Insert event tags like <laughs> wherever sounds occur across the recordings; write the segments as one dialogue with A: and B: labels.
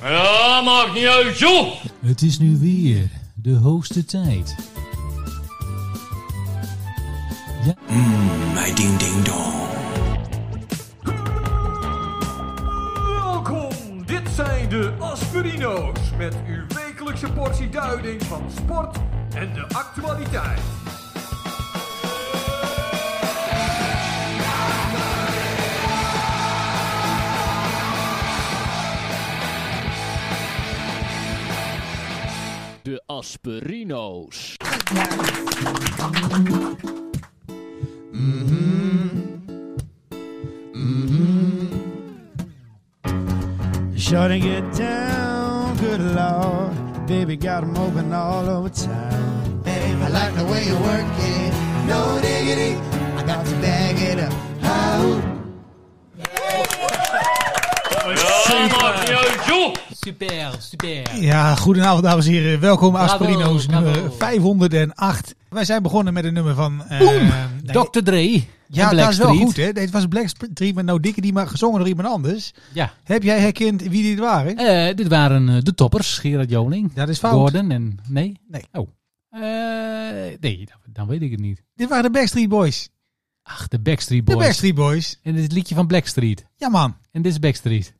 A: Ja, maakt niet uit, joh.
B: Het is nu weer de hoogste tijd. Ja.
C: Mijn ding ding dong.
D: Welkom, dit zijn de Aspirino's met uw wekelijkse portie duiding van sport en de actualiteit.
A: De Asperino's.
E: Sure to get down, good lord. Baby, got 'em open all over town. Babe, I like the way you work it. No diggity, I got to bag it up.
A: Ja, maakt niet uit, joh.
F: Super, super.
G: Ja, goedenavond dames en heren. Welkom Asperino's
F: bravo.
G: nummer 508. Wij zijn begonnen met een nummer van... eh,
F: Ehm,
G: nee,
F: Dr. Dre. en
G: ja,
F: Black
G: dat is wel
F: Street.
G: goed hè. Dit was Black Street met No Diggity, maar gezongen door iemand anders.
F: Ja.
G: Heb jij herkend wie dit waren?
F: Eh, dit waren eh, de toppers. Gerard Joling,
G: Dat is fout.
F: Gordon en... Nee?
G: Nee.
F: Oh. Eh, nee, dan, dan weet ik het niet.
G: Dit waren de Backstreet Boys.
F: Ach, de Backstreet
G: De
F: Boys.
G: Backstreet Boys.
F: En dit is het liedje van Blackstreet.
G: Ja man.
F: En dit is Backstreet.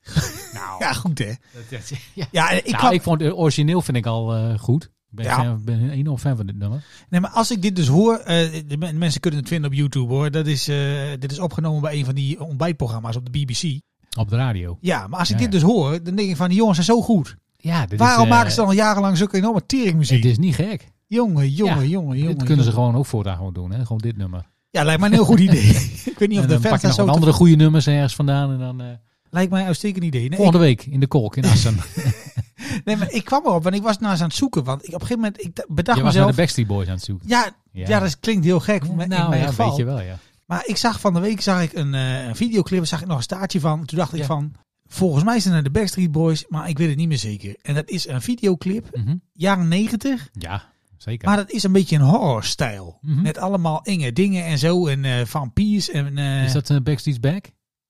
G: Ja, goed hè.
F: <laughs> ja.
G: Ja, ik
F: nou,
G: kwam-
F: ik vond het origineel vind ik al eh, goed. Ik ben,
G: Ja.
F: fan- ben een enorm fan van dit nummer.
G: Nee, maar als ik dit dus hoor, eh, de men- mensen kunnen het vinden op YouTube hoor. Dat is, eh, dit is opgenomen bij een van die ontbijtprogramma's op de BBC.
F: Op de radio.
G: Ja, maar als ik
F: Ja,
G: dit
F: ja.
G: dus hoor, dan denk ik van die jongens zijn zo goed.
F: Ja, dit
G: Waarom
F: is, eh,
G: maken ze dan al jarenlang zulke enorme teringmuziek?
F: Dit is niet gek.
G: Jongen, jongen,
F: Ja,
G: jongen,
F: dit
G: jongen.
F: kunnen ze gewoon ook voortaan gewoon doen. Hè? Gewoon dit nummer.
G: Ja, lijkt mij een heel goed
F: <laughs>
G: idee. ik weet niet of
F: en
G: de
F: dan pak je
G: fans
F: nog
G: zo...
F: een
G: te-
F: andere goede nummers ergens vandaan. En dan, eh,
G: Lijkt mij een uitstekend idee. Nee,
F: volgende week in de kolk
G: <laughs>
F: in Assen.
G: Nou, ik, nee, maar ik kwam erop, want ik was naar ze aan het zoeken. Want ik, op een gegeven moment, ik d- bedacht
F: Je was naar
G: mezelf...
F: de Backstreet Boys aan het zoeken.
G: ja, ja.
F: Ja. Nou
G: dat klinkt heel gek maar in mijn
F: ja,
G: geval.
F: weet je wel, ja.
G: Maar ik zag van de week zag ik een eh, een videoclip, zag ik nog een staartje van. Toen dacht ik
F: Ja.
G: van, volgens mij zijn het de Backstreet Boys, maar ik weet het niet meer zeker. En dat is een videoclip,
F: Mhm.
G: jaren negentig.
F: Ja, zeker.
G: Maar dat is een beetje een horrorstijl.
F: Mhm.
G: Met allemaal enge dingen en zo. En eh, vampiers en... eh,
F: is dat een Backstreet's Back?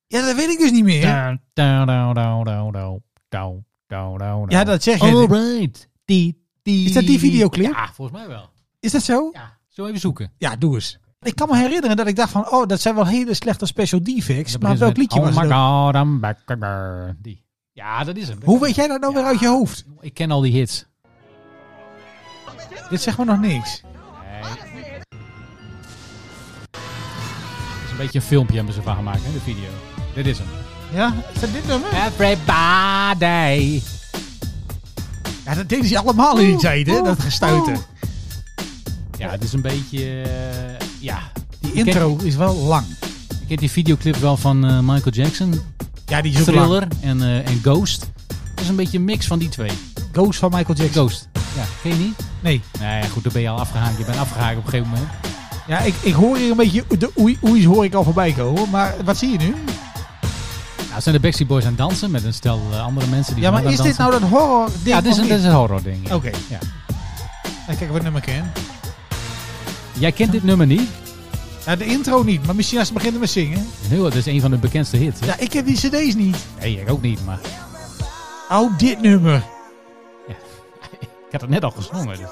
G: Ja, dat weet ik dus niet meer.
F: Down, down, down, down, down, down, down, down, down.
G: Ja, dat zeg je.
F: Alright. Die, die.
G: Is dat die videoclip?
F: Oh, Ja, volgens mij wel.
G: Is dat zo?
F: Ja. Zullen we even zoeken?
G: Ja, doe eens. Ik kan me herinneren dat ik dacht van, oh, dat zijn wel hele slechte special defects.
F: Dan
G: Maar
F: beginnen ze met,
G: welk liedje
F: oh
G: was
F: my
G: dat?
F: god, I'm back again. Die. Ja, dat is hem.
G: Hoe weet jij dat nou weer
F: Ja.
G: uit je hoofd?
F: Ik ken al die hits.
G: Dit zegt me nog niks.
F: Het is een beetje een filmpje hebben ze van gemaakt, hè, de video. Dit is hem.
G: Ja? Is dat dit nummer?
F: Everybody.
G: Ja, dat deden ze allemaal in die tijd, hè? Dat gestuiten.
F: Ja, het is een beetje... eh, ja.
G: Die intro is wel lang.
F: Ik ken die videoclip wel van eh, Michael Jackson.
G: Ja, die is ook lang.
F: Thriller en, eh, en Ghost. Dat is een beetje een mix van die twee.
G: Ghost van Michael Jackson.
F: Ghost. Ja, ken je niet?
G: Nee.
F: Nee, goed, dan ben je al afgehaakt. Je bent afgehaakt op een gegeven moment.
G: Ja, ik, ik hoor hier een beetje... De oei oei's hoor ik al voorbij komen. hoor. Maar wat zie je nu?
F: Nou, zijn de Backstreet Boys aan het dansen met een stel eh, andere mensen. Die
G: Ja,
F: zijn
G: maar
F: ook
G: is
F: aan
G: dit
F: het
G: nou
F: dansen.
G: dat horror ding?
F: Ja, dit is
G: of
F: een, dit
G: niet?
F: is een horror ding. ja.
G: Oké.
F: Ja.
G: Dan kijken we het nummer kennen.
F: Jij kent dit nummer niet?
G: Ja, de intro niet. Maar misschien als ze beginnen met zingen.
F: Heel, dat is een van de bekendste hits. hè?
G: Ja, ik heb die cd's niet.
F: Nee, ik ook niet, maar
G: Oh, dit nummer.
F: ik had het net al gezongen. dus.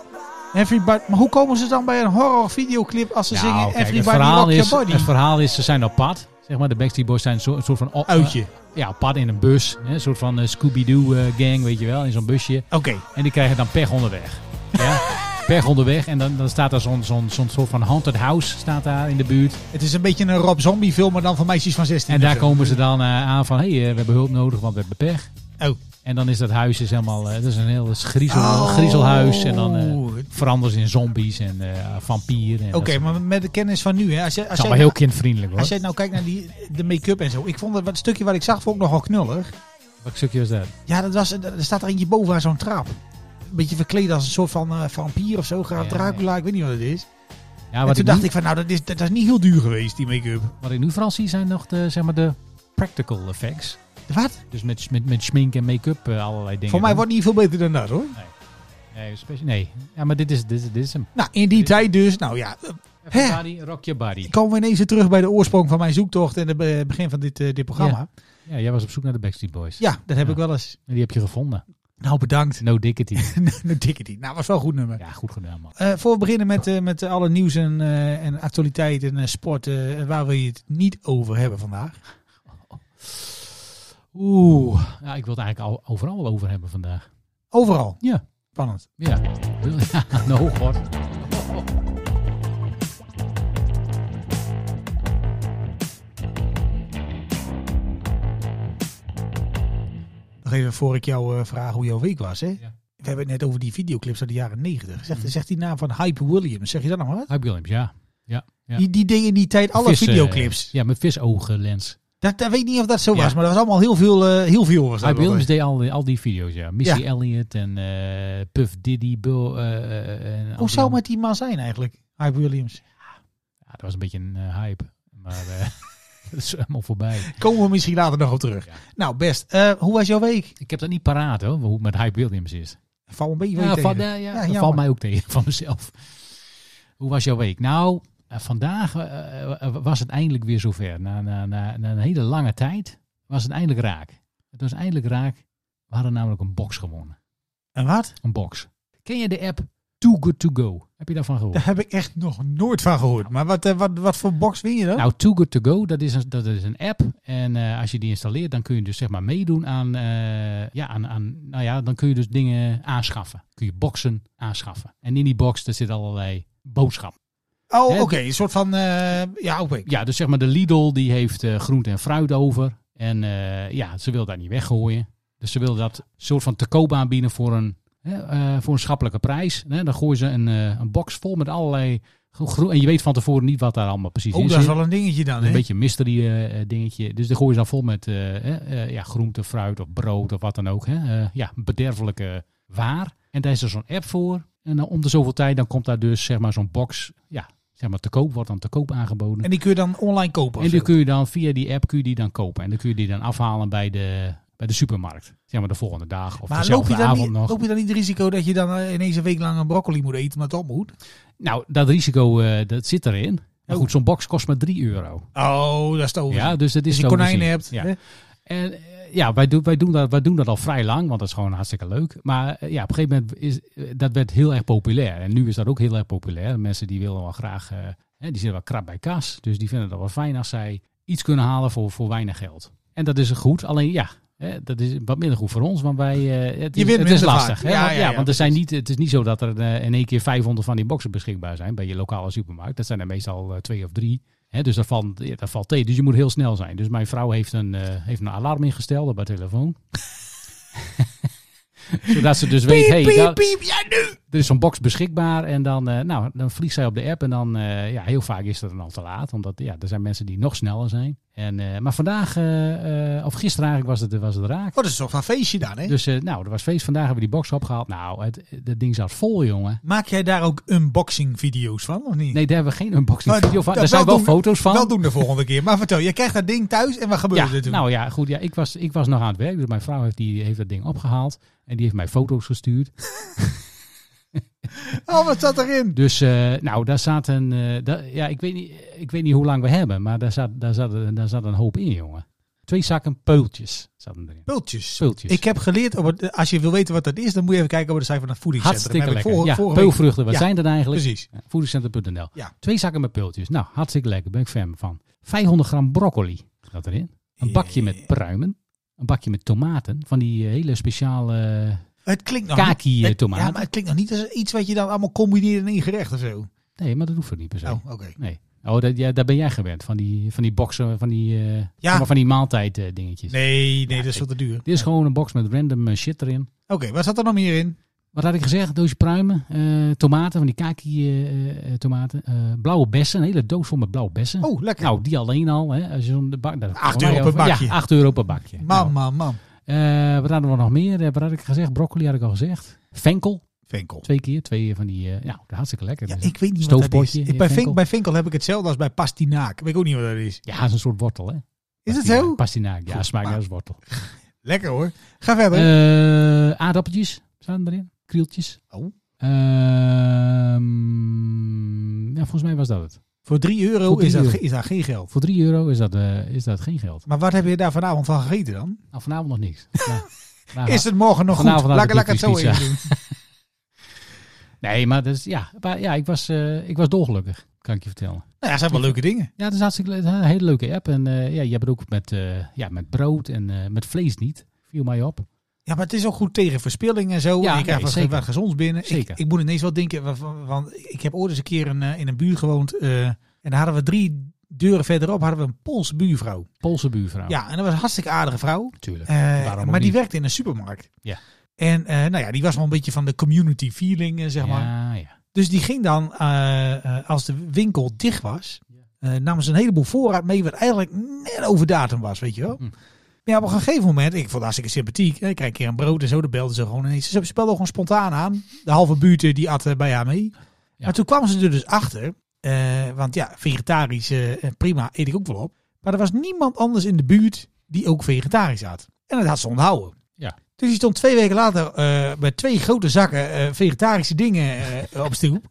G: Everybody, maar hoe komen ze dan bij een horror videoclip als ze zingen
F: Nou, kijk, het,
G: Everybody
F: verhaal
G: Rock
F: is,
G: Your Body?
F: het verhaal is, ze zijn op pad. Zeg maar, de Backstreet Boys zijn zo- een soort van... op- eh,
G: Uitje.
F: ja, op pad in een bus. Hè, een soort van eh, Scooby-Doo eh, gang, weet je wel, in zo'n busje.
G: Oké.
F: En die krijgen dan pech onderweg.
G: <laughs>
F: Ja? pech onderweg. En dan, dan staat daar zo'n zo'n zo'n soort van haunted house staat daar in de buurt.
G: Het is een beetje een Rob Zombie film, maar dan van meisjes van 16.
F: En
G: of
F: daar
G: zo.
F: komen ze dan eh, aan van... Hé, hey, eh, we hebben hulp nodig, want we hebben pech.
G: Oh.
F: En dan is dat huis is helemaal... eh, dat is een heel griezel, griezelhuis. En dan
G: Oh.
F: eh veranderen ze in zombies en eh, vampieren.
G: Oké, maar met de kennis van nu, hè. Als, je,
F: Dat
G: als,
F: is
G: jij,
F: allemaal heel kindvriendelijk hoor.
G: als jij nou kijkt naar die, de make-up en zo. Ik vond het, het stukje wat ik zag, vond ik nogal knullig.
F: Welk stukje was dat?
G: Ja, dat was, er staat er eentje boven aan zo'n trap. Een beetje verkleed als een soort van eh, vampier of zo. Graaf
F: Ja,
G: Dracula, ik weet niet wat het is.
F: Ja,
G: en
F: wat,
G: toen
F: ik
G: dacht
F: nu,
G: ik van, nou, dat is, dat is niet heel duur geweest, die make-up.
F: wat ik nu vooral zie zijn nog de, zeg maar de practical effects.
G: Wat?
F: Dus met, met, met schmink en make-up eh, allerlei dingen.
G: Voor mij
F: doen.
G: wordt niet veel beter dan dat, hoor.
F: Nee, specie- nee. Ja, maar dit is, dit, is- dit is hem.
G: Nou, in die tijd dus. Nou ja, Hè?
F: Everybody, rock your body.
G: komen we ineens weer terug bij de oorsprong van mijn zoektocht en het be- begin van dit, eh, dit programma.
F: Ja, jij was op zoek naar de Backstreet Boys.
G: Ja, dat heb
F: Ja.
G: ik wel eens.
F: En die heb je gevonden.
G: Nou, bedankt. <laughs>
F: No dickety.
G: nou, dikkity. Nou, was wel een goed nummer.
F: <laughs> Ja, goed gedaan, man.
G: Eh, voor we beginnen met, eh, met alle nieuws en, eh, en actualiteit en eh, sport, eh, waar wil je het niet over hebben vandaag?
F: Oeh. Ja, ik wil het eigenlijk al, overal wel over hebben vandaag.
G: Overal.
F: Ja.
G: Spannend.
F: Ja. <laughs> no, god.
G: Nog even voor ik jou eh, vraag hoe jouw week was, hè?
F: Ja.
G: We hebben het net over die videoclips uit de jaren negentig. Zegt, zegt die naam van Hype Williams, zeg je dat nog wat?
F: Hype Williams, ja. Ja. ja.
G: Die, die deed in die tijd alle
F: Vis, eh,
G: videoclips.
F: ja, met visogenlens.
G: dat, dat weet ik niet of dat zo
F: Ja.
G: was, maar dat was allemaal heel veel. eh, heel veel was dat
F: Hype
G: wel.
F: Williams deed al, die- al die video's, ja. Missy Elliott en eh, Puff Diddy. Bill, eh, eh, en al
G: Hoe
F: die
G: zou
F: andere-
G: met die man zijn eigenlijk? Hype Williams.
F: Ja, dat was een beetje een eh, hype. Maar eh <laughs> dat is helemaal voorbij.
G: Komen we misschien later nog op terug.
F: Ja.
G: Nou, best. Eh, hoe was jouw week?
F: Ik heb dat niet paraat, hoor, hoe het met Hype Williams is.
G: Val een beetje
F: Ja,
G: week
F: van, eh,
G: tegen.
F: ja, ja,
G: Ja,
F: dat
G: jammer.
F: valt mij ook tegen <laughs> van mezelf. Hoe was jouw week? Nou, eh, vandaag eh, eh, was het eindelijk weer zover. Na, na, na, na een hele lange tijd was het eindelijk raak. Het was eindelijk raak. We hadden namelijk een box gewonnen.
G: En wat?
F: Een box. Ken je de app Too Good To Go? Heb je daarvan gehoord?
G: Daar heb ik echt nog nooit van gehoord. Maar wat, eh, wat, wat voor box win je dan?
F: Nou, Too Good To Go, dat is een, dat is een app. En eh, als je die installeert, dan kun je dus zeg maar meedoen aan, eh, ja, aan, aan... Nou ja, dan kun je dus dingen aanschaffen. Kun je boxen aanschaffen. En in die box, daar zit allerlei boodschap.
G: oh, oké.
F: hè,
G: Een soort van... eh, ja, oké.
F: Ja, dus zeg maar de Lidl die heeft eh, groente en fruit over. En eh, ja, ze wil dat niet weggooien. Dus ze wil dat soort van te koop aanbieden voor een, hè, eh, voor een schappelijke prijs. Hè, dan gooien ze een, eh, een box vol met allerlei gro- groen. En je weet van tevoren niet wat daar allemaal precies
G: Oh,
F: in
G: dat
F: zit.
G: is wel een dingetje dan,
F: Dat is
G: hè?
F: een beetje een mystery eh, eh, dingetje. Dus dan gooien ze dan vol met eh, eh, eh, ja, groente, fruit of brood of wat dan ook. Hè? Eh, ja, bederfelijke waar. En daar is er zo'n app voor. En dan om de zoveel tijd dan komt daar dus zeg maar zo'n box. Ja, zeg maar te koop. Wordt dan te koop aangeboden.
G: En die kun je dan online kopen? of
F: En die
G: zo?
F: kun je dan via die app kun je die dan kopen. En dan kun je die dan afhalen bij de, bij de supermarkt. Zeg maar de volgende dag of
G: maar loop
F: dezelfde
G: je, dan
F: avond
G: niet,
F: nog.
G: loop je dan niet het risico dat je dan eh, ineens een week lang een broccoli moet eten omdat het op moet?
F: Nou, dat risico eh, dat zit erin. Maar
G: Oh.
F: goed, zo'n box kost maar 3 euro.
G: Oh, dat is te over.
F: Ja, dus dat is
G: Als je
F: zo
G: konijnen
F: gezien.
G: hebt.
F: Ja.
G: hè?
F: En eh, ja, wij, doen wij, doen dat, wij doen dat al vrij lang, want dat is gewoon hartstikke leuk. Maar eh, ja, op een gegeven moment is eh, dat werd heel erg populair. En nu is dat ook heel erg populair. Mensen die willen wel graag, eh, hè, die zitten wel krap bij kas. Dus die vinden dat wel fijn als zij iets kunnen halen voor, voor weinig geld. En dat is goed. Alleen ja, hè, dat is wat minder goed voor ons, want wij, eh, het
G: Je
F: is,
G: wint
F: het is
G: minder
F: lastig.
G: vaak.
F: Hè?
G: Ja,
F: want,
G: ja,
F: ja,
G: ja,
F: want er zijn niet, het is niet zo dat er eh, in één keer 500 van die boxen beschikbaar zijn bij je lokale supermarkt. Dat zijn er meestal eh, twee of drie. Hè, dus dat valt, ja, dat valt tegen. Dus je moet heel snel zijn. Dus mijn vrouw heeft een, eh, heeft een alarm ingesteld op haar telefoon. <laughs> Zodat ze dus weet, hey, daar-
G: Piep, ja nu!
F: er is zo'n box beschikbaar. En dan, eh, nou, dan vliegt zij op de app. En dan, eh, ja, heel vaak is dat dan al te laat. Omdat ja, er zijn mensen die nog sneller zijn. En, eh, maar vandaag, eh, eh, of gisteren eigenlijk, was het, was het raak.
G: Oh, dat is toch van feestje dan, hè?
F: Dus eh, nou, er was feest. Vandaag hebben we die box opgehaald. Nou, het, dat ding zat vol, jongen.
G: Maak jij daar ook unboxing video's van, of niet?
F: Nee, daar hebben we geen unboxing
G: Maar
F: video van.
G: dat
F: Daar zijn wel
G: doen-
F: foto's van.
G: Wel doen de volgende keer. Maar vertel, je krijgt dat ding thuis en wat gebeurt
F: ja,
G: er toen?
F: Nou ja, goed. Ja, ik, was, ik was nog aan het werk. Dus mijn vrouw heeft, die, heeft dat ding opgehaald. En die heeft mij foto's gestuurd.
G: Oh, wat zat erin?
F: Dus eh, nou, daar zat een... eh, da- ja, ik weet, niet, ik weet niet hoe lang we hebben. Maar daar zat, daar, zat, eh, daar zat een hoop in, jongen. Twee zakken peultjes zaten erin.
G: Pultjes.
F: Peultjes.
G: Ik heb geleerd, op het, als je wil weten wat dat is, dan moet je even kijken op de site van het voedingscentrum.
F: hartstikke
G: Heb
F: lekker.
G: ik vor-
F: ja,
G: vorige week-
F: peulvruchten. Wat
G: Ja,
F: zijn dat eigenlijk?
G: Precies.
F: Ja, Voedingscentrum.nl.
G: Ja.
F: Twee zakken met peultjes. Nou, hartstikke lekker. Ben ik fan van. 500 gram broccoli zat erin. Een bakje met pruimen. Een bakje met tomaten. Van die eh, hele speciale... eh,
G: Het klinkt nog
F: Kaki,
G: niet,
F: eh,
G: het-
F: tomaat.
G: Ja, maar het klinkt nog niet als iets wat je dan allemaal combineert in één gerecht of zo.
F: Nee, maar dat hoeft er niet per se.
G: Oh, oké.
F: Nee. Oh, dat, ja, daar ben jij gewend. Van die, van die boxen, van die, eh, zeg maar van die maaltijd eh, dingetjes.
G: Nee, nee, dat is wat te duur.
F: Dit is gewoon een box met random eh, shit erin.
G: Oké, wat zat er nog meer in?
F: Wat had ik gezegd? Doosje pruimen, eh, tomaten, van die kaki eh, eh, tomaten. eh, blauwe bessen, een hele doos vol met blauwe bessen.
G: Oh, lekker.
F: Nou, die alleen al. Hè, als je zo'n bak, dat-
G: Acht
F: voor mij
G: euro per
F: over-
G: bakje.
F: Ja, 8 euro per bakje.
G: mam,
F: Nou,
G: mam, mam.
F: eh, wat hadden we nog meer? Eh, wat had ik gezegd? Broccoli had ik al gezegd. Venkel,
G: Venkel.
F: twee keer. Twee van die, eh, nou, hartstikke lekker.
G: Ja,
F: Dus,
G: ik weet niet wat dat is.
F: Stoofpotje,
G: Ik-
F: eh,
G: bij, Venkel.
F: venkel.
G: bij Venkel heb ik hetzelfde als bij pastinaak. Weet ik ook niet wat dat is.
F: Ja, is een soort wortel, hè?
G: Is het zo?
F: Pastinaak, ja,
G: Goed,
F: smaakt net
G: maar-
F: als wortel.
G: Lekker hoor. Ga verder.
F: Eh, aardappeltjes staan erin. Krieltjes.
G: Oh.
F: Ehm, ja, volgens mij was dat het.
G: voor 3 euro
F: voor drie
G: is, dat,
F: euro.
G: ge- is dat geen geld.
F: Voor 3 euro is dat, eh, is dat geen geld.
G: Maar wat heb je daar vanavond van gegeten dan? <laughs>
F: Nou, vanavond nog niks. Ja. Nou,
G: Is het morgen nog goed?
F: Vanavond had
G: Laat
F: ik
G: laat ik het zo
F: liever
G: even doen.
F: Nee, maar, dat is, ja, maar ja, ik was, eh, ik was dolgelukkig, kan ik je vertellen.
G: Nou ja, zijn wel leuke dingen.
F: Ja, het is hartstikke het is een hele leuke app. En eh, ja, je hebt het ook met, eh, ja, met brood en eh, met vlees niet. Viel mij op.
G: Ja, maar het is ook goed tegen verspilling en zo.
F: Ja,
G: en je krijgt
F: nee,
G: wat,
F: zeker.
G: wat gezonds binnen.
F: Zeker.
G: Ik, ik moet ineens wel denken, wa- wa- want ik heb ooit eens een keer een, eh, in een buurt gewoond. eh, en daar hadden we drie deuren verderop hadden we een Poolse buurvrouw.
F: Poolse buurvrouw.
G: Ja, en dat was een hartstikke aardige vrouw.
F: natuurlijk.
G: Eh,
F: Waarom ook
G: maar die
F: niet?
G: werkte in een supermarkt.
F: Ja.
G: En eh, nou ja, die was wel een beetje van de community feeling, eh, zeg maar.
F: Ja, ja.
G: Dus die ging dan, eh, eh, als de winkel dicht was, eh, nam ze een heleboel voorraad mee, wat eigenlijk net over datum was, weet je wel.
F: Hm.
G: Maar ja, op een gegeven moment, ik vond het hartstikke sympathiek. Hè, ik kreeg een keer een brood en zo, dan belden ze gewoon ineens. Ze spelden gewoon spontaan aan. De halve buurt eh, die at eh, bij haar mee.
F: Ja.
G: Maar toen kwamen ze er dus achter, eh, want ja, vegetarisch, eh, eh, prima, eet ik ook wel op. Maar er was niemand anders in de buurt die ook vegetarisch had. En dat had ze onthouden.
F: Ja.
G: Dus die stond twee weken later eh, met twee grote zakken eh, vegetarische dingen eh,
F: <laughs>
G: op stoep.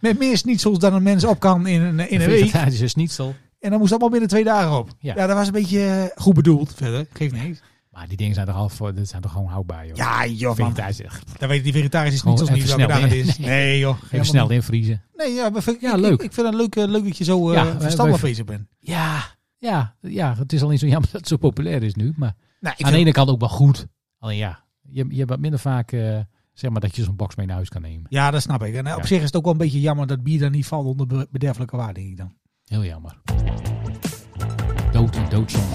G: met meer schnitzels dan een mens op kan in, een- in een week.
F: Vegetarische schnitzel.
G: En dan moest allemaal binnen twee dagen op. Ja,
F: Ja.
G: dat was een beetje eh, goed bedoeld verder. Geeft niks.
F: Maar die dingen zijn toch, half, dit zijn toch gewoon houdbaar, joh.
G: Ja, joh, man.
F: Vegetarische. Even
G: Dan weten die vegetarische
F: Gewoon
G: schnitzels niet
F: even
G: welke dag
F: snel,
G: het
F: hè?
G: is. Nee, joh. Helemaal
F: snel
G: niet.
F: invriezen.
G: Nee, ja, maar vind ik,
F: Ja,
G: ik-
F: leuk.
G: Ik, vind het leuk, eh, leuk dat je zo eh,
F: Ja, wij-
G: verstandig
F: wij-
G: bezig bent.
F: Ja, ja, ja, het is alleen zo jammer dat het zo populair is nu. Maar
G: Nou, ik
F: aan de
G: vind-
F: ene kant ook wel goed. Alleen ja, je, je hebt wat minder vaak eh, zeg maar, dat je zo'n box mee naar huis kan nemen.
G: Ja, dat snap ik. En eh, op
F: Ja.
G: zich is het ook wel een beetje jammer dat bier dan niet valt onder be- bederfelijke waarde, denk ik dan.
F: Heel jammer. Dood en doodzonde.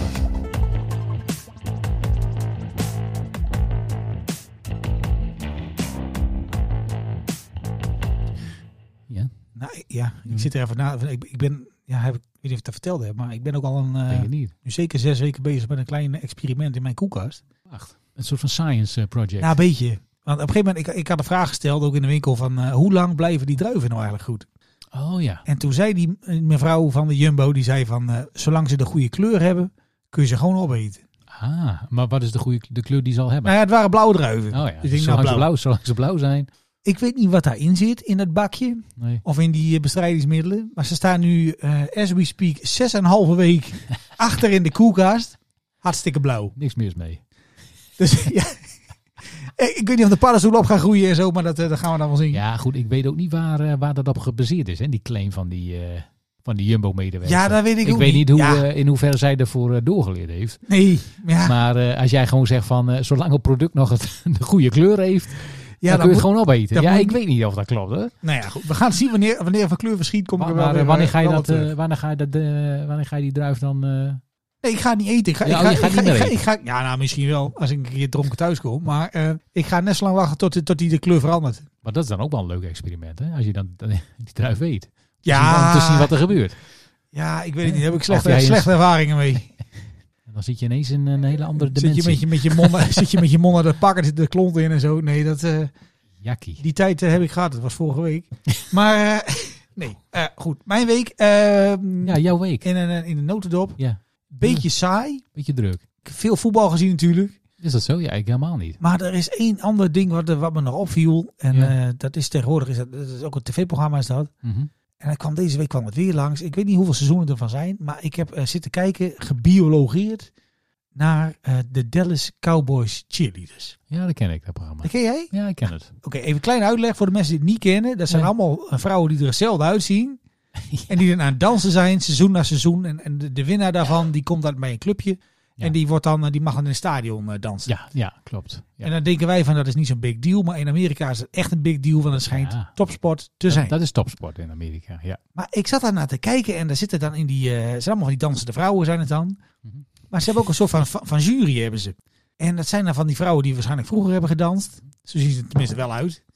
F: Ja,
G: Nou, ja,
F: Mm.
G: ik zit er even na. Ik, ik ben, ja, heb, ik ik weet niet of ik dat vertelde heb, maar ik ben ook al een, eh,
F: denk ik niet.
G: nu zeker zes weken bezig met een klein experiment in mijn koelkast.
F: Wacht. Een soort van science eh, project.
G: Ja, Nou, een beetje. Want op een gegeven moment, ik, ik had een vraag gesteld, ook in de winkel, van eh, hoe lang blijven die druiven nou eigenlijk goed?
F: oh ja.
G: En toen zei die eh, mevrouw van de Jumbo, die zei van, eh, zolang ze de goede kleur hebben, kun je ze gewoon opeten.
F: Ah, maar wat is de goede de kleur die ze al hebben?
G: Nou ja, het waren blauwe druiven.
F: oh ja,
G: Dus ik denk,
F: zolang,
G: nou,
F: Ze
G: blauw.
F: blauw, zolang ze blauw zijn.
G: Ik weet niet wat daarin zit, in dat bakje.
F: Nee.
G: Of in die eh, bestrijdingsmiddelen. Maar ze staan nu, eh as we speak, zes en een halve week
F: <laughs>
G: achter in de koelkast. Hartstikke blauw.
F: Niks mis mee.
G: Dus <laughs> ja. Eh, Ik weet niet of de paddenstoelen op gaan groeien en zo, maar dat, eh, dat gaan we dan wel zien. Ja,
F: Ja, goed. Ik weet ook niet waar, eh, waar dat op gebaseerd is. Hè? Die claim van die, eh, van die Jumbo-medewerker.
G: dat weet ik,
F: ik
G: ook
F: weet niet hoe,
G: Ja,
F: eh, in hoeverre zij ervoor eh, doorgeleerd heeft.
G: nee, ja,
F: Maar eh, als jij gewoon zegt van, eh, zolang het product nog het, <laughs> de goede kleur heeft,
G: ja,
F: dan
G: dat
F: kun je het
G: moet-
F: gewoon opeten.
G: dat
F: Ja,
G: moet-
F: ik weet niet of dat klopt. Hè?
G: Nou ja, goed. We gaan zien wanneer, wanneer van kleur verschiet. Kom ik
F: Maar,
G: er wel
F: maar, eh,
G: weer,
F: wanneer,
G: eh,
F: ga je
G: wel op
F: dat, eh,
G: terug.
F: wanneer, ga je dat, eh, wanneer ga je die druif dan... eh,
G: nee, ik ga niet eten. Ik ga,
F: Ja,
G: ik
F: oh,
G: ga,
F: je gaat
G: ik ga,
F: niet meer
G: ik ga- ik ga- ja, nou misschien wel als ik een keer dronken thuis kom. Maar eh, ik ga net zo lang wachten tot, tot die de kleur verandert.
F: Maar dat is dan ook wel een leuk experiment, hè? Als je dan, <laughs> dan die druif weet.
G: Ja,
F: Om te zien wat er gebeurt.
G: Ja, ik weet het niet. Daar heb ik
F: Of
G: slechte,
F: jij eens-
G: slechte
F: <laughs>
G: ervaringen mee.
F: En dan zit je ineens in een hele andere
G: Zit
F: dimensie.
G: je, met je, met je mond, <laughs> zit je met je mond naar de pak en zit de klont in en zo. Nee, dat, eh,
F: Jakkie.
G: die tijd eh, heb ik gehad. Dat was vorige week.
F: <laughs>
G: Maar eh, <laughs> nee, Eh, goed. Mijn week eh,
F: Ja, jouw week.
G: in, een, in een notendop.
F: Ja,
G: Beetje saai.
F: beetje druk.
G: Veel voetbal gezien natuurlijk.
F: Is dat zo? Ja, ik helemaal niet.
G: Maar er is één ander ding wat, er- wat me nog opviel. En
F: Ja.
G: eh, dat is tegenwoordig is dat, dat is ook een tv-programma is dat.
F: Mhm.
G: En hij kwam, deze week kwam het weer langs. Ik weet niet hoeveel seizoenen er van zijn. Maar ik heb eh, zitten kijken, gebiologeerd, naar eh, de Dallas Cowboys cheerleaders.
F: Ja, dat ken ik, dat programma.
G: Dat ken jij?
F: Ja, ik ken het.
G: Oké, even een kleine uitleg voor de mensen die het niet kennen. Dat zijn
F: Nee.
G: allemaal eh, vrouwen die er hetzelfde
F: <laughs>
G: uitzien. En die dan aan het dansen zijn, seizoen na seizoen. En, en de, de winnaar daarvan, die komt uit bij een clubje.
F: Ja.
G: En die, wordt dan, eh, die mag dan in het stadion eh, dansen.
F: Ja, ja klopt. Ja.
G: En dan denken wij van dat is niet zo'n big deal. Maar in Amerika is het echt een big deal, want het schijnt
F: Ja.
G: topsport te zijn.
F: Dat is topsport in Amerika, ja.
G: Maar ik zat daarnaar te kijken en daar zitten dan in die... eh het zijn allemaal van die dansende vrouwen zijn het dan.
F: Mhm.
G: Maar ze hebben ook een soort van, van, van jury hebben ze. En dat zijn dan van die vrouwen die waarschijnlijk vroeger hebben gedanst. Zo zien ze er tenminste wel uit.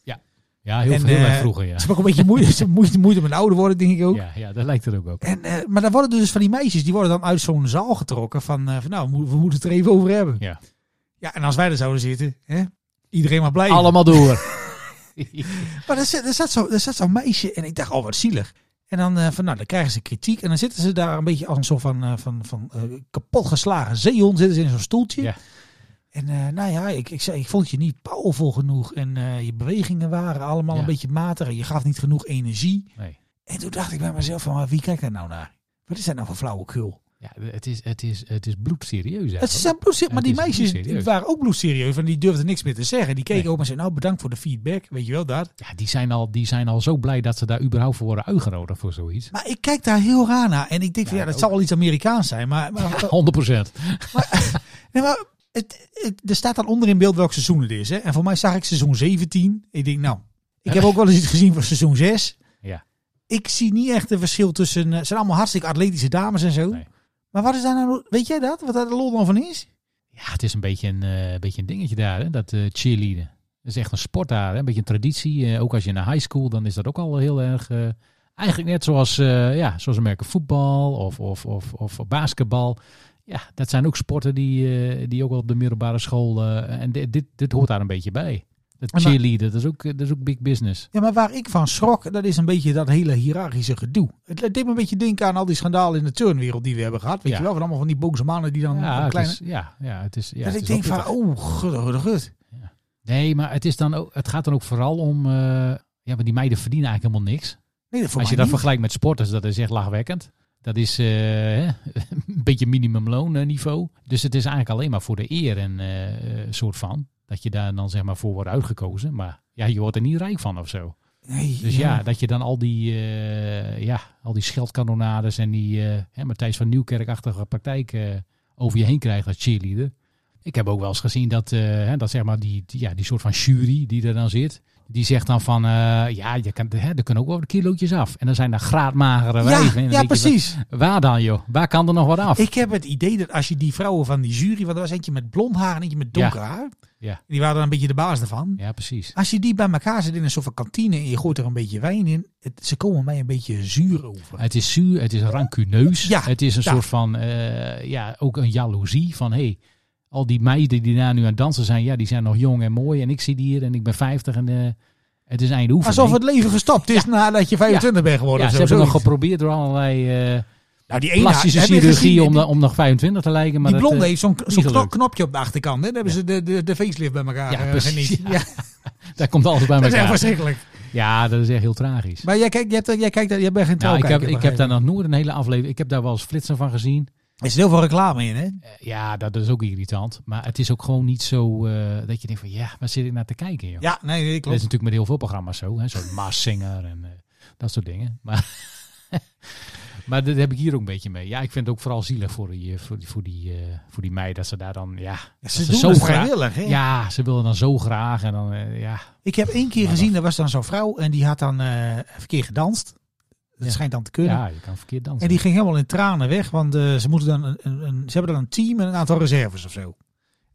F: Ja, heel
G: En,
F: veel
G: eh,
F: uit vroeger, ja.
G: Ze hebben ook een beetje moeite, ze hebben moeite, moeite met ouder worden, denk ik ook.
F: ja. Ja, dat lijkt het ook op.
G: En, eh, maar dan worden dus van die meisjes, die worden dan uit zo'n zaal getrokken van, eh, van nou, we, we moeten het er even over hebben.
F: Ja.
G: Ja, en als wij er zouden zitten, hè, iedereen maar blij.
F: Allemaal
G: <laughs>
F: door.
G: Maar er zat, er zat zo- er zat zo'n meisje en ik dacht, oh wat zielig. En dan, eh, van, nou, dan krijgen ze kritiek en dan zitten ze daar een beetje als een soort van, eh, van, van eh, kapotgeslagen zeehond zitten ze in zo'n stoeltje.
F: Ja.
G: En eh, nou ja, ik, ik, zei, ik vond je niet powerful genoeg en eh, je bewegingen waren allemaal
F: Ja.
G: een beetje matig en je gaf niet genoeg energie.
F: Nee.
G: En toen dacht ik bij mezelf van, maar wie kijkt daar nou naar? Wat is dat nou voor flauwekul?
F: Ja, het is, het is, het is bloedserieus
G: Het
F: eigenlijk.
G: zijn bloedse- maar
F: het
G: die
F: is
G: meisjes
F: bloedserieus.
G: waren ook bloedserieus. En die durfden niks meer te zeggen. Die keken
F: Nee.
G: op en zeiden, nou bedankt voor de feedback. Weet je wel, dat.
F: Ja, die zijn, al, die zijn al zo blij dat ze daar überhaupt voor worden uitgenodigd voor zoiets. 100%.
G: Maar ik kijk daar heel raar naar. En ik denk, van,
F: Ja,
G: ja, dat
F: ook.
G: zal wel iets Amerikaans zijn. Maar, maar, <laughs> nee, maar het, het- er staat dan onder in beeld welk seizoen het is. Hè? En voor mij zag ik seizoen 17. Ik denk, nou, ik heb ook wel eens iets gezien van seizoen 6.
F: Ja.
G: Ik zie niet echt een verschil tussen... eh, Het zijn allemaal hartstikke atletische dames en zo.
F: Nee.
G: Maar wat is daar nou... Weet jij dat? Wat daar de lol dan van is?
F: Ja, het is een beetje een, eh, beetje een dingetje daar, hè, dat eh cheerleaden. Dat is echt een sport daar, hè? een beetje een traditie. Eh, ook als je naar high school, dan is dat ook al heel erg... eh, eigenlijk net zoals, eh, ja, zoals we merken voetbal of, of, of, of basketbal. Ja, dat zijn ook sporten die, eh, die ook wel op de middelbare school... eh, en dit, dit, dit hoort daar een beetje bij.
G: maar-
F: Dat cheerleaden, dat is ook, dat is ook big business.
G: Ja, maar waar ik van schrok, dat is een beetje dat hele hiërarchische gedoe. Het, het deed me een beetje denken aan al die schandalen in de turnwereld die we hebben gehad. Weet
F: Ja.
G: je wel, van allemaal van die boze mannen die dan
F: Ja,
G: een
F: het
G: kleine...
F: is, ja, ja, het is... Ja,
G: dat
F: het
G: ik
F: is
G: denk
F: wel
G: van,
F: pittig.
G: oh, gud, gud, gud.
F: Nee, maar het, is dan ook, het gaat dan ook vooral om... eh, ja, maar die meiden verdienen eigenlijk helemaal niks.
G: Nee, dat voor
F: Als je
G: mij
F: dat vergelijkt met sporters, dat is echt lachwekkend. Dat is eh, hè, <laughs> een beetje minimumloonniveau. Dus het is eigenlijk alleen maar voor de eer en eh, eh, soort van. Dat je daar dan zeg maar voor wordt uitgekozen. Maar ja, je wordt er niet rijk van of zo.
G: niet. Nee,
F: Dus ja, dat je dan al die, eh, ja, al die scheldkanonades en die eh, hè, Matthijs van Nieuwkerk-achtige praktijk eh, over je heen krijgt als cheerleader. Ik heb ook wel eens gezien dat, eh, hè, dat zeg maar die, die- ja, die soort van jury die er dan zit. Die zegt dan van, eh, ja, je kan, hè, er kunnen ook wel wat kilootjes af. En dan zijn daar graadmagere
G: Ja,
F: wijven. En dan
G: ja,
F: denk je,
G: precies.
F: wa- waar dan joh? Waar kan er nog wat af?
G: Ik heb het idee dat als je die vrouwen van die jury, want er was eentje met blond haar en eentje met donker haar.
F: Ja.
G: Die waren dan een beetje de baas ervan.
F: Ja, precies.
G: Als je die bij elkaar zet in een soort van kantine en je gooit er een beetje wijn in, het- ze komen mij een beetje zuur over.
F: Het is zuur, het is rancuneus.
G: Ja,
F: het is een
G: ja.
F: soort van, eh, ja, ook een jaloezie van, hé, hey, al die meiden die daar nu aan het dansen zijn, ja, die zijn nog jong en mooi. En ik zit hier en ik ben 50 en eh, het is einde oefening.
G: Alsof het leven gestopt is nadat je 25 bent geworden.
F: ja,
G: of
F: ze
G: zo,
F: hebben nog
G: zoiets.
F: geprobeerd door allerlei eh,
G: nou, die
F: plastische
G: heb je
F: chirurgie
G: gezien?
F: om,
G: Die-
F: dan- om nog 25 te lijken. Maar
G: die
F: dat,
G: blonde
F: eh,
G: heeft zo'n zo'n
F: niet
G: kno-
F: gelukt.
G: knopje op de achterkant. Hè? Dan hebben ze de, de, de facelift bij elkaar
F: Ja,
G: eh,
F: precies,
G: <laughs> geniet.
F: ja.
G: Ja,
F: daar komt alles bij
G: dat is echt
F: elkaar.
G: verschrikkelijk.
F: Ja, dat is echt heel tragisch.
G: Maar Oh, jij, kijkt, jij, hebt- jij, kijkt, jij bent geen
F: Nou, ik,
G: trouwkijker.
F: heb, ik heb
G: begrijp
F: daar nog nooit een hele aflevering. Ik heb daar wel eens flitsen van gezien.
G: Er is heel veel reclame in, hè?
F: Eh, Ja, dat is ook irritant. Maar het is ook gewoon niet zo eh, dat je denkt van ja, waar zit ik naar te kijken? Joh?
G: Ja, nee, nee,
F: Dat is
G: klopt.
F: natuurlijk met heel veel programma's zo. Hè? Zo'n Maas Singer en eh, dat soort dingen. Maar, <laughs> maar dat heb ik hier ook een beetje mee. Ja, ik vind het ook vooral zielig voor die, eh, voor die, voor die, eh, voor die meid dat ze daar dan... Ja, dat
G: Ze doen het vrijwillig, hè?
F: Ja, ze willen dan zo graag. En dan, eh, ja.
G: Ik heb één keer gezien, er was dan zo'n vrouw en die had dan eh verkeerd gedanst. Dat
F: Ja.
G: schijnt dan te kunnen.
F: ja, je kan verkeerd dansen.
G: En die ging helemaal in tranen weg, want eh, ze, moeten dan een, een- een- ze hebben dan een team en een aantal reserves of zo.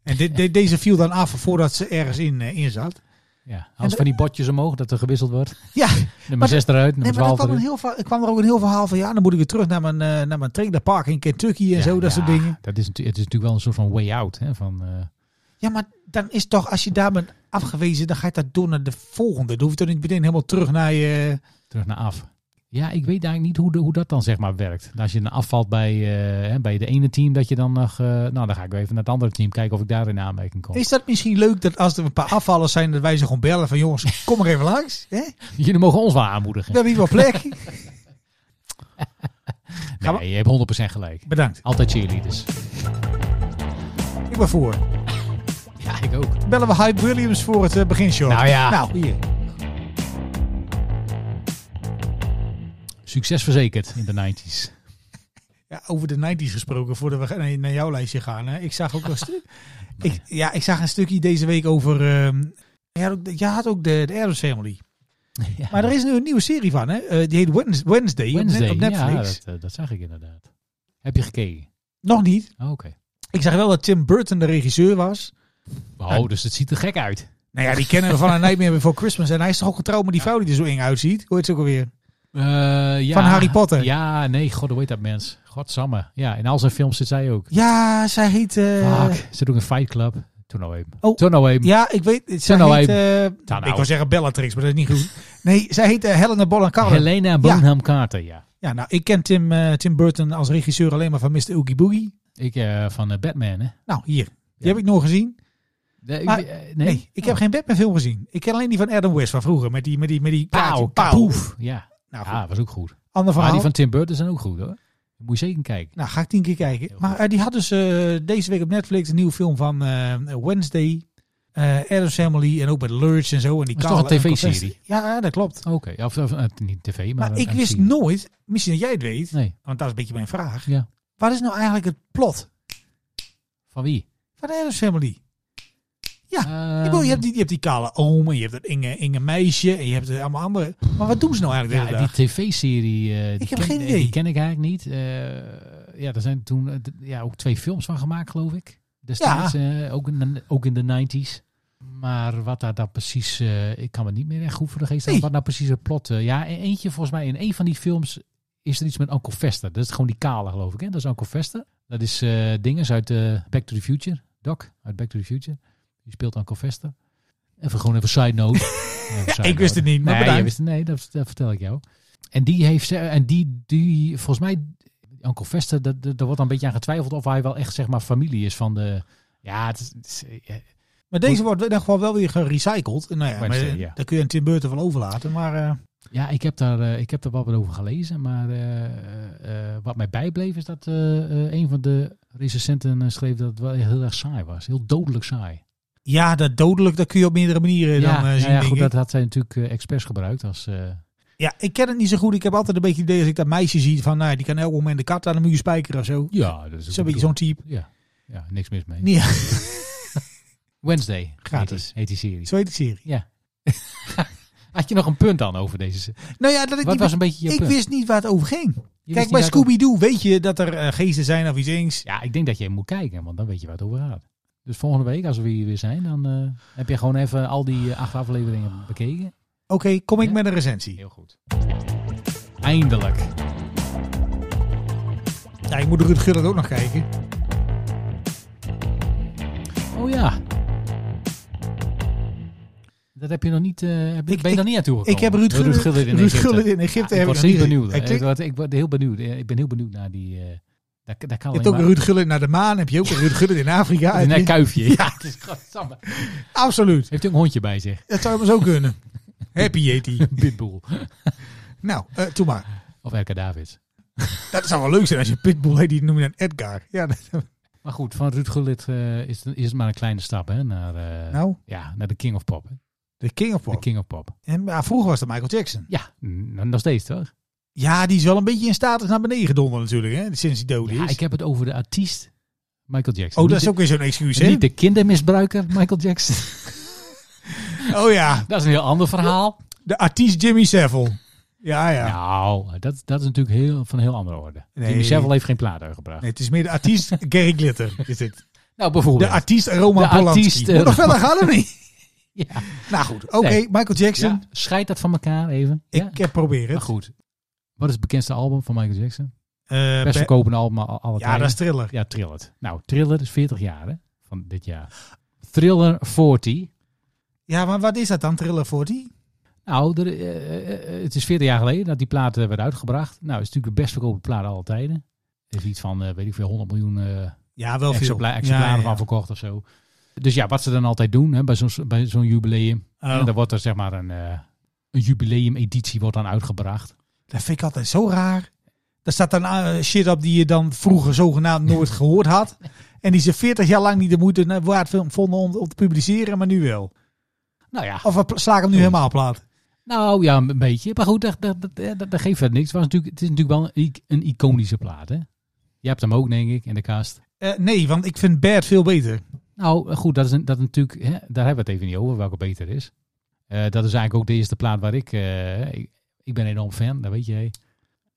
G: En dit- dit- deze viel dan af voordat ze ergens in, eh, in zat.
F: ja, als van die botjes omhoog dat er gewisseld wordt.
G: Ja,
F: <laughs> Nummer 6 eruit, nummer
G: nee, maar er
F: 12
G: kwam, een
F: eruit.
G: heel, va- er kwam er ook een heel verhaal van, ja, dan moet ik weer terug naar mijn, eh, naar mijn trainerpark in Kentucky en
F: Ja,
G: zo, dat
F: ja,
G: soort dingen.
F: Dat is, natu- het is natuurlijk wel een soort van way out. Hè, van, eh,
G: Ja, maar dan is toch, als je daar bent afgewezen, dan ga je dat door naar de volgende. Dan hoef je toch niet meteen helemaal terug naar je...
F: terug naar af. Ja, ik weet eigenlijk niet hoe, de, hoe dat dan zeg maar werkt. Als je dan afvalt bij, eh, hè, bij de ene team, dat je dan nog... eh, nou, dan ga ik weer even naar het andere team kijken of ik daar in aanmerking kom.
G: Is dat misschien leuk dat als er een paar afvallers zijn, dat wij ze gewoon bellen van jongens, kom maar even langs. Hè?
F: Jullie mogen ons wel
G: We
F: aanmoedigen.
G: hebben hier wel plek.
F: <laughs>
G: gaan we-
F: Nee, je hebt 100% gelijk.
G: Bedankt.
F: Altijd cheerleaders.
G: Ik ben voor.
F: Ja, ik ook.
G: Bellen we Hype Williams voor het eh, beginshow.
F: Nou ja.
G: Nou, hier.
F: Succes verzekerd in de 90s.
G: Ja, over de 90s gesproken, voordat we naar- naar jouw lijstje gaan. Hè. Ik zag ook een stuk. Ik, ja, ik zag een stukje deze week over. ehm je had ook, de- je had ook de, de Adams Family.
F: Ja.
G: Maar er is nu een nieuwe serie van, hè? Eh, die heet Wednes- Wednesday, op net-
F: Wednesday,
G: op Netflix.
F: ja, dat, eh, dat zag ik inderdaad. Heb je gekeken?
G: Nog niet.
F: Oh, Oké.
G: Ik zag wel dat Tim Burton de regisseur was.
F: Oh, dus het ziet er gek uit.
G: Nou ja, die kennen we van een Nightmare Before Christmas. En hij is toch ook getrouwd met die vrouw die er zo eng uitziet. Hoe heet ze ook alweer?
F: Eh, ja.
G: Van Harry Potter.
F: Ja, nee, god, hoe heet dat mens? Godsamme. Ja, in al zijn films zit zij ook.
G: Ja, zij heet... eh,
F: Fuck, ze doen een Fight Club. Toen nou even.
G: Oh.
F: Toen nou even.
G: Ja, ik weet... Zij
F: nou
G: heet... eh,
F: nou.
G: Ik wou zeggen Bellatrix, maar dat is niet
F: <laughs>
G: goed. Nee, zij heet eh, Helena Bonham Carter.
F: Helena Bonham Carter, ja.
G: ja, nou, ik ken Tim, eh, Tim Burton als regisseur alleen maar van Mr. Oogie Boogie.
F: Ik eh, van eh, Batman, hè?
G: Nou, hier. Die heb ik nog gezien.
F: De-
G: Maar-
F: eh, nee.
G: Ah, Nee, ik heb geen Batman film gezien. Ik ken alleen die van Adam West van vroeger. Met die, met die, met die
F: Pauw,
G: kaartje.
F: kapoef. Ah. Ja.
G: Nou, goed.
F: ja, was ook goed.
G: ander
F: Maar
G: verhaal.
F: die van Tim Burton zijn ook goed, hoor. Dan moet je zeker kijken.
G: Nou, ga ik tien keer kijken. Maar eh, die had dus eh, deze week op Netflix een nieuwe film van eh, Wednesday. eh Adam's Family en ook met Lurch en zo. En die
F: Dat is toch
G: kale
F: een
G: en
F: TV-serie?
G: Confession. Ja, eh, dat klopt.
F: Oké, ja, of, of, eh, niet tv, maar...
G: Maar
F: een-
G: ik
F: een
G: wist
F: serie.
G: nooit, misschien dat jij het weet,
F: Nee,
G: want dat is een beetje mijn vraag.
F: Ja.
G: Wat is nou eigenlijk het plot
F: van wie?
G: van de Adams Family?
F: Ja,
G: Ah, Ik bedoel, je, hebt die, je hebt die kale oom en je hebt dat Inge, Inge meisje en je hebt eh, allemaal andere. Maar wat doen ze nou eigenlijk de
F: Ja,
G: hele
F: die
G: dag?
F: tv-serie, eh, die,
G: heb
F: ken-
G: geen
F: eh,
G: idee.
F: die ken ik eigenlijk niet. Eh, ja, er zijn toen eh, d- ja, ook twee films van gemaakt, geloof ik. Destijds, eh, ook, in de, ook in de 90s. Maar wat daar dan precies, eh, ik kan me niet meer echt goed voor de geest halen.
G: Nee.
F: Wat nou precies het plot? eh, ja, en eentje volgens mij, in een van die films is er iets met Uncle Fester. Dat is gewoon die kale, geloof ik. Hè? Dat is Uncle Fester. Dat is eh dinges uit eh, Back to the Future. Doc uit Back to the Future. Die speelt Uncle Fester. Even gewoon even side
G: <laughs>
F: note. Even side
G: ik wist
F: note.
G: het niet, maar
F: nee,
G: Nou, bedankt.
F: jij wist het- nee, dat, dat vertel ik jou. En die heeft, ze- en die, die volgens mij, Uncle Fester, dat- dat- daar wordt dan een beetje aan getwijfeld of hij wel echt, zeg maar, familie is van de, ja, het is, het is- eh,
G: Maar deze wordt in ieder geval wel weer gerecycled. Nou ja, maar,
F: Wednesday,
G: eh,
F: ja.
G: Daar kun je een Tim Burton van overlaten. Maar eh,
F: ja, ik heb daar, eh, ik heb daar wel wat over gelezen, maar eh, eh, eh, wat mij bijbleef is dat eh, eh, een van de recensenten eh, schreef dat het wel heel erg saai was, heel dodelijk saai.
G: ja, dat dodelijk, dat kun je op meerdere manieren dan eh,
F: nou
G: zien.
F: ja,
G: denk
F: goed,
G: ik.
F: dat had zij natuurlijk eh, expres gebruikt als, eh,
G: Ja, ik ken het niet zo goed. Ik heb altijd een beetje het idee als ik dat meisje zie van, nou, ja, die kan elk moment de kat aan de muur spijkeren of zo.
F: ja, dat is
G: Zo'n beetje zo'n type.
F: ja, ja, niks mis mee.
G: Nee,
F: <laughs> Wednesday heet die-
G: Gratis.
F: heet die serie.
G: zo heet de serie.
F: Had je nog een punt dan over deze? se-
G: Nou ja, dat ik
F: Wat
G: niet
F: was een beetje je
G: ik
F: punt?
G: wist niet waar het over ging.
F: Je
G: Kijk,
F: wist
G: bij
F: niet waar het
G: Scooby-Doo weet je dat er eh, geesten zijn of iets eens.
F: over- Ja, ik denk dat je moet kijken, want dan weet je waar het over gaat. Dus volgende week, als we hier weer zijn, dan eh, heb je gewoon even al die eh, acht afleveringen bekeken.
G: Oké, kom ik
F: Ja.
G: met een recensie.
F: Heel goed. Eindelijk.
G: Ja, ik moet Ruud Gullit ook nog kijken.
F: Oh ja. Dat heb je nog niet. eh, heb je- ben
G: Ik-
F: je
G: ik-
F: nog niet aan toegekomen?
G: ik heb Ruud
F: Ruud
G: Gullit-
F: Gullit in
G: Ruud
F: Egypte.
G: Gullit in Egypte
F: ik
G: heb
F: was
G: ik nog
F: heel
G: niet.
F: benieuwd.
G: Hij
F: Ik,
G: klikt-
F: word- ik word heel benieuwd. Eh, Ik ben heel benieuwd naar die. eh, daar, daar kan
G: Je hebt
F: alleen
G: ook
F: maar-
G: een Ruud Gullit naar de maan. Heb je ook een Ruud Gullit in Afrika?
F: een
G: Heb je-
F: net kuifje. Ja, <laughs> het is godsamme.
G: Absoluut.
F: Heeft hij ook een hondje bij zich?
G: Dat zou maar zo kunnen. Happy heet hij.
F: Een pitbull.
G: Nou, eh doe maar.
F: Of Erka Davids.
G: Dat zou wel leuk zijn als je Pitbull heet, die noem je dan Edgar. Ja, <laughs> dat-
F: Maar goed, van Ruud Gullit eh, is, het- is het maar een kleine stap hè, naar, eh,
G: nou,
F: ja, naar de King of Pop. hè.
G: de King of
F: De
G: Pop.
F: King of Pop.
G: En, ja, vroeger was dat Michael Jackson.
F: Ja, n- nog steeds toch?
G: Ja, die is wel een beetje in status naar beneden gedonderd natuurlijk, hè? sinds hij dood
F: Ja,
G: is.
F: ik heb het over de artiest Michael Jackson.
G: Oh,
F: Niet
G: dat is ook weer zo'n excuus,
F: de,
G: hè?
F: Niet de kindermisbruiker Michael Jackson.
G: Oh ja,
F: <laughs> dat is een heel ander verhaal.
G: de artiest Jimmy Savile. Ja, ja.
F: Nou, dat, dat is natuurlijk heel, van een heel andere orde.
G: Nee.
F: Jimmy Savile heeft geen plaat uitgebracht.
G: Nee, het is meer de
F: <laughs>
G: artiest Gary Glitter. Is het.
F: Nou,
G: De
F: bijvoorbeeld.
G: artiest Roman
F: De
G: Polanski.
F: artiest, eh,
G: Moet nog verder gaan of
F: <laughs>
G: niet?
F: ja.
G: Nou goed, oké,
F: Nee.
G: Michael Jackson.
F: ja, scheid dat van elkaar even. Ja.
G: Ik heb proberen
F: maar
G: het.
F: goed. Wat is het bekendste album van Michael Jackson?
G: Eh,
F: Best
G: Be-
F: verkopende album al- alle
G: ja,
F: tijden.
G: dat is thriller.
F: Ja, Thriller. Nou, Thriller is 40 jaar hè, van dit jaar. Thriller 40.
G: Ja, maar wat is dat dan, thriller voor die?
F: Nou, er, eh, eh, eh, het is 40 jaar geleden dat die plaat eh, werd uitgebracht. Nou, het is natuurlijk de best verkochte plaat aller tijden. Er is iets van, eh, weet ik veel, 100 miljoen eh
G: Ja, wel veel.
F: exempla-
G: Ja,
F: exemplaren
G: ja, ja.
F: van verkocht of zo. Dus ja, wat ze dan altijd doen hè, bij zo'n bij zo'n jubileum.
G: Oh.
F: En dan wordt er zeg maar een, eh, een jubileumeditie wordt dan uitgebracht.
G: Dat vind ik altijd zo raar. Daar staat dan eh, shit op die je dan vroeger zogenaamd
F: <laughs>
G: nooit gehoord had. En die ze 40 jaar lang niet de moeite eh, waard vonden om, om te publiceren, maar nu wel.
F: Nou ja,
G: Of we pla- sla ik hem nu helemaal plat?
F: nou ja, een beetje. Maar goed, dat, dat, dat, eh, dat, dat geeft verder niks. Het, was natuurlijk, het is natuurlijk wel een, i- een iconische plaat. Hè? Je hebt hem ook, denk ik, in de kast.
G: Eh, nee, want ik vind Bert veel beter.
F: Nou, goed, dat is een- dat is natuurlijk, hè, daar hebben we het even niet over, welke beter is. Eh, dat is eigenlijk ook de eerste plaat waar ik, eh, ik, ik ben enorm fan, dat weet je. hè.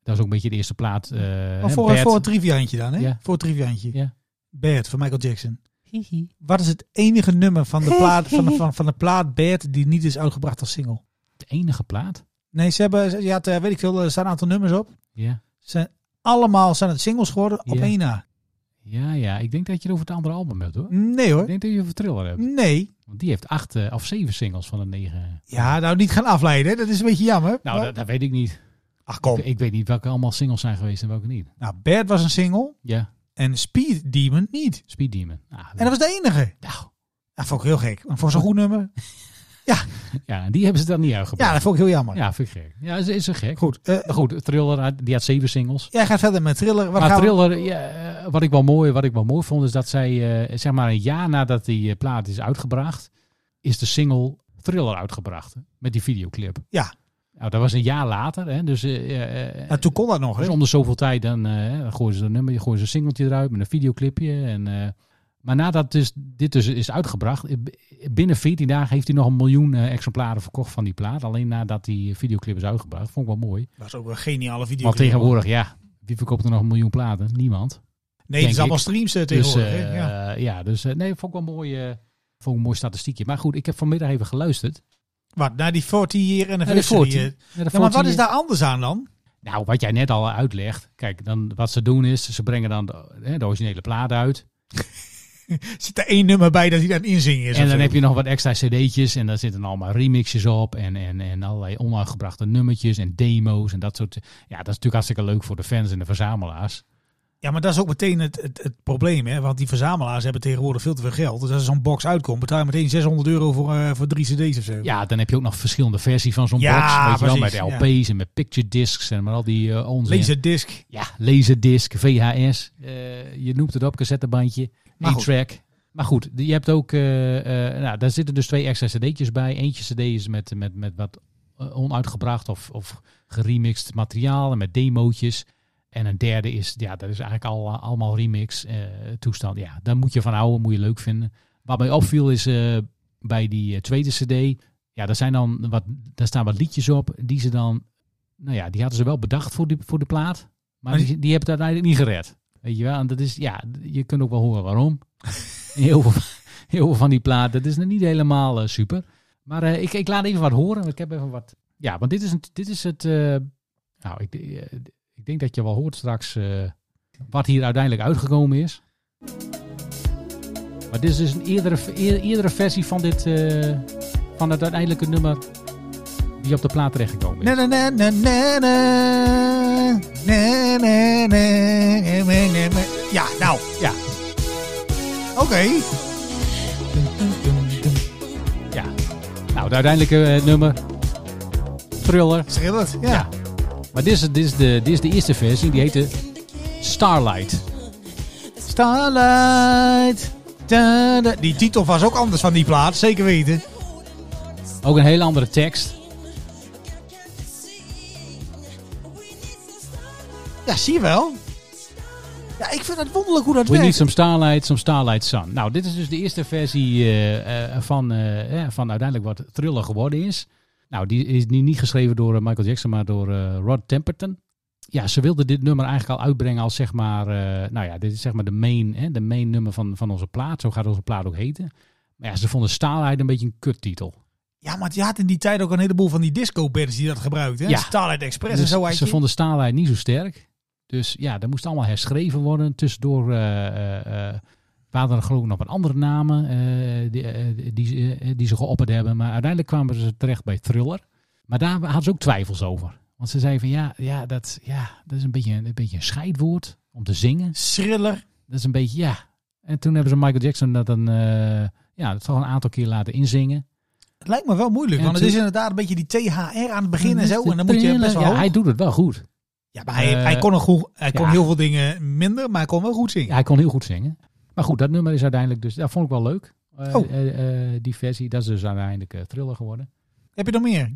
F: Dat is ook een beetje de eerste plaat. eh, hè,
G: Maar voor,
F: Bad.
G: voor het triviaantje dan, hè?
F: Ja.
G: Voor het triviaantje.
F: Ja.
G: Bert van Michael Jackson. Wat is het enige nummer van de plaat, van de, van, van de plaat Bert die niet is uitgebracht als single?
F: De enige plaat.
G: Nee, ze hebben, ze- ja, het, eh, weet ik veel, er staan een aantal nummers op.
F: Ja.
G: Ze zijn allemaal zijn het singles geworden op
F: Ja.
G: één na.
F: ja, ja, ik denk dat je het over het andere album hebt hoor.
G: Nee
F: Ik
G: hoor.
F: denk dat je het over Thriller hebt.
G: Nee,
F: Want die heeft acht eh, of zeven singles van de negen.
G: Ja, nou niet gaan afleiden, hè. dat is een beetje jammer.
F: Nou,
G: Maar- Oh.
F: dat, dat weet ik niet.
G: Ach kom.
F: Ik, ik weet niet welke allemaal singles zijn geweest en welke niet.
G: Nou, Bad was een single
F: Ja,
G: en Speed Demon niet.
F: Speed Demon. Ah,
G: En dat was de enige.
F: nou,
G: Dat vond ik heel gek. Maar voor zo'n goed nummer. Ja.
F: Ja, en die hebben ze dan niet uitgebracht.
G: Ja, dat vond ik heel jammer.
F: Ja, vind ik gek. Ja, is, is een gek.
G: Goed. eh,
F: Maar goed, Thriller, had- die had zeven singles.
G: jij gaat verder met Thriller. Wat
F: maar
G: gaan we-
F: Thriller, ja, eh, wat, ik wel mooi, wat ik wel mooi vond, is dat zij, eh, zeg maar een jaar nadat die eh, plaat is uitgebracht, is de single Thriller uitgebracht. Met die videoclip.
G: Ja.
F: Nou, dat was een jaar later, hè. Dus, eh, eh, eh,
G: Nou, toen kon dat nog.
F: dus
G: Hè?
F: om de zoveel tijd dan, eh, dan gooien ze een nummer, gooien ze een singeltje eruit met een videoclipje. En, eh, maar nadat dus, dit dus is uitgebracht, eh, b- binnen 14 dagen heeft hij nog een miljoen eh, exemplaren verkocht van die plaat. Alleen nadat die videoclip is uitgebracht. Vond ik wel mooi.
G: Dat was ook een geniale video.
F: Maar tegenwoordig, ja, wie verkoopt er nog een miljoen platen? Niemand.
G: Nee, het
F: denk
G: is allemaal
F: ik.
G: streams eh,
F: Dus
G: tegenwoordig. hè?
F: eh,
G: ja.
F: ja. dus eh, nee, vond ik wel een mooi, eh, vond ik een mooi statistiekje. Maar goed, ik heb vanmiddag even geluisterd.
G: Wat, naar die 40 hier en
F: Naar de 40.
G: eh, Ja,
F: Ja, de
G: maar wat
F: 40.
G: is daar anders aan dan?
F: Nou, wat jij net al uitlegt. Kijk, dan, wat ze doen is, ze brengen dan de, hè, de originele plaat uit.
G: Zit er één nummer bij dat hij aan het inzingen is?
F: en
G: of
F: dan
G: zo?
F: heb je nog wat extra cd'tjes. En daar zitten allemaal remixes op. En, en, en allerlei onuitgebrachte nummertjes en demo's en dat soort. Ja, dat is natuurlijk hartstikke leuk voor de fans en de verzamelaars.
G: Ja, maar dat is ook meteen het, het, het probleem, hè? Want die verzamelaars hebben tegenwoordig veel te veel geld. Dus als er zo'n box uitkomt, betaal je meteen 600 euro voor, eh, voor drie cd's of zo.
F: Ja, dan heb je ook nog verschillende versies van zo'n
G: Ja,
F: box. Weet je wel, met
G: precies, ja.
F: LP's en met picture discs en met al die eh, onzin.
G: Laserdisc.
F: ja, laserdisc, VHS, eh, je noemt het op, cassettebandje,
G: Maar
F: één
G: goed.
F: track. Maar goed, je hebt ook, eh, eh, nou, daar zitten dus twee extra cd'tjes bij. Eentje cd is met, met, met wat eh, onuitgebracht of, of geremixed materiaal en met demootjes. En een derde is, ja, dat is eigenlijk al, allemaal remix eh, toestand. Ja, daar moet je van houden, moet je leuk vinden. Wat mij opviel is eh, bij die eh, tweede cd, ja, daar, zijn dan wat, daar staan wat liedjes op die ze dan, nou ja, die hadden ze wel bedacht voor, die, voor de plaat. Maar
G: Maar die-
F: die, die hebben het uiteindelijk niet gered. Weet je wel? En dat is, ja, je kunt ook wel horen waarom. heel, veel, heel veel van die plaat, dat is nog niet helemaal eh, super. Maar eh, ik, ik laat even wat horen. want Ik heb even wat. Ja, want dit is, een, dit is het. eh, nou, ik, eh, ik denk dat je wel hoort straks eh, wat hier uiteindelijk uitgekomen is. Maar dit is dus een eerdere, eer- eerdere versie van dit. eh, van het uiteindelijke nummer. die op de plaat terechtgekomen is.
G: Na, na, na, na, na, na. Na, na, na, na, na, na. Ja, nou.
F: Ja,
G: Oké.
F: ja. Nou, het uiteindelijke eh, nummer. Thriller.
G: Schitterend. Ja.
F: Ja. Maar dit is, dit, is de, dit is de eerste versie. Die heette Starlight.
G: Starlight. Da, da. Die titel was ook anders van die plaat, zeker weten.
F: Ook een hele andere tekst.
G: Ja, zie je wel. Ja, ik vind het wonderlijk hoe dat
F: We need
G: werkt.
F: some starlight, some starlight sun. Nou, dit is dus de eerste versie eh, eh, van, eh, eh, van uiteindelijk wat Thriller geworden is. Nou, die is niet, niet geschreven door eh, Michael Jackson, maar door eh, Rod Temperton. Ja, ze wilden dit nummer eigenlijk al uitbrengen als zeg maar... eh, nou ja, dit is zeg maar de main, hè, de main nummer van, van onze plaat. Zo gaat onze plaat ook heten. Maar ja, ze vonden Starlight een beetje een kuttitel.
G: Ja, maar je had in die tijd ook een heleboel van die disco-bands die dat gebruikten. hè?
F: Ja.
G: Starlight Express
F: Dus
G: en zo. weet
F: ze
G: je.
F: vonden Starlight niet zo sterk. Dus ja, dat moest allemaal herschreven worden. Tussendoor eh, eh, eh, waren er geloof ik nog wat andere namen eh, die, eh, die, ze- eh, die ze geopperd hebben. Maar uiteindelijk kwamen ze terecht bij Thriller. Maar daar hadden ze ook twijfels over. Want ze zeiden van ja, ja, dat, ja, dat is een beetje, een beetje een scheidwoord om te zingen.
G: Thriller.
F: Dat is een beetje, ja. En toen hebben ze Michael Jackson dat een, eh, ja, toch een aantal keer laten inzingen.
G: Het lijkt me wel moeilijk,
F: En
G: want het
F: toen-
G: is inderdaad een beetje die THR aan het begin en zo. En dan moet je best wel
F: Dus Ja,
G: hoog.
F: hij doet het wel goed.
G: Ja, maar hij,
F: Eh,
G: hij kon, een goed, hij kon
F: ja.
G: heel veel dingen minder, maar hij kon wel goed zingen.
F: Ja, hij kon heel goed zingen. Maar goed, dat nummer is uiteindelijk dus... Dat vond ik wel leuk. Eh,
G: Oh.
F: eh, eh, die versie, dat is dus uiteindelijk eh, thriller geworden.
G: Heb je nog meer?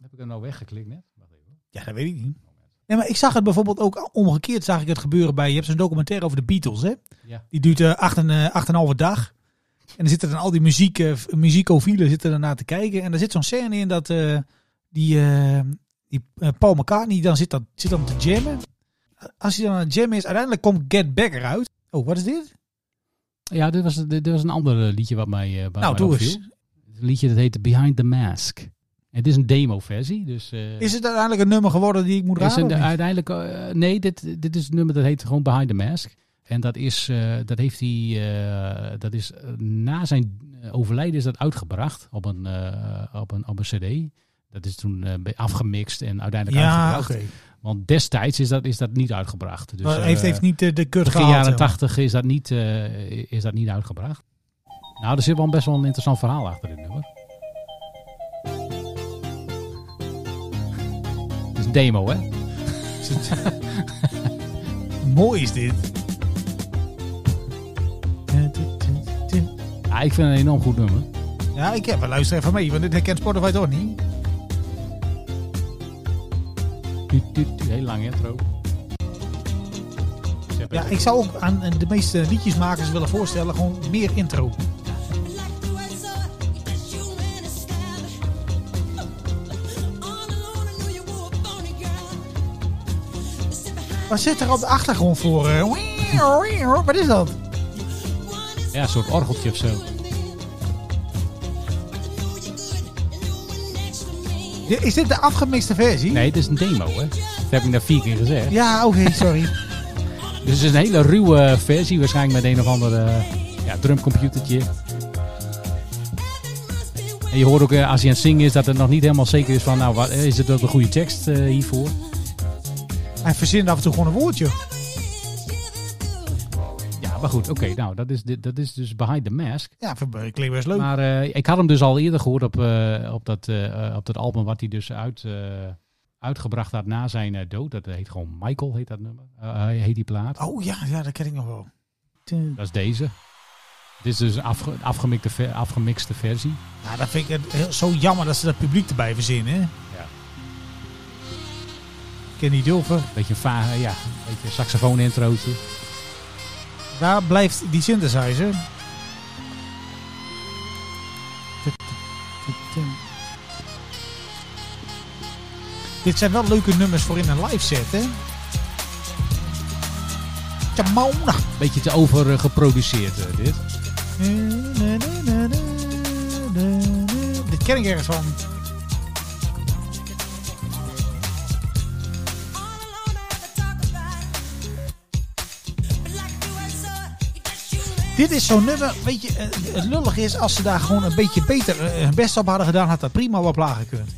F: Heb ik hem nou weggeklikt net? Wacht even.
G: Ja, dat weet ik niet. Nee, maar ik zag het bijvoorbeeld ook omgekeerd zag ik het gebeuren bij... Je hebt zo'n documentaire over de Beatles, hè?
F: Ja.
G: Die duurt eh, acht en, eh, acht en een halve dag. En dan zitten dan al die muziek, eh, f- muzikofielen zitten daarna te kijken. En er zit zo'n scène in dat eh, die, eh, die eh, Paul McCartney dan zit, dan zit dan te jammen. Als hij dan aan het jammen is, uiteindelijk komt Get Back eruit. Oh, wat is dit?
F: Ja, dit was, dit, dit was een ander liedje wat mij, eh bij
G: nou,
F: mij
G: doe
F: opviel.
G: eens.
F: Het liedje dat heette Behind the Mask. Het is een demo-versie, dus... eh,
G: Is het uiteindelijk een nummer geworden die ik moet
F: is
G: raden?
F: een-
G: of niet?
F: uiteindelijk... eh, nee, dit, dit is het nummer dat heet gewoon Behind the Mask. En dat is... eh, dat heeft hij... eh, dat is eh, na zijn overlijden is dat uitgebracht op een, eh, op een, op een cd. Dat is toen eh, afgemixt en uiteindelijk
G: Ja,
F: uitgebracht.
G: oké.
F: Want destijds is dat, is dat niet uitgebracht. Dus,
G: Maar heeft,
F: eh,
G: heeft niet de, de kut
F: begin
G: gehaald.
F: jaren
G: zeg maar.
F: 80 is dat, niet, eh, is dat niet uitgebracht. Nou, er zit wel best wel een interessant verhaal achter dit nummer. demo, hè?
G: Mooi is dit.
F: Ja, Ah, ik vind het een enorm goed nummer.
G: Ja, ik heb wel luister even mee, want dit herkent Spotify toch niet?
F: Tuut, tuut, tuut. Heel lang intro.
G: Ja, ik zou ook aan de meeste liedjesmakers willen voorstellen gewoon meer intro. Wat zit er op de achtergrond voor? eh? Wat is dat?
F: Ja, een soort orgeltje of zo.
G: Is dit de afgemixte versie?
F: Nee, het is een demo, hè? Dat heb ik daar vier keer gezegd.
G: Ja, oké, sorry.
F: Dus het is een hele ruwe versie, waarschijnlijk met een of ander eh, ja, drumcomputertje. En je hoort ook eh, als hij aan het zingen is dat het nog niet helemaal zeker is van, nou, wat, is het wel de goede tekst eh, hiervoor?
G: Hij verzint af en toe gewoon een woordje.
F: Ja, maar goed, oké, nou, dat is, dit- dat is dus Behind the Mask.
G: Ja, vind- eh, klinkt best leuk.
F: Maar eh, ik had hem dus al eerder gehoord op, eh, op, dat, eh, eh, op dat album wat hij dus uit, eh, uitgebracht had na zijn eh, dood. Dat heet gewoon Michael, heet dat nummer. Eh, heet die plaat.
G: Oh ja, ja, dat ken ik nog wel.
F: Dat is deze. Dit is dus een afge- afgemikte ver- afgemixte versie.
G: Nou, dat vind ik het heel- zo jammer dat ze dat publiek erbij verzinnen.
F: Ja.
G: Kenny Dulfer,
F: Beetje een va- eh, ja, beetje een saxofoon introotje.
G: daar blijft die synthesizer. Dit zijn wel leuke nummers voor in een live set, hè? Jamona.
F: Beetje te over eh, geproduceerd eh, dit.
G: Dit ken ik ergens van. Dit is zo'n nummer, weet je, eh, het lullig is als ze daar gewoon een beetje beter eh, hun best op hadden gedaan, had dat prima wat lager gekund.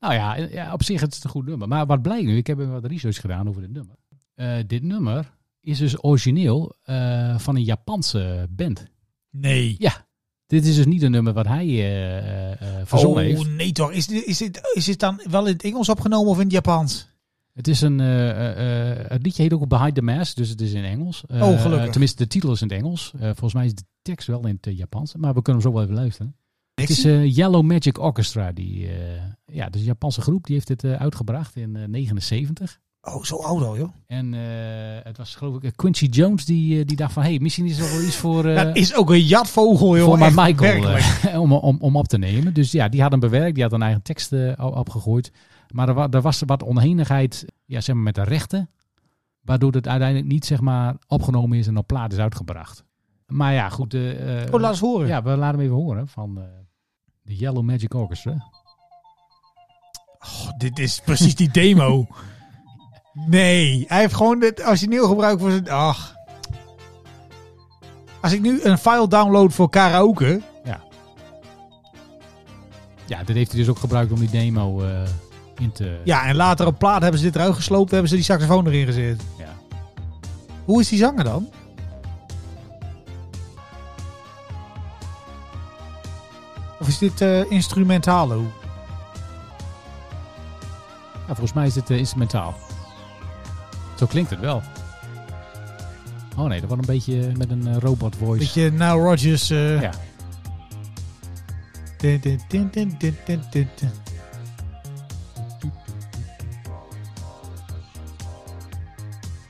F: Nou ja, eh, ja, op zich het is het een goed nummer. Maar wat blijkt nu, ik heb even wat research gedaan over dit nummer. Eh, dit nummer is dus origineel eh, van een Japanse band.
G: Nee.
F: Ja, dit is dus niet een nummer wat hij eh, eh, eh, verzonnen heeft.
G: Oh nee toch, is, dit- is, dit, is dit dan wel in het Engels opgenomen of in het Japans?
F: Het is een. eh, eh, eh, het liedje heet ook Behind the Mask, dus het is in Engels. Eh,
G: Oh, gelukkig.
F: eh, tenminste, de titel is in het Engels. Eh, volgens mij is de tekst wel in het eh, Japans, maar we kunnen hem zo wel even luisteren. Het is eh, Yellow Magic Orchestra, die. eh, ja, dus een Japanse groep, die heeft dit eh, uitgebracht in eh, 79.
G: Oh, zo oud al joh.
F: En eh, het was geloof ik eh, Quincy Jones die, eh, die dacht van... hé, hey, misschien is er wel iets
G: <laughs>
F: voor, eh,
G: dat is ook een jatvogel joh.
F: voor mijn
G: echt,
F: Michael
G: werkelijk.
F: eh, <laughs> om, om, om op te nemen. Dus ja, die had hem bewerkt. Die had een eigen tekst eh, op- opgegooid. Maar er, wa- er was wat oneenigheid ja, zeg maar met de rechten. Waardoor het uiteindelijk niet zeg maar, opgenomen is en op plaat is uitgebracht. Maar ja, goed. eh, eh,
G: Oh, laat eens horen.
F: ja, we laten hem even horen van eh, de Yellow Magic Orchestra.
G: Oh, dit is precies die
F: <laughs>
G: demo. Nee, hij heeft gewoon het origineel gebruikt voor zijn... Ach. Als ik nu een file download voor karaoke...
F: Ja, dit heeft hij dus ook gebruikt om die demo eh, in te...
G: Ja, en later op plaat hebben ze dit eruit gesloopt. Hebben ze die saxofoon erin gezet.
F: ja.
G: Hoe is die zanger dan? Of is dit eh, instrumentalo?
F: Ja, volgens mij is dit eh, instrumentaal. Zo klinkt het wel. Oh nee, dat was een beetje eh, met een eh, robot voice.
G: Beetje nou Rodgers. eh,
F: Ja.
G: Din, din, din, din, din, din, din, din.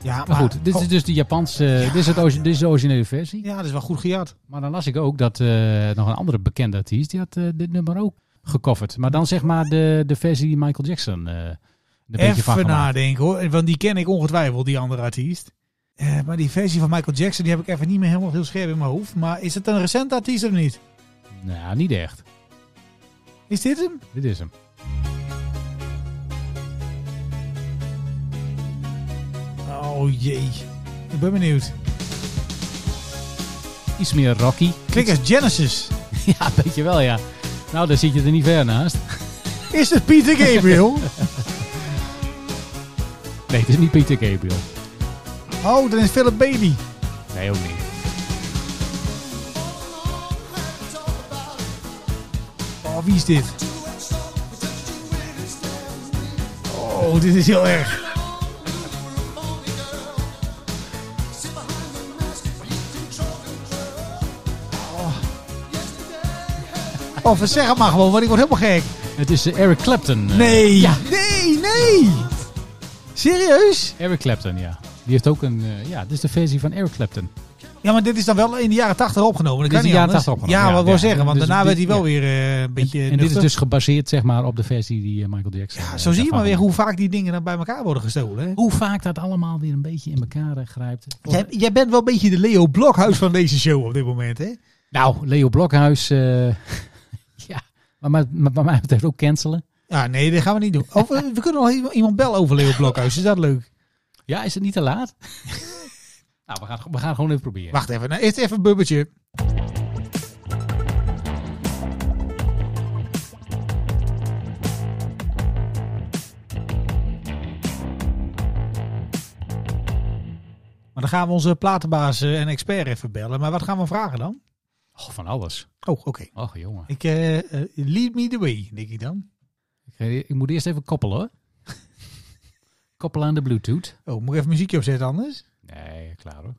G: Ja, maar,
F: Maar goed, dit
G: oh,
F: is dus de Japanse, dit, is het origi- dit is de originele versie.
G: ja, dat is wel goed gejat.
F: Maar dan las ik ook dat eh, nog een andere bekende artiest, die had eh, dit nummer ook gecoverd. Maar dan zeg maar de, de versie die Michael Jackson eh een beetje van
G: Even
F: gemaakt.
G: nadenken hoor, want die ken ik ongetwijfeld, die andere artiest. Eh, maar die versie van Michael Jackson, die heb ik even niet meer helemaal heel scherp in mijn hoofd. Maar is het een recente artiest of niet?
F: Nou, niet echt.
G: Is dit hem?
F: Dit is hem.
G: Oh jee, ik ben benieuwd.
F: Iets meer rocky.
G: Klik eens Genesis.
F: <laughs> Ja, weet je wel, ja. Nou, daar zit je er niet ver naast.
G: Is het Peter
F: <laughs>
G: Gabriel?
F: Nee, het is niet Peter Gabriel.
G: oh, dan is Philip Bailey.
F: Nee, ook niet.
G: Oh, wie is dit? Wow, dit is heel erg. Of zeg het Oh, maar gewoon, want ik word helemaal gek.
F: Het is eh, Eric Clapton. eh,
G: Nee.
F: Ja.
G: Nee, nee. Serieus?
F: Eric Clapton, ja. Die heeft ook een... eh, ja, dit is de versie van Eric Clapton.
G: Ja, maar dit is dan wel in de jaren 80 opgenomen. Dat
F: Dit
G: kan
F: is
G: niet
F: de jaren
G: anders.
F: 80 opgenomen,
G: Ja,
F: ja,
G: wat wil
F: ja.
G: zeggen, want
F: Dus
G: daarna werd hij wel
F: dit-
G: weer eh, een beetje...
F: en dit is
G: nuchter.
F: dus gebaseerd zeg maar, op de versie die eh, Michael Jackson...
G: Ja,
F: eh,
G: zo zie je
F: daarvan
G: maar weer
F: had.
G: hoe vaak die dingen dan bij elkaar worden gestolen. hè?
F: Hoe vaak dat allemaal weer een beetje in elkaar eh, grijpt.
G: Jij, jij bent wel een beetje de Leo Blokhuis van deze show op dit moment, hè?
F: Nou, Leo Blokhuis... eh, <laughs> ja, maar, maar, maar, maar mij betreft ook cancelen.
G: Ja, Ah, nee, dat gaan we niet doen. Of, eh, we kunnen nog iemand bellen over Leo Blokhuis, is dat leuk?
F: Ja, is het niet te laat? <laughs> nou, we gaan, we gaan gewoon even proberen.
G: Wacht even, nou, eerst even een bubbeltje. Maar dan gaan we onze platenbaas eh, en expert even bellen. Maar wat gaan we vragen dan?
F: Oh, van alles.
G: Oh, oké.
F: Och, jongen.
G: Ik, eh, eh, lead me the way, denk ik dan.
F: Ik, eh, ik moet eerst even koppelen, hoor. <laughs> koppelen aan de bluetooth.
G: Oh, moet ik even muziekje opzetten anders?
F: Nee, klaar hoor.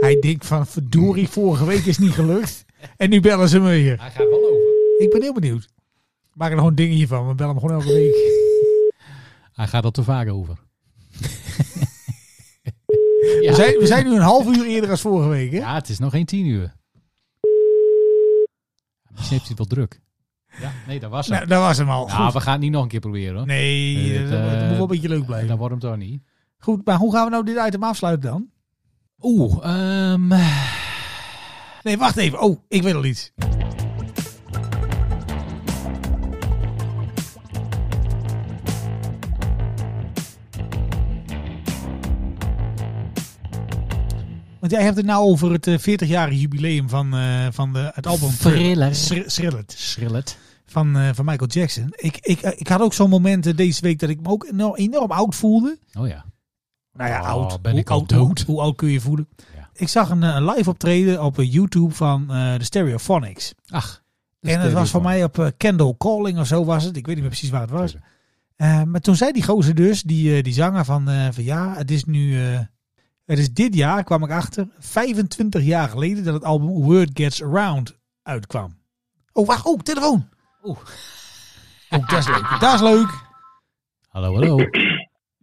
G: Hij denkt van, verdorie, vorige week is niet gelukt. En nu bellen ze me weer.
F: Hij gaat wel over.
G: Ik ben heel benieuwd. Maak er nog een ding hiervan. We bellen hem gewoon elke week.
F: Hij gaat al te vaak over.
G: We
F: <laughs> ja.
G: zijn, we zijn nu een half uur eerder als vorige week, hè?
F: ja, het is nog geen tien uur. Misschien heeft hij het wel druk. Ja, nee, dat was het.
G: nou, dat was hem al.
F: Nou,
G: Goed.
F: we gaan het niet nog een keer proberen hoor.
G: Nee,
F: Eh, dat,
G: dat, dat moet
F: eh,
G: wel een beetje leuk blijven.
F: Dat wordt hem toch niet.
G: Goed, maar hoe gaan we nou dit item afsluiten dan?
F: Oeh, ehm,
G: Nee, wacht even. Oh, ik weet al iets. Want jij hebt het nou over het eh, 40-jarige jubileum van, eh, van de, het album
F: Thriller.
G: Thr- Thriller.
F: schrillet.
G: van, eh, van Michael Jackson. Ik, ik, eh, ik had ook zo'n moment eh, deze week dat ik me ook enorm, enorm oud voelde.
F: Oh ja.
G: Nou ja,
F: Oh,
G: oud.
F: ben
G: hoe
F: ik al
G: oud,
F: dood?
G: Hoe, hoe oud kun je voelen?
F: Ja.
G: Ik zag een eh, live optreden op eh, YouTube van eh, de Stereophonics.
F: Ach.
G: en het was voor mij op eh, Kendall Calling of zo was het. Ik weet niet meer precies waar het was. Eh, maar toen zei die gozer dus, die, eh, die zanger, van, eh, van ja, het is nu... eh, het is dit jaar, kwam ik achter, 25 jaar geleden dat het album Word Gets Around uitkwam. Oh, wacht, oh, telefoon.
F: Oeh.
G: Oh, dat is leuk. Dat is leuk.
H: <clears throat>
F: Hallo, hallo.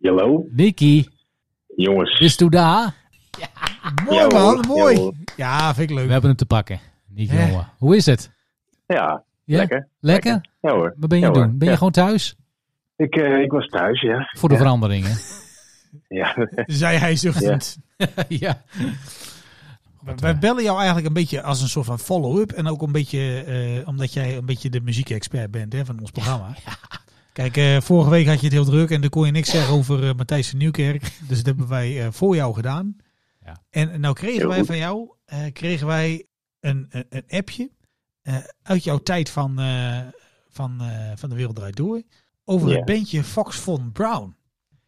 H: Hallo,
F: Nicky,
H: jongens.
F: bist u daar?
G: Mooi
H: Ja,
G: man,
H: hoor.
G: mooi.
H: Ja,
G: Ja,
H: hoor.
G: vind ik
F: We
G: leuk.
F: hebben hem te pakken. Nicky,
G: Hè?
F: jongen. Hoe is het?
H: Ja,
F: Ja?
H: lekker.
F: Lekker?
H: Ja hoor.
F: Wat ben je
H: Ja,
F: aan het
H: hoor.
F: doen? Ben je
H: Ja.
F: gewoon thuis?
H: Ik, eh, ik was thuis, ja.
F: Voor de
H: <laughs>
F: veranderingen.
H: Ja, <laughs>
G: Zei hij zuchtend.
F: ja.
G: We- Wij bellen jou eigenlijk een beetje als een soort van follow-up. En ook een beetje, eh, omdat jij een beetje de muziekexpert bent hè, van ons programma. Kijk, eh, vorige week had je het heel druk en dan kon je niks zeggen over eh, Matthijs van Nieuwkerk. Dus dat hebben wij eh, voor jou gedaan.
F: Ja.
G: En nou kregen
H: Heel
G: wij
H: goed.
G: van jou eh, kregen wij een, een, een appje eh, uit jouw tijd van, eh, van, eh, van de Wereld Draait Door. Over
H: Ja.
G: het bandje Fox Von Brown.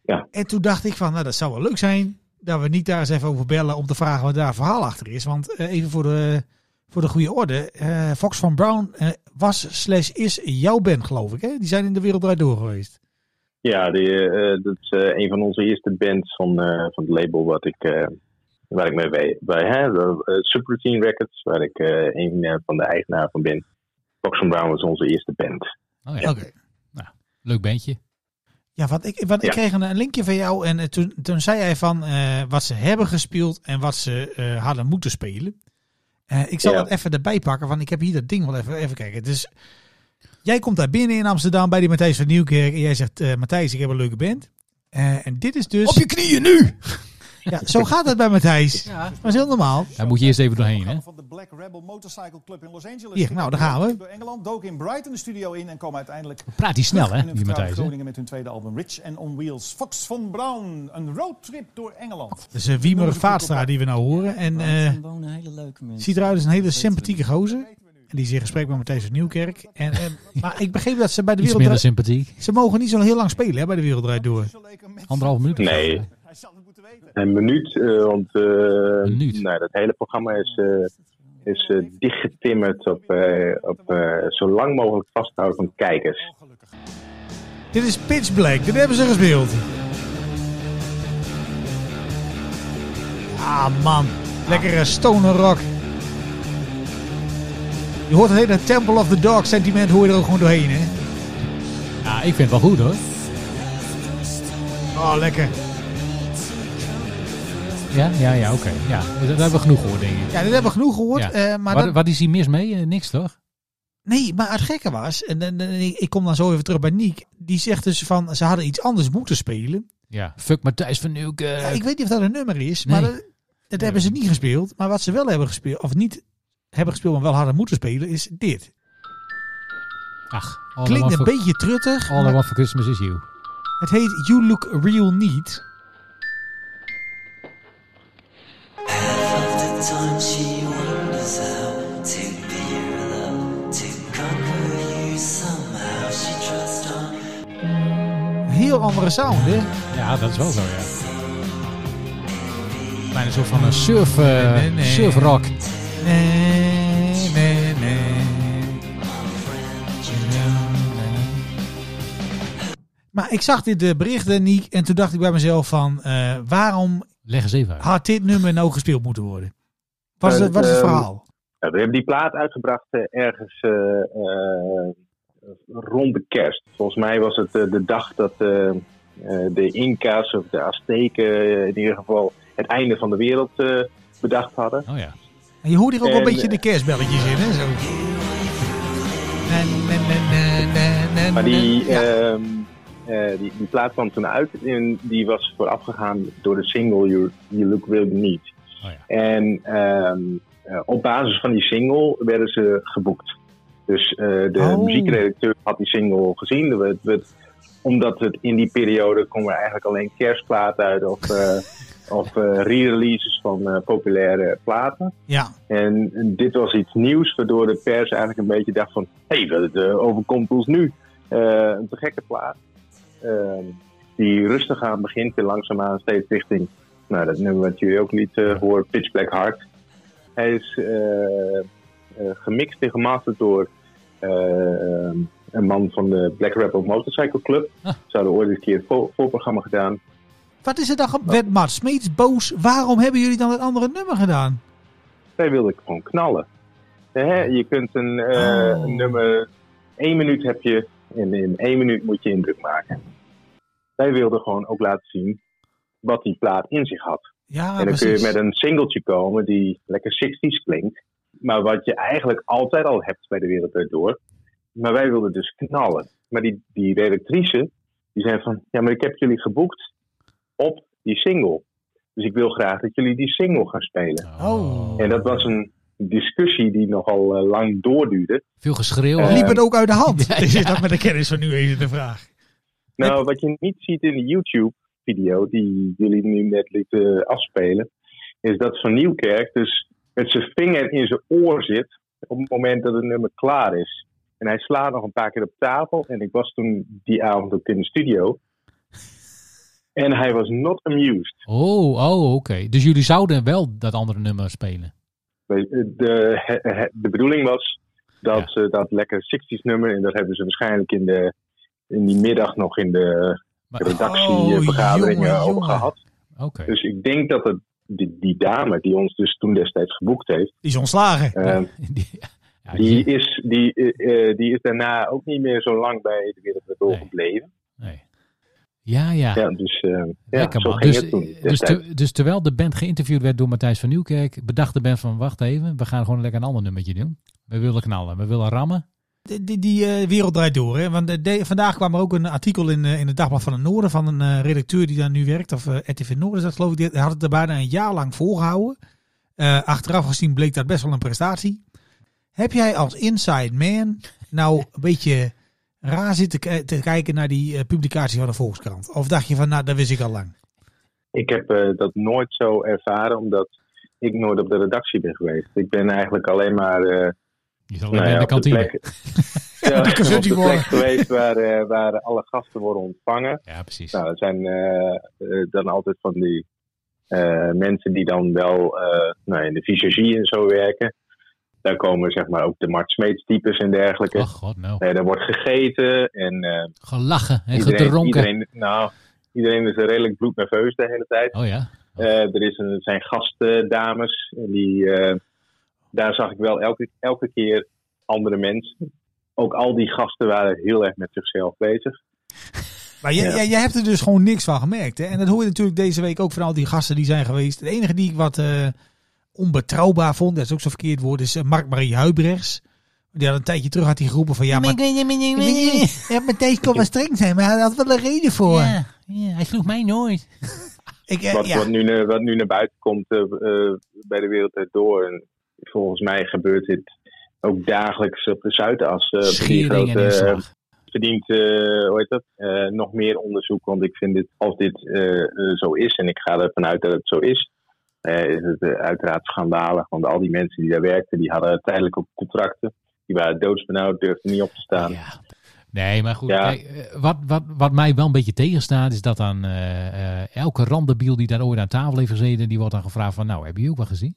H: Ja.
G: En toen dacht ik van, nou dat zou wel leuk zijn dat we niet daar eens even over bellen om te vragen wat daar verhaal achter is. Want eh, even voor de, voor de goede orde, eh, Fox van Brown eh, was slash is jouw band geloof ik. Hè? Die zijn in de wereld draait door geweest.
H: ja die, eh, eh, dat is eh, een van onze eerste bands van, eh, van het label wat ik, eh, waar ik mee bij, bij hè, de, eh, Subroutine Records, waar ik eh, een eh, van de eigenaar van ben. Fox and Brown was onze eerste band.
F: Oh,
G: Oké.
F: ja. Leuk bandje.
G: Ja, want ik, want ik
H: Ja.
G: kreeg een, een linkje van jou en eh, toen, toen zei hij van eh, wat ze hebben gespeeld en wat ze eh, hadden moeten spelen. Eh, ik zal
H: Ja.
G: dat even erbij pakken, want ik heb hier dat ding wel even, even kijken. Dus jij komt daar binnen in Amsterdam bij die Matthijs van Nieuwkerk en jij zegt eh, Matthijs, ik heb een leuke band. Eh, en dit is dus...
C: Op je knieën nu!
G: Ja, zo gaat het bij Matthijs. Dat is heel normaal.
F: Daar moet je eerst even doorheen, hè?
I: Van de Black Rebel Motorcycle Club in Los Angeles.
G: Hier, nou, daar gaan we.
I: Door Engeland dook in Brighton de studio in en komen uiteindelijk
F: Praat die snel,
I: terug in
F: hè,
I: hun
F: die
I: vertrouwde
F: Matthijs. hè?
I: Groningen met hun tweede album Rich and on Wheels. Fox von Braun, een roadtrip door Engeland.
G: Dus is Wiemer Vaatstra die we nou horen. En eh
J: Gewoon een hele leuke mensen.
G: ziet eruit als een hele sympathieke gozer. En die is in gesprek met Matthijs van Nieuwkerk.
J: <laughs>
G: En, eh, maar ik begreep dat ze bij de
F: Iets
G: wereld...
F: minder
G: Draait-
F: sympathiek.
G: Ze mogen niet zo heel lang spelen hè, bij de wereld Draait door.
I: Zo leek een mens-
F: Anderhalf minuut. of zo,
H: Nee.
F: hè?
I: Hij zal het moeten weten.
H: Een minuut, eh, want eh,
F: minuut?
H: Nou, dat hele programma is, eh, is eh, dichtgetimmerd op, eh, op eh, zo lang mogelijk vasthouden van kijkers.
G: Dit is Pitch Black. Dit hebben ze gespeeld. Ah man, lekkere stoner rock. Je hoort het hele Temple of the Dog sentiment hoor je er ook gewoon doorheen, hè?
F: Ja, ik vind het wel goed hoor.
G: Oh, lekker.
F: Ja, ja, ja, oké. Ja, daar hebben we genoeg gehoord, denk ik.
G: Ja, dit hebben we genoeg gehoord.
F: Ja.
G: eh, maar
F: wat,
G: dat-
F: wat is hier mis mee? Eh, niks toch?
G: Nee, maar het gekke was, en, en, en ik ik kom dan zo even terug bij Niek. Die zegt dus van, ze hadden iets anders moeten spelen.
F: Ja, fuck Matthijs van Nieuwkerk.
G: Ja, ik weet niet of dat een nummer is,
F: Eh,
G: maar
F: Nee.
G: dat, dat hebben ze niet gespeeld. Maar wat ze wel hebben gespeeld, of niet hebben gespeeld, maar wel hadden moeten spelen, is dit.
F: Ach, all I
G: Klinkt
F: want
G: een
F: for-
G: beetje truttig,
F: All I
G: maar
F: want for Christmas is you.
G: het heet You Look Real Niet.
J: time she wonders how to be your love, to conquer you somehow. She trusts on
G: Een heel andere sound, hè?
F: Ja, dat is wel zo, ja. Bijna zo van een surf, eh,
G: Nee, nee.
F: surfrock.
G: Nee, nee, nee. Maar ik zag dit eh, bericht, eh, Niek, en toen dacht ik bij mezelf van, eh, waarom
F: Leg eens even uit.
G: had dit nummer nou gespeeld moeten worden? Wat is,
H: Eh,
G: het, wat is het
H: ehm,
G: verhaal?
H: Ja, we hebben die plaat uitgebracht eh, ergens eh, eh, rond de kerst. Volgens mij was het eh, de dag dat eh, eh, de Inca's of de Azteken eh, in ieder geval het einde van de wereld eh, bedacht hadden.
F: Oh ja.
G: En je hoort hier ook wel een
H: en, eh,
G: beetje de kerstbelletjes in, hè? Zo. Na, na, na, na, na, na,
H: Maar die,
G: na. Ja.
H: ehm, eh, die, die plaat kwam toen uit en die was voorafgegaan door de single You, you Look Real Neat.
F: Oh ja.
H: En ehm, eh, op basis van die single werden ze geboekt. Dus eh, de
G: Oh.
H: muziekredacteur had die single gezien. We- we- omdat het in die periode komen er eigenlijk alleen kerstplaten uit of, eh, of eh, re-releases van eh, populaire platen.
G: ja.
H: En dit was iets nieuws, waardoor de pers eigenlijk een beetje dacht van... hé, hey, dat eh, overkomt ons nu. Eh, een te gekke plaat. Ehm, die rustig aan begint en langzaamaan steeds richting... nou, dat nummer wat jullie ook liet eh horen, Pitch Black Heart. Hij is eh, eh, gemixt en gemasterd door eh, ehm, een man van de Black Rebel Motorcycle Club. Ze hadden ooit eens een keer een vol- voorprogramma gedaan.
G: Wat is er dan? ge- Werd Mart Smeets boos? Waarom hebben jullie dan het andere nummer gedaan?
H: Zij wilde gewoon knallen. Hè, je kunt een, eh,
G: Oh.
H: een nummer. één minuut heb je. En in één minuut moet je indruk maken. Zij wilde gewoon ook laten zien. wat die plaat in zich had.
G: Ja,
H: en dan
G: precies.
H: kun je met een singeltje komen. die lekker 60s klinkt. Maar wat je eigenlijk altijd al hebt bij de wereld erdoor. Maar wij wilden dus knallen. Maar die, die redactrice. die zei van. ja, maar ik heb jullie geboekt. op die single. Dus ik wil graag dat jullie die single gaan spelen.
G: Oh.
H: En dat was een discussie die nogal eh, lang doorduurde.
F: Veel geschreeuw.
H: Eh,
G: Liep het ook uit de <laughs> hand? Is dat met de kennis van nu even de vraag?
H: Nou, wat je niet ziet in de YouTube-video die jullie nu net lieten eh, afspelen, is dat Van Nieuwkerk dus met zijn vinger in zijn oor zit op het moment dat het nummer klaar is. En hij slaat nog een paar keer op tafel. En ik was toen die avond ook in de studio. En hij was not amused.
F: Oh, oh oké. Dus jullie zouden wel dat andere nummer spelen.
H: De, he- he- de bedoeling was dat ze dat lekker 60s nummer, en dat hebben ze waarschijnlijk in, de, in die middag nog in de
F: Maar- Oh,
H: redactievergaderingen
G: jongen,
H: over
G: jongen.
H: gehad.
F: Oké.
H: Dus ik denk dat het, die, die dame die ons dus toen destijds geboekt heeft,
G: Die is ontslagen.
H: eh,
F: Die- ja, <laughs>
H: die,
F: die-
H: is, die, eh, eh, die is daarna ook niet meer zo lang bij de wereld weer doorgebleven.
F: nee. Ja, ja.
H: Ja, dus eh, ja,
F: Lekker,
H: zo
F: man.
H: ging
F: Dus,
H: het toen.
F: dus,
H: destijds.
F: te- dus terwijl de band geïnterviewd werd door Matthijs van Nieuwkerk, bedacht de band van wacht even, we gaan gewoon lekker een ander nummertje doen. We willen knallen, we willen rammen.
G: Die, die, die, eh, wereld draait door. Hè? Want eh, de- vandaag kwam er ook een artikel in, eh, in het Dagblad van het Noorden van een eh, redacteur die daar nu werkt. Of eh, RTV Noorden, is dat geloof ik. Die had het er bijna een jaar lang voorgehouden. Eh, achteraf gezien bleek dat best wel een prestatie. Heb jij als inside man nou een beetje raar zitten k- te kijken naar die eh, publicatie van de Volkskrant? Of dacht je van, nou, dat wist ik al lang.
H: Ik heb eh, dat nooit zo ervaren, omdat ik nooit op de redactie ben geweest. Ik ben eigenlijk alleen maar eh,
F: Je zal
H: Nou
F: in
H: ja,
F: de
H: op de
F: kantine. <laughs>
H: plek- Ja, op de
G: kussentje worden.
H: plek geweest waar, eh, waar alle gasten worden ontvangen.
F: Ja, precies.
H: Nou, dat zijn eh, eh, dan altijd van die eh, mensen die dan wel eh, nou, in de visagie en zo werken. Daar komen zeg maar ook de Mart Smeets types en dergelijke.
F: Ach, god, nou.
H: Eh, daar wordt gegeten en eh,
F: Gelachen en
H: iedereen,
F: gedronken.
H: iedereen, nou, iedereen is redelijk bloednerveus de hele tijd.
F: Oh ja.
H: Eh, er, is een, er zijn gastdames. En die, eh, daar zag ik wel elke, elke keer andere mensen. Ook al die gasten waren heel erg met zichzelf bezig.
G: Maar jij, jij, jij hebt er dus gewoon niks van gemerkt. Hè? En dat hoor je natuurlijk deze week ook van al die gasten die zijn geweest. De enige die ik wat eh, onbetrouwbaar vond, dat is ook zo'n verkeerd woord, is eh, Mark-Marie Huibrechts. Die had een tijdje terug had hij geroepen van ja, maar... Ja, Matthijs kon wel streng zijn, maar hij had wel een reden voor.
F: hij sloeg mij nooit.
G: Ik, eh,
H: Wat,
G: ja.
H: wat, nu, naar- wat nu naar buiten komt eh, eh, bij de wereld Draait door. En volgens mij gebeurt dit ook dagelijks op de Zuidas. eh, op die
F: Schering en
H: grote, eh,
F: inslag.
H: verdient eh, hoe heet dat? eh, nog meer onderzoek. Want ik vind dit, als dit eh, eh, zo is, en ik ga ervan uit dat het zo is, eh, is het eh, uiteraard schandalig. Want al die mensen die daar werkten, die hadden tijdelijk op contracten. Die waren doodsbenauwd, durfden niet op te staan.
F: Ja. Nee, maar goed.
H: eh, Ja.
F: kijk, eh, wat, wat, wat mij wel een beetje tegenstaat, is dat dan eh, eh, elke randebiel die daar ooit aan tafel heeft gezeten, die wordt dan gevraagd van, nou, heb je ook wel gezien?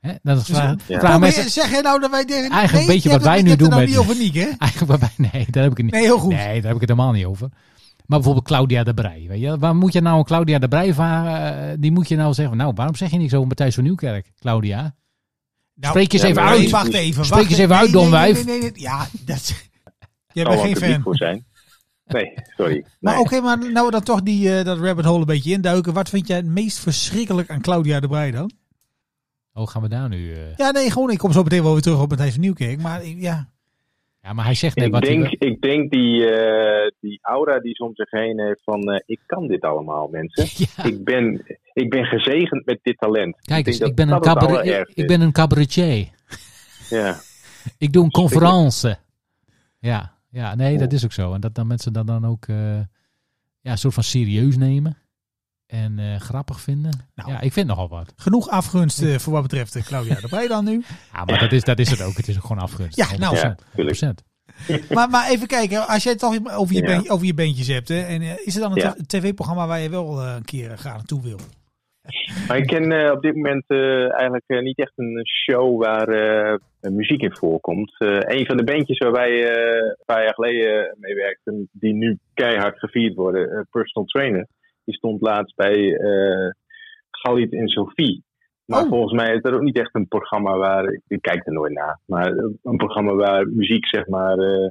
F: Hè? Dat is vragen,
H: Ja.
F: vragen
G: Probeer-
F: mensen
G: zeg jij nou dat wij tegen...
F: Eigenlijk een beetje
G: je
F: wat
G: hebt
F: wij
G: het-
F: nu
G: je hebt
F: doen
G: het nou
F: met-
G: niet over Niek, hè?
F: eigenlijk waarbij, nee, daar heb ik het niet.
G: Nee, heel goed.
F: Nee, daar heb ik het helemaal niet over. Maar bijvoorbeeld Claudia de Brij. Weet je? Waar moet je nou een Claudia de Brij vragen? Eh, Die moet je nou zeggen, nou, waarom zeg je niks over Matthijs van Nieuwkerk, Claudia?
G: Nou,
F: Spreek eens
H: ja,
F: even
H: maar-
G: nee,
F: uit.
G: wacht even.
F: Spreek
G: wacht
F: eens even uit,
G: Nee, nee,
F: domwijf.
G: nee, nee, nee, nee. Ja, dat... <laughs>
H: Daar
G: Jij bent
H: zal wel
G: geen
H: publiek
G: fan.
H: voor zijn. Nee, sorry.
G: Maar
H: Nee.
G: oké, maar nou we dan toch die, eh, dat rabbit hole een beetje induiken. Wat vind jij het meest verschrikkelijk aan Claudia de Breij dan?
F: Oh, gaan we daar nu... eh,
G: Ja, nee, gewoon, ik kom zo meteen wel weer terug op Matthijs van Nieuwkerk. Maar ik- ja,
F: Ja, maar hij zegt net
H: ik,
F: wat hij
H: denk,
F: wil.
H: ik denk die, eh, die aura die soms zich heen heeft van eh, ik kan dit allemaal mensen.
G: <laughs>
F: Ja.
H: Ik, ben, ik ben gezegend met dit talent.
F: Kijk eens,
H: denk dat
F: ik ben, een
H: dat het
F: cabaret,
H: allerergste
F: ik,
H: is.
F: ben een cabaretier.
H: Ja.
F: Ik
H: <laughs>
F: doe een conferentie. Ja, ja nee, dat is ook zo. En dat dan mensen dat dan ook eh, ja, een soort van serieus nemen. En eh, grappig vinden.
G: Nou.
F: Ja, ik vind nogal wat.
G: genoeg afgunst eh, voor wat betreft eh, Claudia de Breij dan
H: <laughs>
G: nu.
F: Ja, maar dat is, dat is het ook. Het is ook gewoon afgunst.
G: Ja, nou,
H: Ja,
F: 100%.
H: tuurlijk.
G: Maar, maar even kijken, als jij het toch over je,
H: Ja.
G: ben- over je bandjes hebt. Hè, en eh, is er dan een
H: Ja.
G: t- tv-programma waar je wel eh, een keer eh, graag naartoe wil?
H: Maar ik ken eh, op dit moment eh, eigenlijk eh, niet echt een show waar eh, muziek in voorkomt. Eh, een van de bandjes waar wij eh, een paar jaar geleden eh, mee werkten, die nu keihard gevierd worden, eh, Personal Trainer, die stond laatst bij eh Galit en Sophie. Maar volgens mij is dat ook niet echt een programma waar, ik kijk er nooit naar, maar eh, een programma waar muziek zeg maar eh,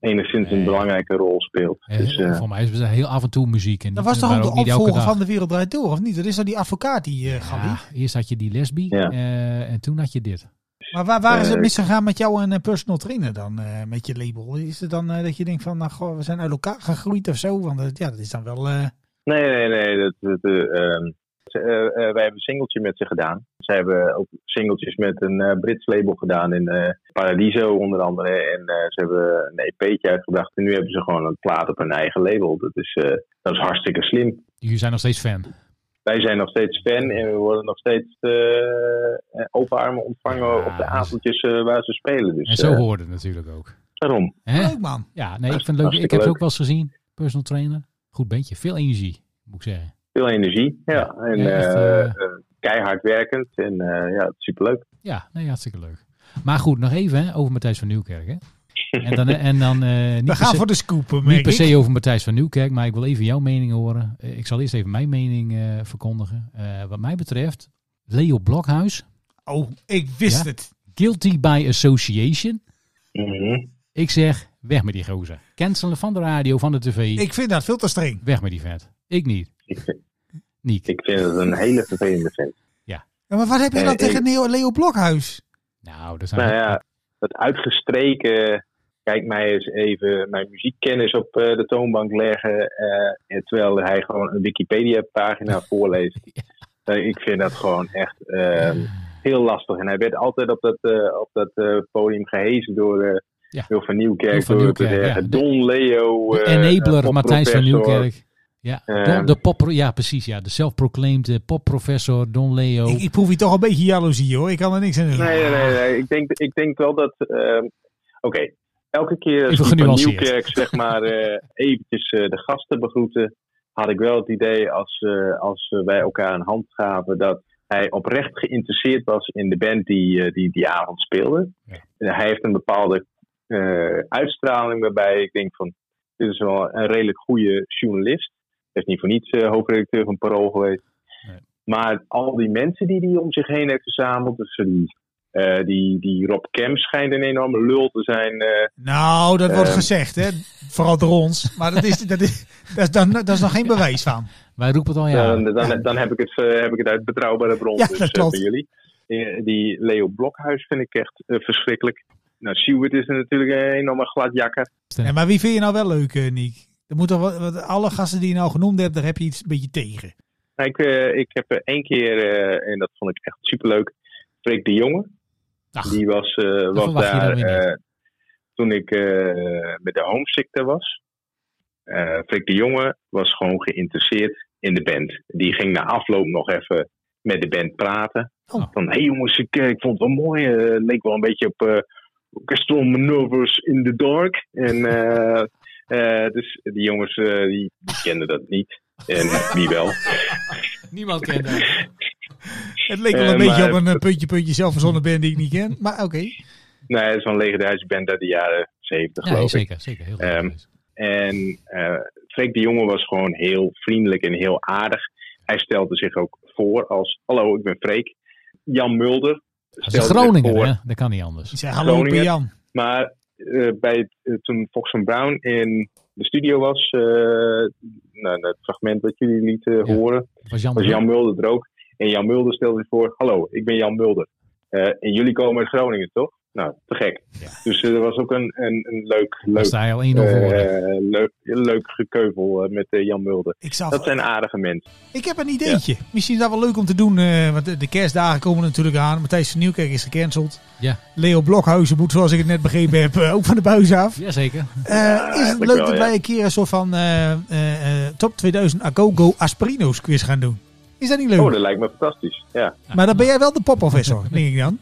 H: enigszins een
F: Nee.
H: belangrijke rol speelt.
F: Eh,
H: Dus, eh,
F: voor mij is er heel af en toe muziek. En
G: Dat was
F: die-
G: toch
F: maar
G: ook de
F: ook niet elke
G: opvolger
F: dag.
G: van De Wereld Draait Door, of niet? Dat is dan die advocaat die eh Gabi.
F: Ja, eerst had je die lesbi.
H: Ja.
F: eh, en toen had je dit.
G: Maar waar, waar is het
H: Eh,
G: misgegaan met jou en eh, personal trainer dan, eh, met je label? Is het dan eh, dat je denkt van, nou, goh, we zijn uit elkaar gegroeid of zo? Want eh, ja, dat is dan wel... eh,
H: Nee, nee, nee. Dat, dat, eh, ehm, ze- eh, eh, wij hebben een singeltje met ze gedaan. Ze hebben ook singeltjes met een eh, Brits label gedaan in eh, Paradiso onder andere. En eh, ze hebben een EP'tje uitgebracht. En nu hebben ze gewoon een plaat op hun eigen label. Dat is, eh, dat is hartstikke slim.
F: Jullie zijn nog steeds fan.
H: Wij zijn nog steeds fan en we worden nog steeds eh, open armen ontvangen
F: Ja,
H: op de
F: dat is-
H: avondjes eh, waar ze spelen. Dus
F: En zo
H: eh,
F: hoorde het natuurlijk ook.
H: daarom.
F: Hè?
G: Leuk man.
F: Ja, nee, ik
H: Hartst-
F: vind het leuk. Ik
H: hartstikke
F: heb het
H: leuk.
F: ook wel eens gezien. Personal trainer. Goed bandje. Veel energie, moet ik zeggen.
H: Veel energie. Ja.
F: Ja,
H: En
F: nee, echt,
H: eh,
F: eh,
H: eh, keihard werkend. En eh, ja, superleuk.
F: Ja, nee, hartstikke leuk. Maar goed, nog even hè, over Matthijs van Nieuwkerk. Hè? En dan, en dan
H: <laughs>
F: eh, niet,
G: We
F: per
G: gaan
F: se,
G: voor de scoop, eh,
F: niet
G: merk
F: per
G: ik.
F: se over Matthijs van Nieuwkerk, maar ik wil even jouw mening horen. Eh, Ik zal eerst even mijn mening eh, verkondigen. Eh, wat mij betreft, Leo Blokhuis,
G: Oh, ik wist
F: Ja?
G: het.
F: guilty by association.
H: Mhm.
F: Ik zeg, weg met die gozer. Cancelen van de radio, van de tv.
G: Ik vind dat veel te streng.
F: Weg met die vet. Ik niet.
H: Ik vind-
F: Niet.
H: Ik vind het een hele vervelende vent.
G: Ja, maar wat heb je
H: Nee,
G: dan
H: ik-
G: tegen Leo, Leo Blokhuis?
F: Nou, dat zijn
H: Nou ja, dat uitgestreken. Kijk mij eens even mijn muziekkennis op eh, de toonbank leggen. eh, en terwijl hij gewoon een
F: <laughs>
H: Wikipedia-pagina voorleest. Eh, ik vind dat gewoon echt eh, heel lastig. En hij werd altijd op dat, eh, op dat eh, podium gehezen door eh
F: Ja.
H: Wil van Nieuwkerk.
F: Wil van
H: Door te
F: Nieuwkerk,
H: zeggen:
F: ja.
H: Don Leo.
F: De
H: eh,
F: enabler
H: eh,
F: Matthijs van
H: popprofessor.
F: Nieuwkerk. Ja,
H: Eh,
F: Don- de pop, ja, precies. Ja, de zelfproclaimed eh, popprofessor Don Leo.
G: Ik, ik proef hier toch een beetje jaloezie, hoor. Ik kan er niks aan doen.
H: Nee, nee, nee. nee. Ik, denk, ik denk wel dat. ehm, Oké, elke keer
F: Even
H: als we van
F: genuanceerd.
H: Nieuwkerk zeg maar, eh, eventjes eh, de gasten begroeten, had ik wel het idee als, eh, als eh, wij elkaar een hand gaven dat hij oprecht geïnteresseerd was in de band die eh, die, die avond speelde.
F: Ja.
H: En hij heeft een bepaalde eh, uitstraling waarbij ik denk van, dit is wel een redelijk goede journalist. Hij is niet voor niets eh, hoofdredacteur van Parool geweest.
F: Nee.
H: Maar al die mensen die hij om zich heen heeft verzameld, dus die, eh, die, die Rob Kemp schijnt een enorme lul te zijn. eh,
G: Nou, dat wordt
H: Eh.
G: gezegd, hè? Vooral door ons. Maar dat is, dat is, dat is, dan, dat is nog geen bewijs van.
F: Wij roepen het al jaren.
H: Dan, dan, dan heb, ik het, eh, heb ik het uit betrouwbare bron
G: Ja,
H: dus,
G: dat
H: eh,
G: klopt.
H: voor jullie. Eh, die Leo Blokhuis vind ik echt eh, verschrikkelijk. Nou, Seward is natuurlijk een enorme gladjakker.
G: Nee, maar wie vind je nou wel leuk, eh, Nick? Er moet toch wel, want alle gasten die je nou genoemd hebt, daar heb je iets een beetje tegen.
H: Nou, ik, eh, ik heb eh, één keer, eh, en dat vond ik echt superleuk, Freek de Jonge.
F: Ach,
H: Die was, eh, was
F: verwacht je dan weer
H: daar
F: niet.
H: eh, toen ik eh, met de homesickte was. Eh Freek de Jonge was gewoon geïnteresseerd in de band. Die ging na afloop nog even met de band praten.
G: Oh.
H: Van, hé hey jongens, ik, eh, ik vond het wel mooi. eh, Het leek wel een beetje op eh Orchestral Manoeuvres in the Dark. En
F: <laughs>
H: eh, eh, dus die jongens, eh, die, die kenden dat niet. En wie
F: <laughs>
H: wel.
F: niemand
H: <laughs>
F: kent hem.
G: Het leek wel een
H: Eh,
G: beetje
H: maar-
G: op een eh, puntje, puntje zelfverzonnen band die ik niet ken. Maar oké.
H: Nee, het Nou, is wel een legendarische band uit de jaren 70,
F: Ja,
H: geloof ik.
F: zeker, zeker. Heel leuk.
H: Ehm, En eh Freek de Jonge was gewoon heel vriendelijk en heel aardig. Hij stelde zich ook voor als: Hallo, ik ben Freek. Jan Mulder.
F: Hij is een
H: stelde zich voor.
F: Groningen, hè? Dat kan niet anders.
G: Ik zei hallo, ik ben
H: Groningen.
G: Jan.
H: Maar eh, bij het- eh, toen Fox van Brown in de studio was, eh nou, dat fragment wat jullie lieten eh,
F: Ja. Mhm.
H: horen,
F: Het was Jan
H: was
F: de
H: Jan Mulder er ook. En Jan Mulder stelde zich voor: Hallo, ik ben Jan Mulder. Eh, en jullie komen uit Groningen, toch? Nou, te gek. Dus eh, er was ook een, een, een leuk,
F: Daar
H: leuk
F: sta je al 1-0 voor. hè?
H: eh, leuk, leuk gekeuvel eh, met eh, Jan Mulder.
G: Ik, zou
H: Dat zijn aardige mensen.
G: ik heb een ideetje. Misschien is dat wel leuk om te doen, eh, want de, de kerstdagen komen natuurlijk aan. Matthijs van Nieuwkerk is gecanceld.
F: Ja.
G: Leo Blokhuizen moet, zoals ik het net begrepen heb, eh, ook van de buis af.
F: Jazeker.
G: Eh, is het
H: eigenlijk
G: leuk
H: wel,
G: dat
H: ja.
G: wij een keer een soort van eh, eh, eh, top 2000 Agogo Aspirino's quiz gaan doen? Is dat niet leuk?
H: Oh, dat lijkt me fantastisch. Ja.
G: Maar dan ben jij wel de popprofessor,
H: <laughs>
G: denk ik dan.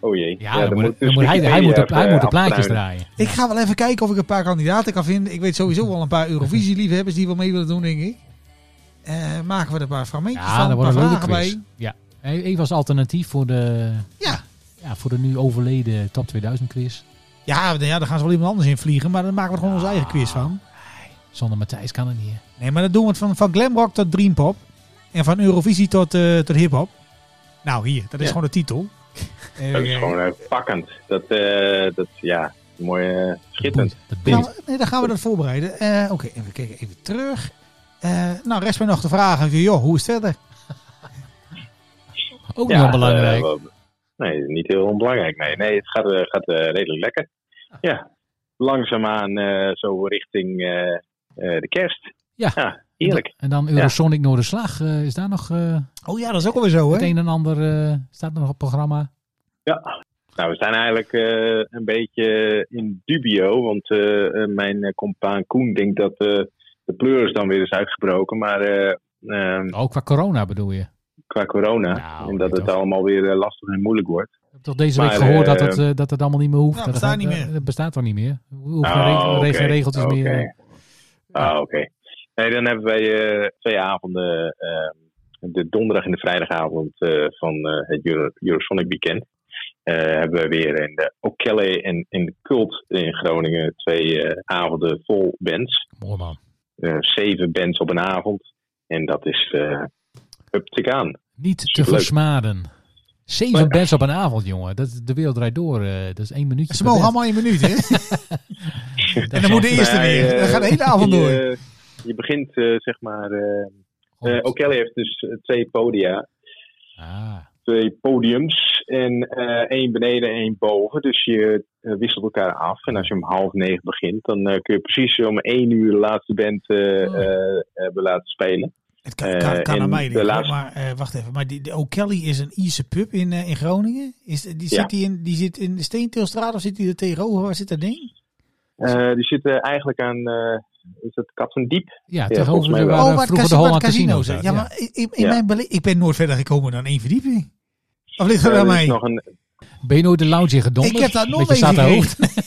H: Oh jee.
F: Ja, dan, moet,
H: dus
F: dan moet hij, hij, moet de,
H: Wikipedia
F: hij moet de
H: even eh,
F: plaatjes
H: afruimen.
F: draaien.
G: Ik ga wel even kijken of ik een paar kandidaten kan vinden. Ik weet sowieso wel een paar Eurovisie-liefhebbers die wel mee willen doen, denk ik. Eh, maken we er een paar fragmentjes
F: Ja,
G: van,
F: dat
G: een
F: wordt
G: paar
F: een leuke
G: vragen
F: quiz.
G: bij.
F: Ja. Hij- Even als alternatief voor de,
G: Ja.
F: ja, voor de nu overleden Top 2000 quiz.
G: Ja, nou ja, daar gaan ze wel iemand anders in vliegen, maar dan maken we er gewoon onze eigen quiz van.
F: Zonder Matthijs kan het niet. hè?
G: Nee, maar dan doen we het van, van glamrock tot dreampop. En van Eurovisie tot, eh, tot hiphop. Nou, hier, <laughs> dat is
H: Ja.
G: gewoon de titel.
H: Dat is gewoon eh, pakkend. Dat, eh, dat ja, mooi eh, schitterend.
F: Boeit, Dat
G: Nou,
F: beeld.
G: nee, dan gaan we dat voorbereiden. Eh, Oké, even kijken, even terug. Eh, nou, rest mij nog te vragen. van, Joh, hoe is het verder?
F: Ook
H: ja,
F: nog belangrijk.
H: eh, wel- nee, niet heel onbelangrijk. Nee, nee het gaat, eh, gaat eh, redelijk lekker. Ja, langzaamaan eh, zo richting eh, eh, de kerst.
F: Ja.
H: ja heerlijk.
F: en dan Eurosonic Noorderslag. eh, is daar nog eh,
G: Oh ja, dat is ook alweer zo,
F: het
G: hè?
F: een en ander eh, staat nog op programma?
H: Ja. Nou, we zijn eigenlijk eh, een beetje in dubio. Want eh, eh, mijn eh, compaan Koen denkt dat eh, de pleuris dan weer is uitgebroken. Maar eh, ehm,
F: Ook qua corona bedoel je.
H: qua corona,
F: Nou,
H: en dat
F: niet
H: het
F: toch.
H: allemaal weer eh, lastig en moeilijk wordt.
F: Ik heb toch deze
H: Maar,
F: week gehoord dat,
H: eh,
F: het, eh, dat het allemaal niet meer hoeft.
G: Ja,
F: dat
G: bestaat
F: gaat-
G: niet meer.
F: eh, dat bestaat toch niet meer? We hoeven geen
H: Ah,
F: regel-
H: oké.
F: geen regeltjes meer.
H: Oké.
F: eh,
H: Ah, oké. Nee, dan hebben wij eh, twee avonden, eh, de donderdag en de vrijdagavond eh, van eh, het Euro- Eurosonic Weekend, eh, hebben we weer in de O'Kelly en in de Cult in Groningen twee eh, avonden vol bands.
F: Mooi man.
H: eh, zeven bands op een avond. En dat is eh up te gaan.
F: Niet te
H: Superleuk.
F: versmaden. Zeven bands op een avond, jongen. Dat, is- de wereld draait door. eh, dat is één minuutje.
G: Ze
F: per
G: mogen
F: band.
G: allemaal in een <laughs> minuut, hè?
F: Dat
G: En
F: is
G: dan moet de eerste
H: Nee,
G: weer.
H: eh,
G: Dat gaat de hele avond
H: <laughs>
G: door.
H: Je, eh, je begint, eh, zeg maar... eh
F: wel
G: Oh.
H: eh,
F: goed.
H: O'Kelly heeft dus eh, twee podia.
F: Ah,
H: Twee podiums. En eh, één beneden en één boven. Dus je eh, wisselt elkaar af. En als je om half negen begint, dan eh, kun je precies om één uur de laatste band eh eh, hebben laten spelen.
G: Oh. Het kan, kan,
H: eh,
G: kan aan
H: en
G: mij
H: de
G: liggen,
H: laatste-
G: maar eh, wacht even. Maar die, de O'Kelly is een Ierse pub in, eh, in Groningen. Is, die,
H: Ja.
G: zit die, in, die zit in de Steenteelstraat of zit die er tegenover? Waar zit dat ding?
H: Eh, die zitten eigenlijk aan... eh, is dat Kattendiep?
F: ja,
H: volgens
F: tegenover
H: mij
F: de,
H: wel.
F: waar
G: oh,
F: eh,
G: waar
F: vroeger de
G: het, casino, waar
F: Holland
G: het
F: Casino
G: casino
F: zat.
G: zit.
F: Ja,
G: Ja, maar in, in
H: Ja.
G: mijn bele- ik ben nooit verder gekomen dan één verdieping. Of ligt dat
H: Eh,
G: aan
H: er is
G: mij?
H: nog een,
F: Ben je nooit de lounge in gedonderd?
G: Ik heb daar nooit
F: Met je
H: <laughs>
G: mee
F: zaterhoofd?
G: gekregen.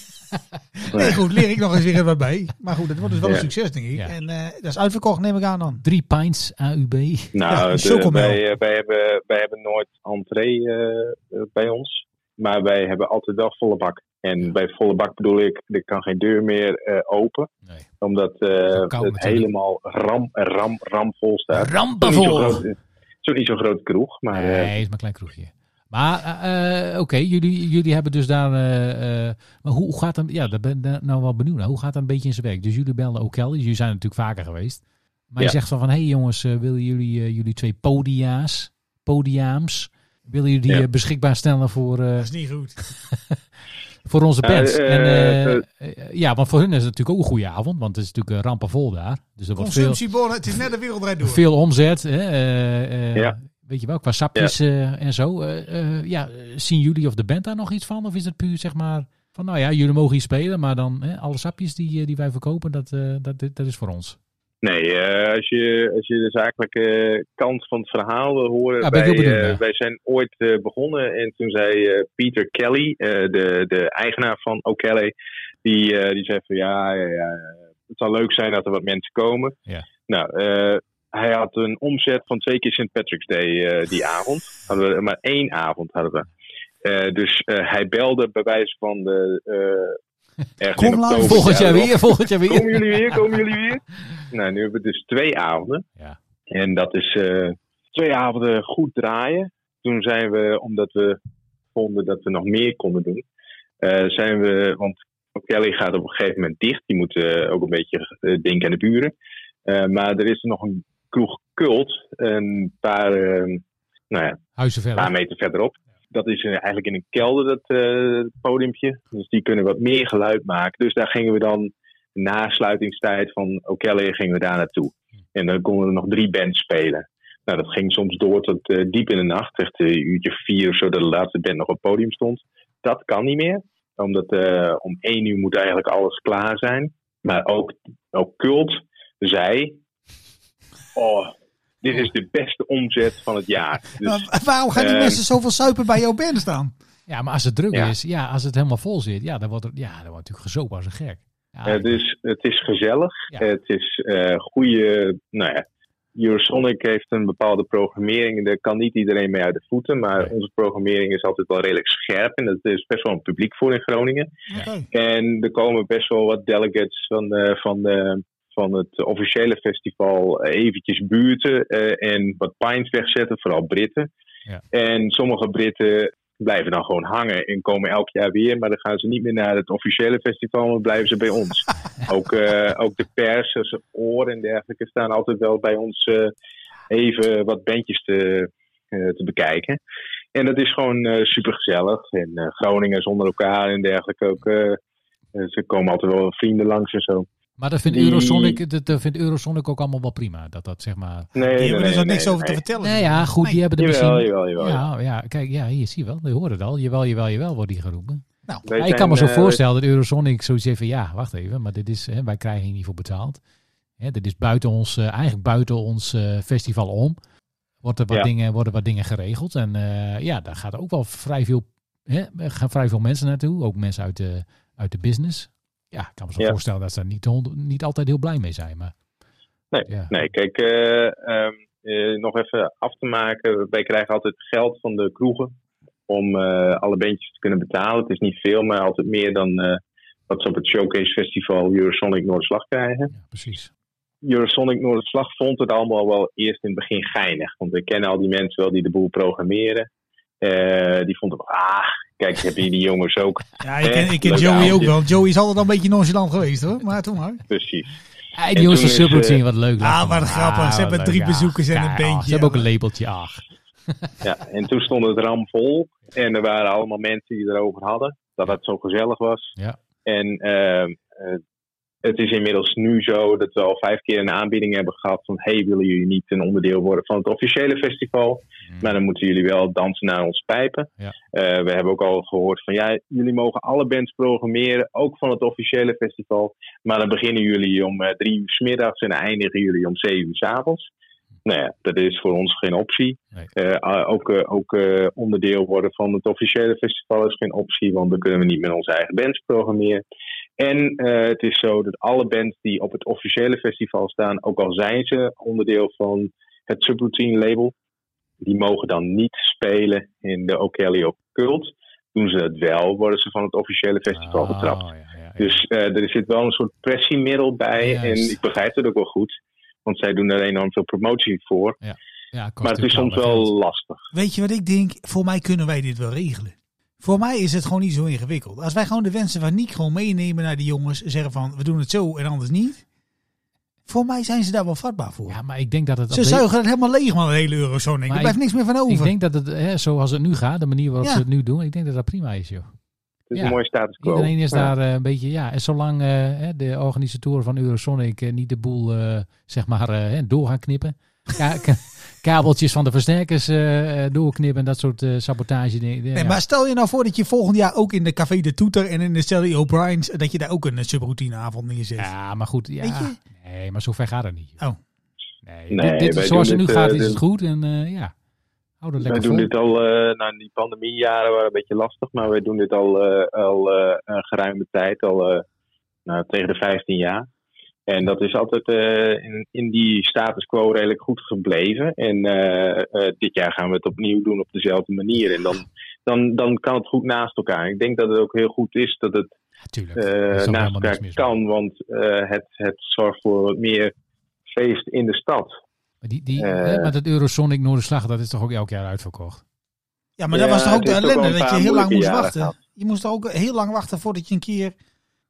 G: Nee, goed, leer ik nog eens weer wat bij. Maar goed, dat wordt dus wel
H: Ja.
G: een succes, denk ik.
F: Ja.
G: En eh, dat is uitverkocht, neem ik aan dan.
F: Drie pints AUB.
G: Ja,
H: Nou,
G: een
H: de-
G: chocomel.
H: wij, eh, wij, hebben, wij hebben nooit entree eh, eh, bij ons. Maar wij hebben altijd wel volle bak. En bij volle bak bedoel ik, er kan geen deur meer eh, open.
F: Nee.
H: Omdat eh,
F: natuurlijk.
H: het helemaal ram, ram, ramvol staat.
F: Rampenvol.
H: Het is niet zo'n groot- het is ook niet zo'n grote kroeg, maar eh,
F: Nee, is maar een klein kroegje. Maar eh, eh, oké, jullie, jullie hebben dus daar. eh, eh, maar hoe, hoe gaat dat? Ja, daar ben ik nou wel benieuwd naar. Hoe gaat dat een beetje in zijn werk? Dus jullie belden O'Kelly. Jullie zijn natuurlijk vaker geweest. Maar je
H: Ja.
F: zegt van: hé hey jongens, eh, willen jullie, eh, jullie twee podia's, podiaams, willen jullie die
H: Ja.
F: eh, beschikbaar stellen voor, eh,
G: Dat is niet goed.
F: voor onze
H: Eh,
F: band?
H: eh,
F: en, eh,
H: eh,
F: eh, ja, want voor hun is het natuurlijk ook een goede avond, want het is natuurlijk rampen vol daar. Dus er wordt veel,
G: Consumptiebonnen, het is net de wereldrijd door.
F: veel omzet. Hè, eh, eh,
H: Ja.
F: Weet je wel, qua sapjes eh, en zo. Eh, eh, ja, eh, zien jullie of de band daar nog iets van? Of is het puur zeg maar van, nou ja, jullie mogen hier spelen, maar dan hè, alle sapjes die, eh, die wij verkopen, dat, eh, dat, dat is voor ons.
H: Nee, eh, als, je, als je de zakelijke kant van het verhaal wil horen.
F: Ja, Ah, ben ik
H: wij,
F: heel benieuwd
H: eh,
F: naar.
H: wij zijn ooit eh, begonnen en toen zei eh, Peter Kelly, eh, de, de eigenaar van O'Kelly, die, eh, die zei van ja, ja, ja, het zou leuk zijn dat er wat mensen komen.
F: Ja.
H: Nou, eh, hij had een omzet van twee keer St. Patrick's Day eh, die
F: <laughs>
H: avond. Hadden we maar één avond hadden we. Eh, dus eh, hij belde bij wijze van de.
F: <laughs>
H: eh, ergens in
G: Kom live.
H: oktober,
F: Volgend
H: ja,
F: jaar
H: wel.
F: weer, volgend jaar weer.
H: Komen jullie weer? Komen jullie
F: <laughs>
H: weer? Nou, nu hebben we dus twee avonden.
F: Ja.
H: En dat is eh, twee avonden goed draaien. Toen zijn we, omdat we vonden dat we nog meer konden doen, eh, zijn we, want Kelly gaat op een gegeven moment dicht. Die moet eh, ook een beetje eh, denken aan de buren. Eh, maar er is nog een kroeg Kult, een paar, eh, nou ja,
F: Huizen
H: een paar
F: verder.
H: meter verderop. Dat is eh, eigenlijk in een kelder, dat eh podiumpje. Dus die kunnen wat meer geluid maken. Dus daar gingen we dan na sluitingstijd van O'Kelly gingen we daar naartoe. En dan konden er nog drie bands spelen. Nou, dat ging soms door tot eh, diep in de nacht. Echt een uurtje vier of zo, dat de laatste band nog op het podium stond. Dat kan niet meer. Omdat eh, om één uur moet eigenlijk alles klaar zijn. Maar ook, ook Cult zei... Oh, dit is de beste omzet van het jaar. Dus
G: Maar waarom gaan die
H: Eh,
G: mensen zoveel suipen bij jouw band staan?
F: Ja, maar als het druk
H: Ja.
F: is, ja, als het helemaal vol zit, ja, dan wordt, er, ja, dan wordt natuurlijk gezopen als een gek. Ja,
H: Eh, dus het is gezellig.
F: Ja.
H: Het is eh goede. Nou ja, Eurosonic heeft een bepaalde programmering. Daar kan niet iedereen mee uit de voeten. Maar
F: Nee.
H: onze programmering is altijd wel redelijk scherp. En er is best wel een publiek voor in Groningen.
G: Oké.
H: En er komen best wel wat delegates van, eh, van, eh, van het officiële festival eh, eventjes buurten eh, en wat pints wegzetten, vooral Britten.
F: Ja.
H: En sommige Britten blijven dan gewoon hangen en komen elk jaar weer, maar dan gaan ze niet meer naar het officiële festival, maar blijven ze bij ons. ook, eh, ook de pers, dus oren en dergelijke staan altijd wel bij ons eh, even wat bandjes te, eh, te bekijken. En dat is gewoon eh super gezellig. En eh Groningen onder elkaar en dergelijke ook. eh, eh, ze komen altijd wel vrienden langs en zo.
F: Maar dat vindt,
H: die-
F: Eurosonic, dat, dat vindt Eurosonic ook allemaal wel prima. Dat dat zeg maar.
H: Nee, nee,
G: Die hebben
F: dus
G: er
H: nee,
G: zo niks
H: nee,
G: over te
H: nee.
G: vertellen.
F: Nee, ja, goed, die hebben er
H: Jawel,
F: misschien.
H: jawel, jawel.
F: Ja, ja, kijk, ja, hier zie je wel. Je hoort het al. Jawel, jawel, jawel, wordt die geroepen.
H: Wij
F: Ja, ik
H: zijn,
F: kan me zo
H: eh,
F: voorstellen dat Eurosonic zoiets heeft van ja, wacht even, maar dit is, hè, wij krijgen hier niet voor betaald. Hè, dit is buiten ons, eh, eigenlijk buiten ons eh, festival om. Wordt er wat
H: Ja.
F: dingen, worden wat dingen geregeld. En eh, ja, daar gaat ook wel vrij veel, hè, er gaan vrij veel mensen naartoe. Ook mensen uit de, uit de business. Ja, ik kan me zo
H: Ja.
F: voorstellen dat ze daar niet, hond- niet altijd heel blij mee zijn. Maar, ja.
H: Nee, kijk, eh, ehm, eh, nog even af te maken. Wij krijgen altijd geld van de kroegen om eh, alle bandjes te kunnen betalen. Het is niet veel, maar altijd meer dan eh, wat ze op het Showcase Festival Eurosonic Noordslag krijgen.
F: Ja, precies.
H: Eurosonic Noorderslag vond het allemaal wel eerst in het begin geinig. Want we kennen al die mensen wel die de boel programmeren. Eh, die vonden, ah, kijk, heb je die jongens ook. <laughs>
G: Ja, ik ken, ik ken
H: Leuk
G: Joey ook
H: avondje.
G: wel. Joey is altijd al een beetje nonchalant geweest hoor. Maar toen maar.
H: Precies.
F: Hey, die jongens van
H: toen is,
F: Subroutine,
H: eh,
F: wat leuk.
G: ah,
F: lachen,
G: wat
F: man.
G: grappig. Ze
F: Ah,
G: hebben
F: wat
G: drie
F: leuk.
G: bezoekers en een
F: kijk, oh,
G: beentje.
F: Ze hebben ook een labeltje, ach.
H: Ja, en toen stond het ramvol. En er waren allemaal mensen die erover hadden. Dat het zo gezellig was.
F: Ja.
H: En ehm, eh, het is inmiddels nu zo dat we al vijf keer een aanbieding hebben gehad. Van, hey, willen jullie niet een onderdeel worden van het officiële festival? Maar dan moeten jullie wel dansen naar ons pijpen.
F: Hmm. Ja.
H: Eh, we hebben ook al gehoord van, ja, jullie mogen alle bands programmeren. Ook van het officiële festival. Maar dan beginnen jullie om eh, drie uur 's middags en eindigen jullie om zeven uur 's avonds. Nou ja, dat is voor ons geen optie.
F: Nee.
H: Eh, ah, ook eh, ook eh, onderdeel worden van het officiële festival is geen optie, want dan kunnen we niet met onze eigen bands programmeren. En eh, het is zo dat alle bands die op het officiële festival staan, ook al zijn ze onderdeel van het subroutine label, die mogen dan niet spelen in de O'Kelly Occult. Doen ze het wel, worden ze van het officiële festival getrapt.
F: Oh, ja, ja, ja.
H: Dus eh, er zit wel een soort pressiemiddel bij.
F: Juist.
H: En ik begrijp dat ook wel goed. Want zij doen er enorm veel promotie voor.
F: Ja, kost
H: maar het is
F: natuurlijk
H: soms wel
F: geld.
H: lastig.
G: Weet je wat ik denk? Voor mij kunnen wij dit wel regelen. Voor mij is het gewoon niet zo ingewikkeld. Als wij gewoon de wensen van Nick gewoon meenemen naar die jongens. en Zeggen van, we doen het zo en anders niet. Voor mij zijn ze daar wel vatbaar voor.
F: Ja, maar ik denk dat het... op
G: ze
F: de-
G: zuigen het helemaal leeg man, de hele eurozone.
F: Maar
G: Er blijft niks meer van
F: Ik
G: over.
F: denk dat het, hè, zoals het nu gaat, de manier waarop
G: Ja.
F: ze het nu doen, ik denk dat dat prima is, joh.
H: Het is
F: Ja.
H: een mooie status quo.
F: Iedereen is
H: Ja.
F: daar eh, een beetje, ja. En zolang eh, hè, de organisatoren van Eurosonic eh, niet de boel, eh, zeg maar, eh, hè, door gaan
G: <laughs>
F: knippen. Ka- ka- kabeltjes van de versterkers eh, eh, doorknippen en dat soort eh, sabotage dingen.
G: Nee,
F: ja.
G: Maar stel je nou voor dat je volgend jaar ook in de Café de Toeter en in de Sally O'Brien's, dat je daar ook een eh, subrootineavond neerzet.
F: Ja, maar goed, ja.
G: Weet je?
F: Nee, maar zover gaat het niet. joh.
G: Oh.
F: Nee,
H: Nee,
F: dit, dit-
H: wij
F: zoals
H: doen
F: het nu
H: dit,
F: gaat
H: eh,
F: is het
H: dit-
F: goed en eh, ja, hou dat
H: Wij
F: lekker
H: doen
F: vol.
H: dit al, eh nou die pandemiejaren waren een beetje lastig, maar wij doen dit al, eh, al eh, een geruime tijd, al eh, nou, tegen de 15 jaar. En dat is altijd eh, in, in die status quo redelijk goed gebleven. En eh, eh, dit jaar gaan we het opnieuw doen op dezelfde manier. En dan, dan, dan kan het goed naast elkaar. Ik denk dat het ook heel goed is dat het
F: Ja, tuurlijk.
H: eh,
F: Er is nog helemaal
H: naast
F: niks
H: elkaar
F: mis mee.
H: kan, want eh, het, het zorgt voor wat meer feest in de stad.
F: Maar, die, die,
H: Eh.
F: hè, maar dat Eurosonic Noorderslag, dat is toch ook elk jaar uitverkocht?
G: Ja, maar
H: Ja,
G: dat was toch ook
H: het
G: de
H: heeft ook wel
G: ellende
H: een
G: dat je
H: paar
G: heel lang
H: moeilijke
G: moest
H: jaren
G: wachten.
H: gehad.
G: Je moest ook heel lang wachten voordat je een keer...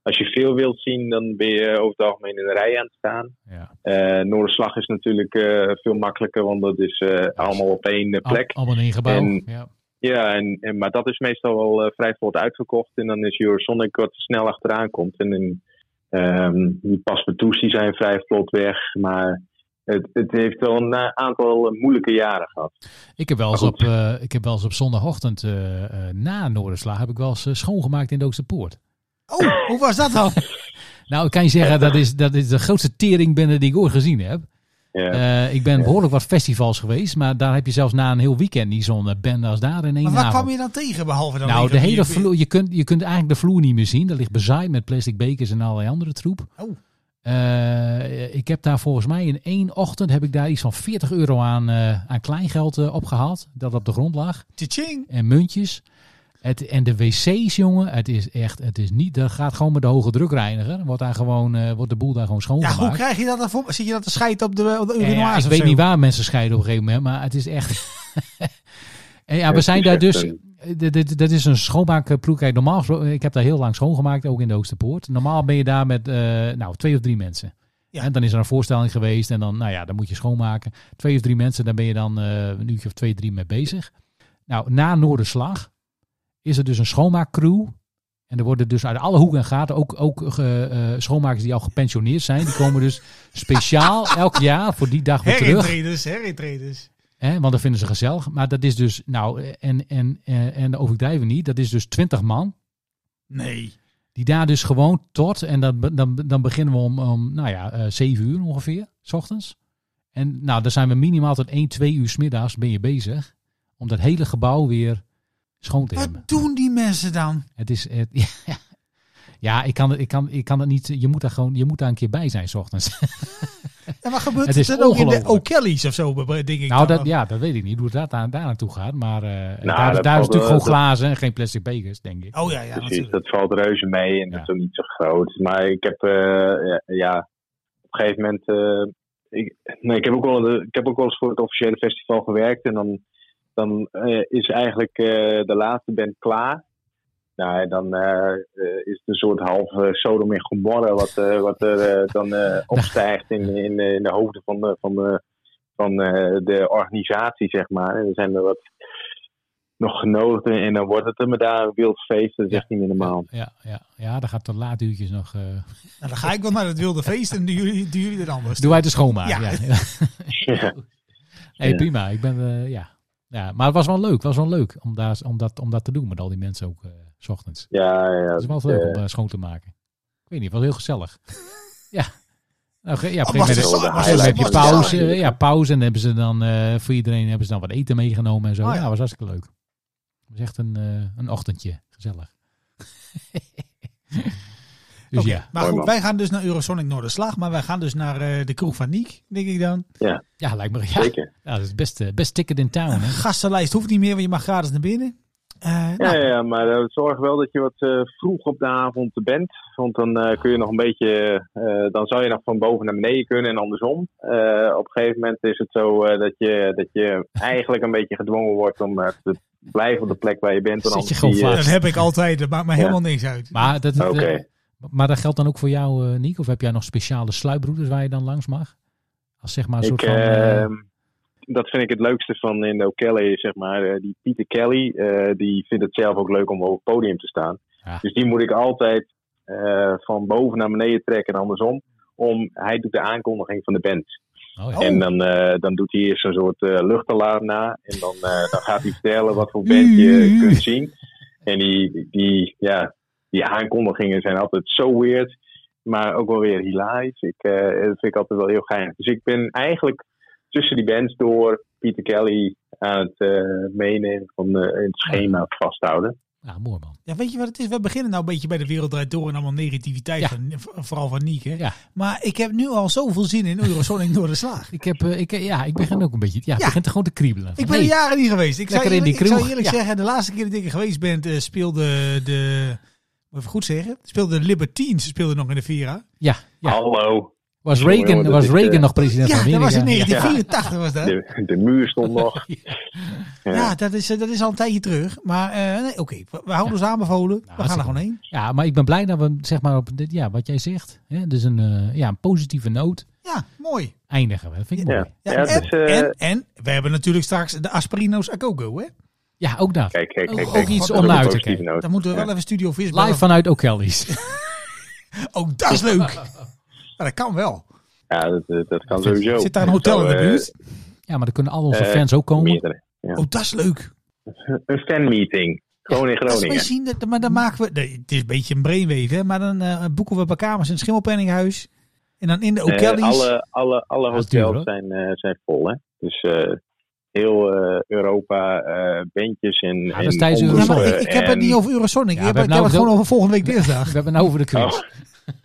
H: Als je veel wilt zien, dan ben je over het algemeen in de rij aan het staan.
F: Ja.
H: Eh Noorderslag is natuurlijk eh, veel makkelijker, want dat is eh, allemaal op één eh,
F: dus Al-
H: plek.
F: allemaal in één gebouw.
H: En-
F: ja.
H: Ja, en, en, maar dat is meestal wel eh, vrij vlot uitverkocht. En dan is Eurosonic wat snel achteraan komt. En, in, ehm, die paspartouts die zijn vrij vlot weg. Maar het, het heeft wel een eh, aantal eh, moeilijke jaren gehad.
F: Ik heb wel eens
H: Maar
F: op,
H: goed.
F: eh, ik heb wel eens op zondagochtend eh, eh, na Noorderslag heb ik wel eens eh, schoongemaakt in de Oosterpoort.
H: <laughs>
G: Oh, hoe was dat dan?
F: Nou, ik kan je zeggen, dat is, dat is de grootste tering die ik ooit gezien heb.
H: Ja.
F: Eh, ik ben behoorlijk wat festivals geweest, maar daar heb je zelfs na een heel weekend niet zo'n eh, bende als daar in één
G: Maar wat
F: avond.
G: kwam je dan tegen behalve dan...
F: nou,
G: liggen
F: de
G: op
F: hele
G: je-
F: vloer, je kunt, je kunt eigenlijk de vloer niet meer zien. Dat ligt bezaaid met plastic bekers en allerlei andere troep.
G: Oh.
F: Eh, ik heb daar volgens mij in één ochtend heb ik daar iets van 40 euro aan, eh, aan kleingeld eh, opgehaald. Dat op de grond lag.
G: Tjitjing.
F: En muntjes. Het, en de wc's, jongen, het is echt, het is niet, dat gaat gewoon met de hoge drukreiniger. Wordt, daar gewoon, eh, wordt de boel daar gewoon
G: Ja,
F: schoongemaakt.
G: hoe krijg je dat dan voor? Zit je dat te scheiden op de, op de
F: Ja, ja,
G: urinoirs
F: ik
G: of
F: weet
G: zo?
F: niet waar mensen scheiden op een gegeven moment, maar het is
G: <laughs>
F: echt. en ja, we
H: het
F: zijn
H: is
F: daar
H: echt
F: dus.
H: een-
F: Dit, dit, dit is een schoonmaakploeg. Kijk, normaal, gesproken- ik heb daar heel lang schoongemaakt, ook in de Oosterpoort. Normaal ben je daar met eh, nou, twee of drie mensen.
G: Ja.
F: En dan is er een voorstelling geweest en dan, nou ja, dan moet je schoonmaken. Twee of drie mensen, daar ben je dan eh, een uurtje of twee, drie mee bezig. Nou, na Noorderslag is er dus een schoonmaakcrew. En er worden dus uit alle hoeken en gaten ook, ook eh, eh, schoonmakers die al gepensioneerd zijn. Die komen dus speciaal elk jaar voor die dag weer terug.
G: Herintreders, herintreders.
F: Hè, want dat vinden ze gezellig. Maar dat is dus, nou, en, en, en, en overdrijven niet, dat is dus 20 man.
G: Nee.
F: Die daar dus gewoon tot, en dan, be- dan, dan beginnen we om, om nou ja, eh 7 uur ongeveer, s ochtends. En nou, dan zijn we minimaal tot 1, 2 uur 's middags ben je bezig om dat hele gebouw weer schoon te hebben.
G: Wat doen die mensen dan?
F: Het is, het, <laughs> ja, ik kan het, ik kan, ik kan het niet, je moet daar gewoon, je moet daar een keer bij zijn s ochtends.
G: En wat gebeurt
F: Het
G: het
F: is
G: dan ook in de
F: ongelooflijk.
G: O'Kelly's of zo, denk <laughs> ik.
F: nou,
G: dan
F: dat,
G: nog?
F: ja, dat weet ik niet hoe dat daar, daar naartoe gaat. Maar eh,
H: Nou,
F: daar, daar is
H: dat valt wel-
F: natuurlijk gewoon
H: dat-
F: glazen en geen plastic bekers, denk ik.
G: Oh ja, ja,
H: Precies,
G: natuurlijk.
H: dat valt reuze mee en dat is ook niet zo groot. Maar ik heb, eh, ja, ja, op een gegeven moment. eh, ik, nee, ik, heb ook wel, ik heb ook wel eens voor het officiële festival gewerkt. En dan, dan eh, is eigenlijk eh, de laatste band klaar. Nou, en dan eh, eh, is het een soort half eh, Sodom en Gomorra wat, eh, wat er eh, dan eh, opstijgt in, in, eh, in de hoofden van de, van de, van, eh, de organisatie, zeg maar. En er zijn er wat nog genoten en dan wordt het er maar daar een wild feest. Dat is echt niet meer normaal.
F: Ja, ja, ja, daar gaat tot laat uurtjes nog. eh, dus
G: Nou, dan ga ik wel naar het wilde feest en doen jullie, doen jullie het anders.
F: Doe uit de schoonmaak. Ja. <laughs>
G: Ja. <laughs>
H: Ja.
F: Hey,
H: Ja.
F: prima. Ik ben, eh, ja. ja. Maar het was wel leuk. Het was wel leuk om, daar, om, dat, om dat te doen met al die mensen ook eh, s ochtends.
H: Ja, ja.
F: Het is wel
H: eh,
F: leuk om eh, schoon te maken. Ik weet niet, het was heel gezellig. <laughs> ja. Nou, ge- ja, op
G: Oh,
F: een gegeven
G: was het
H: is
F: moment-
G: zo-
H: wel de
G: was
F: dan
G: het zo-
H: highlight.
F: heb je
G: was het zo-
F: pauze. eh, Ja, pauze. En dan hebben ze dan eh, voor iedereen hebben ze dan wat eten meegenomen en zo.
G: Oh,
F: ja.
G: ja.
F: dat was hartstikke leuk. Het
H: <laughs>
F: was echt een, eh, een ochtendje. Gezellig. Dus
G: Oké,
F: ja.
G: Maar
H: Mooi,
G: goed,
H: man.
G: wij gaan dus naar Eurosonic Noorderslag. Maar wij gaan dus naar eh, de kroeg van Niek, denk ik dan.
F: ja, lijkt me. Ja,
H: Zeker.
F: ja dat is best, eh, best ticket in town. Hè?
G: Gastenlijst hoeft niet meer, want je mag gratis naar binnen. Eh,
H: Ja,
G: nou,
H: ja, ja, maar eh, zorg wel dat je wat eh, vroeg op de avond bent. Want dan eh, kun je nog een beetje. eh, dan zou je nog van boven naar beneden kunnen en andersom. Eh, op een gegeven moment is het zo eh, dat, je, dat je eigenlijk een beetje gedwongen wordt om eh, te blijven op de plek waar je bent.
F: Zit je
H: Want anders
F: gewoon
H: zie
F: vast.
G: Dat heb ik altijd, dat maakt me helemaal niks uit.
F: Maar dat,
H: Oké.
F: eh, maar dat geldt dan ook voor jou, eh Niek? Of heb jij nog speciale sluiproutes waar je dan langs mag? Als zeg maar een soort
H: Ik,
F: van... eh,
H: ehm, dat vind ik het leukste van in O'Kelly, zeg maar. Eh, die Pieter Kelly, eh, die vindt het zelf ook leuk om op het podium te staan.
F: Ja.
H: Dus die moet ik altijd eh, van boven naar beneden trekken en andersom. Om, hij doet de aankondiging van de band.
F: oh, ja.
H: En dan, eh, dan doet hij eerst een soort eh, luchtalarm na. En dan, eh, dan gaat hij vertellen wat
G: <laughs>
H: voor band je kunt zien. En die, die, ja, die aankondigingen zijn altijd zo weird. Maar ook wel weer hilarisch. Ik, eh, dat vind ik altijd wel heel geinig. Dus ik ben eigenlijk tussen die bands door Pieter Kelly aan het eh, meenemen van eh, het schema vasthouden.
F: Ja, Nou, mooi man.
G: Ja, weet je wat het is? We beginnen nou een beetje bij de wereld draait door en allemaal negativiteit,
F: Ja.
G: van, v- vooral van Niek. Hè?
F: Ja.
G: Maar ik heb nu al zoveel zin in Eurosonic door de slag.
F: Ik, heb, eh, ik, eh, ja, ik begin ook een beetje... Ja, het
G: Ja.
F: begint gewoon te kriebelen.
G: Ik ben
F: Van,
G: er
F: hey,
G: jaren niet geweest. Ik zou
F: Lekker in
G: eerlijk,
F: die
G: ik zou
F: kroeg.
G: eerlijk
F: Ja.
G: zeggen, de laatste keer dat ik er geweest ben, eh, speelde de... Moet even goed zeggen. Speelde de Libertines, speelde nog in de Vira.
F: Ja, ja.
H: Hallo,
F: Was
H: Sorry,
F: Reagan,
H: Oh, hoor, dat
F: was
H: ik, eh,
F: Reagan nog president
G: Ja,
F: van
G: dat
F: Amerika?
G: was in
F: Ja.
G: 1984 was dat.
H: de, de muur stond
G: <laughs>
H: nog.
G: Ja, dat, is, eh, dat is al een tijdje terug. Maar eh, nee, oké, we, we houden ons aanbevolen. we gaan er
F: Nou, hartstikke
G: gewoon heen.
F: Ja, maar ik ben blij dat we zeg maar op dit, ja, wat jij zegt. Hè, dus een, eh, ja, een positieve noot
G: Ja, mooi.
F: eindigen we. Dat vind ik
H: Ja.
F: mooi.
G: Ja,
H: Ja, het
G: en,
H: is, eh,
G: en, en we hebben natuurlijk straks de Aspirino's Agogo, hè?
F: Ja, ook daar.
H: Kijk, kijk,
G: Ook-
H: kijk.
G: ook
H: kijk.
G: iets
H: Dat
F: om
H: is een
F: uit te
H: positieve
F: kijken.
H: noot.
G: Dan moeten we
H: Oh. Ja.
G: wel even Studio Vis
F: Live vanuit O'Kelly's.
G: Ook dat
F: <laughs>
G: is leuk. Ja, dat kan wel.
H: Ja, dat, dat- dat kan
F: Zit-
H: sowieso.
G: Zit daar een hotel
H: Zo,
G: in de
H: eh,
G: buurt?
F: Ja, maar dan kunnen al onze
H: Eh,
F: fans ook komen.
H: Meerdere.
G: Oh, dat is leuk.
H: Een fanmeeting. Gewoon in
G: Dat is
H: Groningen.
G: misschien, dat- maar dan maken we... nee, het is een beetje een brainwave, hè? Maar dan eh, boeken we een paar kamers in het Schimmelpenninghuis. En dan in de
H: Eh,
G: O'Kelly's.
H: alle alle, alle
F: Dat is duur,
H: hotels
F: hoor.
H: zijn, eh, zijn vol, hè? Dus eh, heel eh, Europa, eh bandjes en.
F: dat is tijdens
G: ja, maar
F: Eurosonic.
G: ik, ik heb het niet over Eurosonic.
F: Ja,
G: ik heb,
F: we hebben
G: ik heb
F: nou
G: het gewoon
F: zo-
G: over volgende week dinsdag.
F: We
G: <laughs>
F: hebben het nou over de cruise.
H: Oh. <laughs>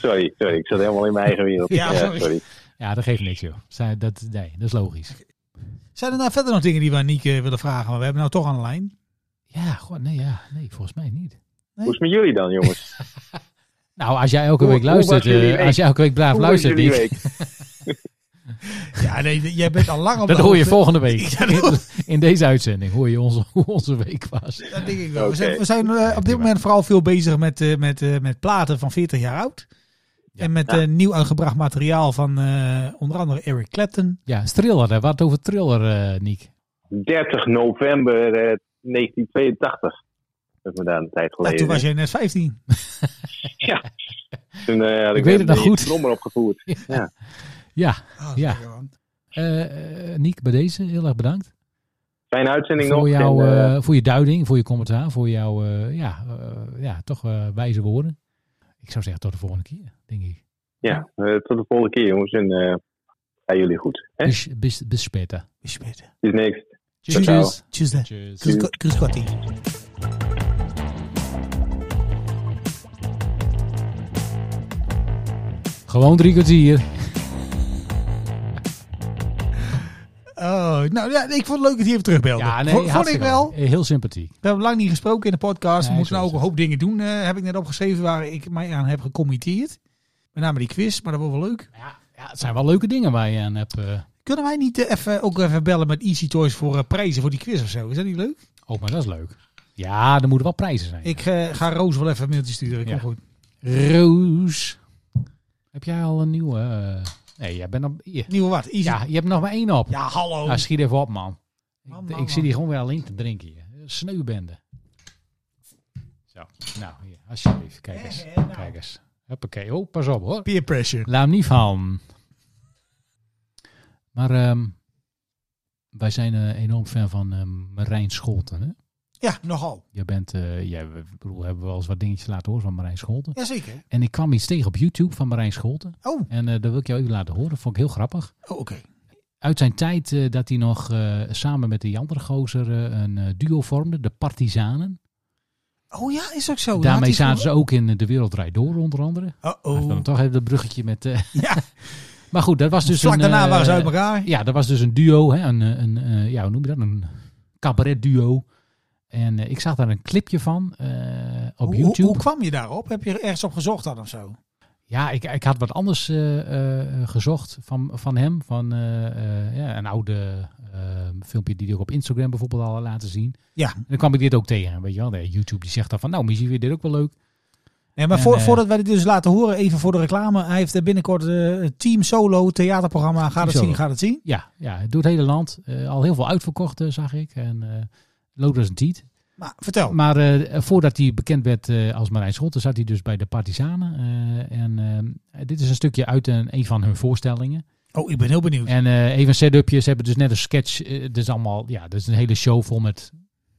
H: sorry, sorry, ik zat helemaal in mijn eigen wereld.
G: Ja, sorry.
F: Ja, dat geeft niks, joh. Zij- Dat, nee, dat is logisch.
G: Zijn er nou verder nog dingen die we aan Niek eh, willen vragen? Maar we hebben nou toch aan de lijn.
F: Ja, goh, nee, ja, nee, volgens mij niet.
H: Hoe is het met jullie dan, jongens?
F: Nou, als jij elke
H: Hoe-
F: week
H: hoe
F: luistert,
H: was jullie
F: eh,
H: week?
F: als jij elke week braaf
H: Hoe was
F: luistert,
H: jullie
F: Niek,
H: week?
G: Ja, nee, jij bent al lang op
F: dat
G: de
F: hoor je
G: hoogte.
F: volgende week.
G: eh, <laughs> Ja,
F: In, in deze uitzending hoor je onze, hoe onze week was.
G: Dat denk ik wel. We
H: Oké.
G: zijn, we zijn eh, op dit moment vooral veel bezig met, eh, met, eh, met platen van 40 jaar oud. En met eh, nieuw uitgebracht materiaal van eh, onder andere Eric Clapton.
F: Ja, een thriller. Hè. We hadden het over thriller, eh, Niek.
H: 30 november eh, 1982. Dat is me daar een tijd
F: Oh,
G: Ja,
H: geleden.
G: toen was jij net 15.
H: Ja. Toen, eh, had
F: Ik weet het nog
H: een
F: goed.
H: Nommer opgevoerd. Ja.
F: Ja,
G: Oh,
F: Ja.
G: lekker, man.
F: eh, eh, Niek, bij deze heel erg bedankt.
H: Fijne uitzending
F: Voor,
H: nog.
F: jouw,
H: en, eh,
F: eh, voor je duiding, voor je commentaar, voor jouw eh, ja, eh, ja, toch eh, wijze woorden. Ik zou zeggen tot de volgende keer, denk ik.
H: ja, eh, tot de volgende keer, jongens. En eh ga jullie goed. Hè?
F: Bis, bis, bis später.
G: Bis später.
H: Bis next.
F: Tschüss.
H: Ciao.
G: Tschüss. hè.
F: Tschüss.
G: Grüß Gott- Grüß Gott. Niek.
F: Gewoon drie kwartier.
G: Oh, nou ja, ik vond het leuk dat hij even terugbelde.
F: Ja, nee,
G: Vo- vond ik
F: hartstikke
G: wel.
F: leuk. Heel sympathiek.
G: We hebben lang niet gesproken in de podcast.
F: Nee,
G: we moeten
F: zo
G: nou
F: is
G: ook een hoop dingen doen. eh, heb ik net opgeschreven waar ik mij aan heb gecommitteerd. Met name die quiz, maar dat wordt wel leuk.
F: Ja, ja, het zijn wel leuke dingen waar je aan hebt. eh.
G: Kunnen wij niet eh, even, ook even bellen met Easy Toys voor eh, prijzen voor die quiz of zo? Is dat niet leuk?
F: Oh, maar dat is leuk. Ja, er moeten wel prijzen zijn.
G: Ik eh, ga Roos wel even een mailtje sturen. Kom
F: Ja.
G: goed.
F: Roos. Heb jij al een nieuwe? eh? Nee, jij bent nog. hier.
G: Nieuwe wat? Easy. Ja,
F: Ja, je hebt nog maar één op.
G: hallo.
F: Ah, schiet even op, man. ik
G: Man, man,
F: ik
G: man.
F: zit hier gewoon weer alleen te drinken. Hier. Sneeuwbende. Zo. Nou, hier, alsjeblieft. Kijk eens.
G: Eh, eh, nou.
F: Kijk eens. Hoppakee. Oh, pas op hoor.
G: Peer pressure.
F: Laat hem niet van. Maar ehm, wij zijn eh, enorm fan van ehm Marijn Scholten. Hè?
G: Ja, nogal.
F: Jij bent, eh, jij, we- ik bedoel, we hebben wel eens wat dingetjes laten horen van Marijn Scholten.
G: Jazeker.
F: En ik kwam iets tegen op YouTube van Marijn Scholten.
G: Oh, oh
F: En eh dat wil ik jou even laten horen. Vond ik heel grappig.
G: oké.
F: Uit zijn tijd eh, dat hij nog eh, samen met die andere gozer eh, een eh, duo vormde, de Partizanen.
G: Oh ja, is ook zo.
F: Daarmee zaten ze ook in eh, De Wereld Draait Door, onder andere.
G: Oh,
F: Dan
G: oh.
F: toch even dat bruggetje met... eh,
G: Ja,
F: <laughs> maar goed, dat was dus
G: vlak
F: een...
G: daarna
F: eh,
G: waren ze uit elkaar.
F: Ja, dat was dus een duo, hè? Een, eh, een, eh, ja, hoe noem je dat? Een cabaret duo. En eh, ik zag daar een clipje van eh, op
G: Hoe- hoe-
F: YouTube.
G: Hoe, kwam je daarop? Heb je er ergens op gezocht dan of zo?
F: Ja, ik, ik had wat anders eh, eh, eh, gezocht van, van hem. Van eh, eh, ja, een oude eh, filmpje die hij ook op Instagram bijvoorbeeld al had laten zien.
G: Ja.
F: En dan kwam ik dit ook tegen, weet je wel. De YouTube die zegt dan van, nou, misschien vind je dit ook wel leuk.
G: Nee, maar
F: En,
G: voor,
F: eh,
G: voordat wij dit dus laten horen, even voor de reclame. Hij heeft eh, binnenkort eh, het Team Solo theaterprogramma. Ga
F: Team
G: het
F: Solo.
G: zien, ga het zien.
F: Ja, ja door het hele land. Eh, al heel veel uitverkocht, eh, zag ik. En eh lood als een tiet.
G: Maar vertel.
F: Maar eh, voordat hij bekend werd eh, als Marijn Schotten, zat hij dus bij de Partizanen. Eh, en eh, dit is een stukje uit een, een van hun voorstellingen.
G: oh, ik ben heel benieuwd.
F: En eh, even setupjes. Ze hebben dus net een sketch. eh, Het is allemaal, ja, dat is een hele show vol met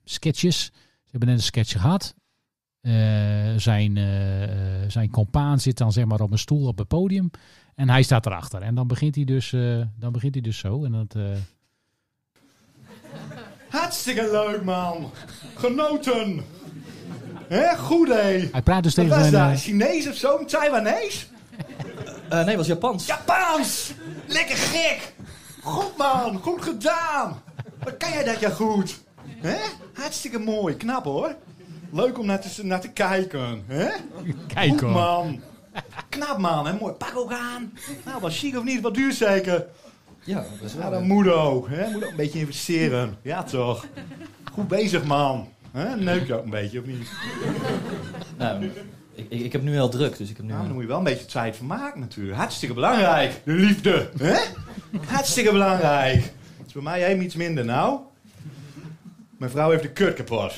F: sketches. Ze hebben net een sketch gehad. Eh, zijn, eh, eh, zijn compaan zit dan zeg maar op een stoel op het podium. En hij staat erachter. En dan begint hij dus, eh, dan begint hij dus zo. En dat, eh,
K: Hartstikke leuk, man. Genoten. Hè, goed, hé.
F: hij praat dus
K: Wat
F: tegen
K: was
F: zijn... eh,
K: dat? Chinees of
L: <laughs>
K: zo? Taiwanees?
L: Eh, nee, was Japans.
K: Japans! Lekker gek! Goed, man. Goed gedaan. Wat kan jij dat ja goed? Hè? Hartstikke mooi. Knap, hoor. Leuk om naar te, naar te kijken. Hè?
F: Kijk,
K: goed,
F: hoor.
K: man. Knap, man. Hè? Mooi. Pak ook aan. Nou, wat chic of niet? Wat duur zeker?
L: Ja, dat is
K: Ja,
L: wel.
K: dat moet ook. Hè? Moet ook een beetje investeren. Ja, toch? Goed bezig, man. Hè? Neuk je ook een beetje, of niet?
L: Nou, ik, ik, ik heb nu al druk, dus ik heb nu...
K: Nou, daar moet je wel een beetje tijd van maken natuurlijk. Hartstikke belangrijk. De liefde. Hè? Hartstikke belangrijk. Het is bij mij even iets minder nou. Mijn vrouw heeft de kut kapot.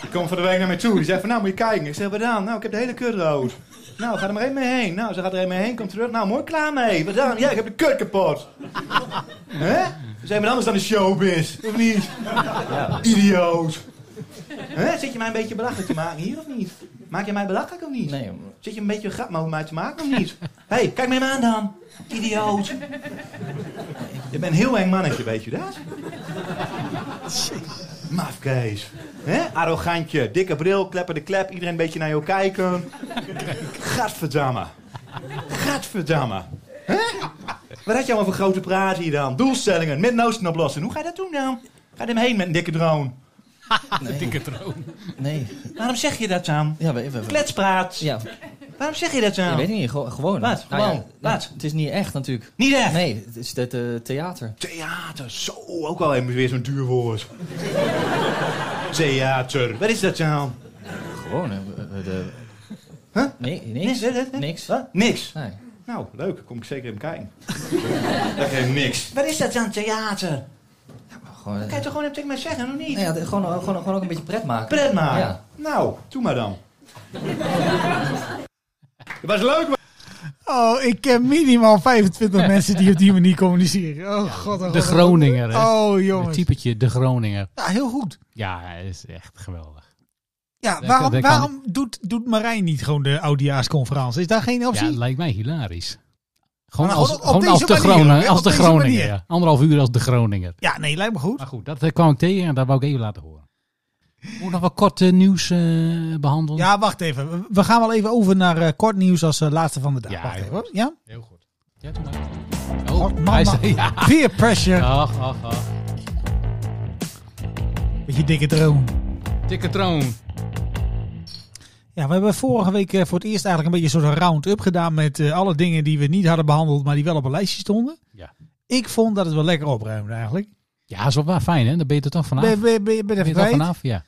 K: Die komt van de week naar mij toe. Die zegt van, nou moet je kijken. Ik zeg, wat dan? Nou, ik heb de hele kut rood. Nou, ga er maar even mee heen. Nou, ze gaat er even mee heen. Komt terug. Nou, mooi klaar mee. Wat dan? Ja, ik heb de kut kapot. Hè? We zijn wat anders dan de showbiz. Of niet? Idioot. Hè? Zit je mij een beetje belachelijk te maken hier of niet? Maak je mij belachelijk of niet?
L: Nee, maar-
K: Zit je een beetje een grap over mij te maken of niet? Hé, hey, kijk mij maar aan dan. Idioot. Je bent een heel eng mannetje, weet je dat? Mafkees. hè? Arrogantje, dikke bril, klepper de klep, iedereen een beetje naar jou kijken. Gadverdamme. Gadverdamme. Hè? Wat had je allemaal voor grote praat hier dan? Doelstellingen, Midden-Oosten oplossen. Hoe ga je dat doen dan? Ga je hem heen met een dikke drone?
L: Nee.
K: Waarom zeg je dat dan?
L: Ja, we, we, we-
K: Kletspraat.
L: Ja,
K: Waarom zeg je dat dan?
L: ik weet het niet. Gewoon. gewoon.
K: Wat?
L: Nou ja,
K: Gewoon?
L: ja,
K: Wat?
L: Het is niet echt natuurlijk.
K: Niet echt?
L: Nee, het is het eh, theater.
K: Theater, zo, ook al even weer zo'n duur woord. Theater, wat is dat dan?
L: Gewoon. eh, eh, de...
K: Huh?
L: Nee, niks.
K: Nee, nee, nee.
L: Niks.
K: Wat? Niks.
L: Nee.
K: Nou, leuk, kom ik zeker even kijken. Lekker niks. Wat is dat dan, theater?
L: Nou, Gewoon, eh,
K: Kan je toch gewoon even tegen mij zeggen, of niet?
L: nou ja, de- gewoon, gewoon, gewoon ook een beetje pret maken.
K: Pret maar.
L: Ja.
K: Nou, doe maar dan. Het was leuk, maar...
G: Oh, ik ken
F: <laughs>
G: minimaal 25 mensen die op die manier communiceren. Oh god, oh, god,
F: de
G: oh, god.
F: Groninger. hè.
G: Oh
F: Het
G: jongens.
F: typetje De Groninger.
G: Ja, heel goed.
F: Ja, hij is echt geweldig.
G: Ja,
F: Dat-
G: waarom,
F: dat kan
G: waarom doet, doet Marijn niet gewoon de oudejaarsconferentie? Is daar geen
F: Ja,
G: optie?
F: het lijkt mij hilarisch. Gewoon
G: Maar nou,
F: als,
G: gewoon op
F: gewoon
G: deze
F: als de
G: manier,
F: Groninger.
G: hè?
F: Als
G: Op
F: de
G: deze
F: Groninger.
G: manier.
F: ja. Anderhalf uur als de Groninger.
G: Ja, nee, lijkt me goed.
F: Maar goed, dat eh, kwam ik tegen en dat wou ik even laten horen. Ik Moet nog wat kort eh, nieuws eh, behandelen.
G: Ja, wacht even. We- We gaan wel even over naar eh, kort nieuws als eh, laatste van de dag.
F: Ja,
G: wacht
F: joh.
G: even. hoor. Ja?
F: Heel goed. Ja, doe maar. Oh,
G: Oh, man,
F: hij is- <laughs>
G: man.
F: ja.
G: Peer pressure.
F: Ach, ach, ach.
G: Beetje dikke droom.
F: Dikke troon.
G: Ja, we hebben vorige week eh, voor het eerst eigenlijk een beetje een soort round-up gedaan met eh, alle dingen die we niet hadden behandeld, maar die wel op een lijstje stonden.
F: Ja.
G: Ik vond dat het wel lekker opruimde eigenlijk.
F: Ja, is wel waar fijn, hè? Dan ben je er toch vanaf.
G: Ben, ben, ben, ben
F: Ben je er
G: even
F: toch
G: kwijt.
F: vanaf, ja.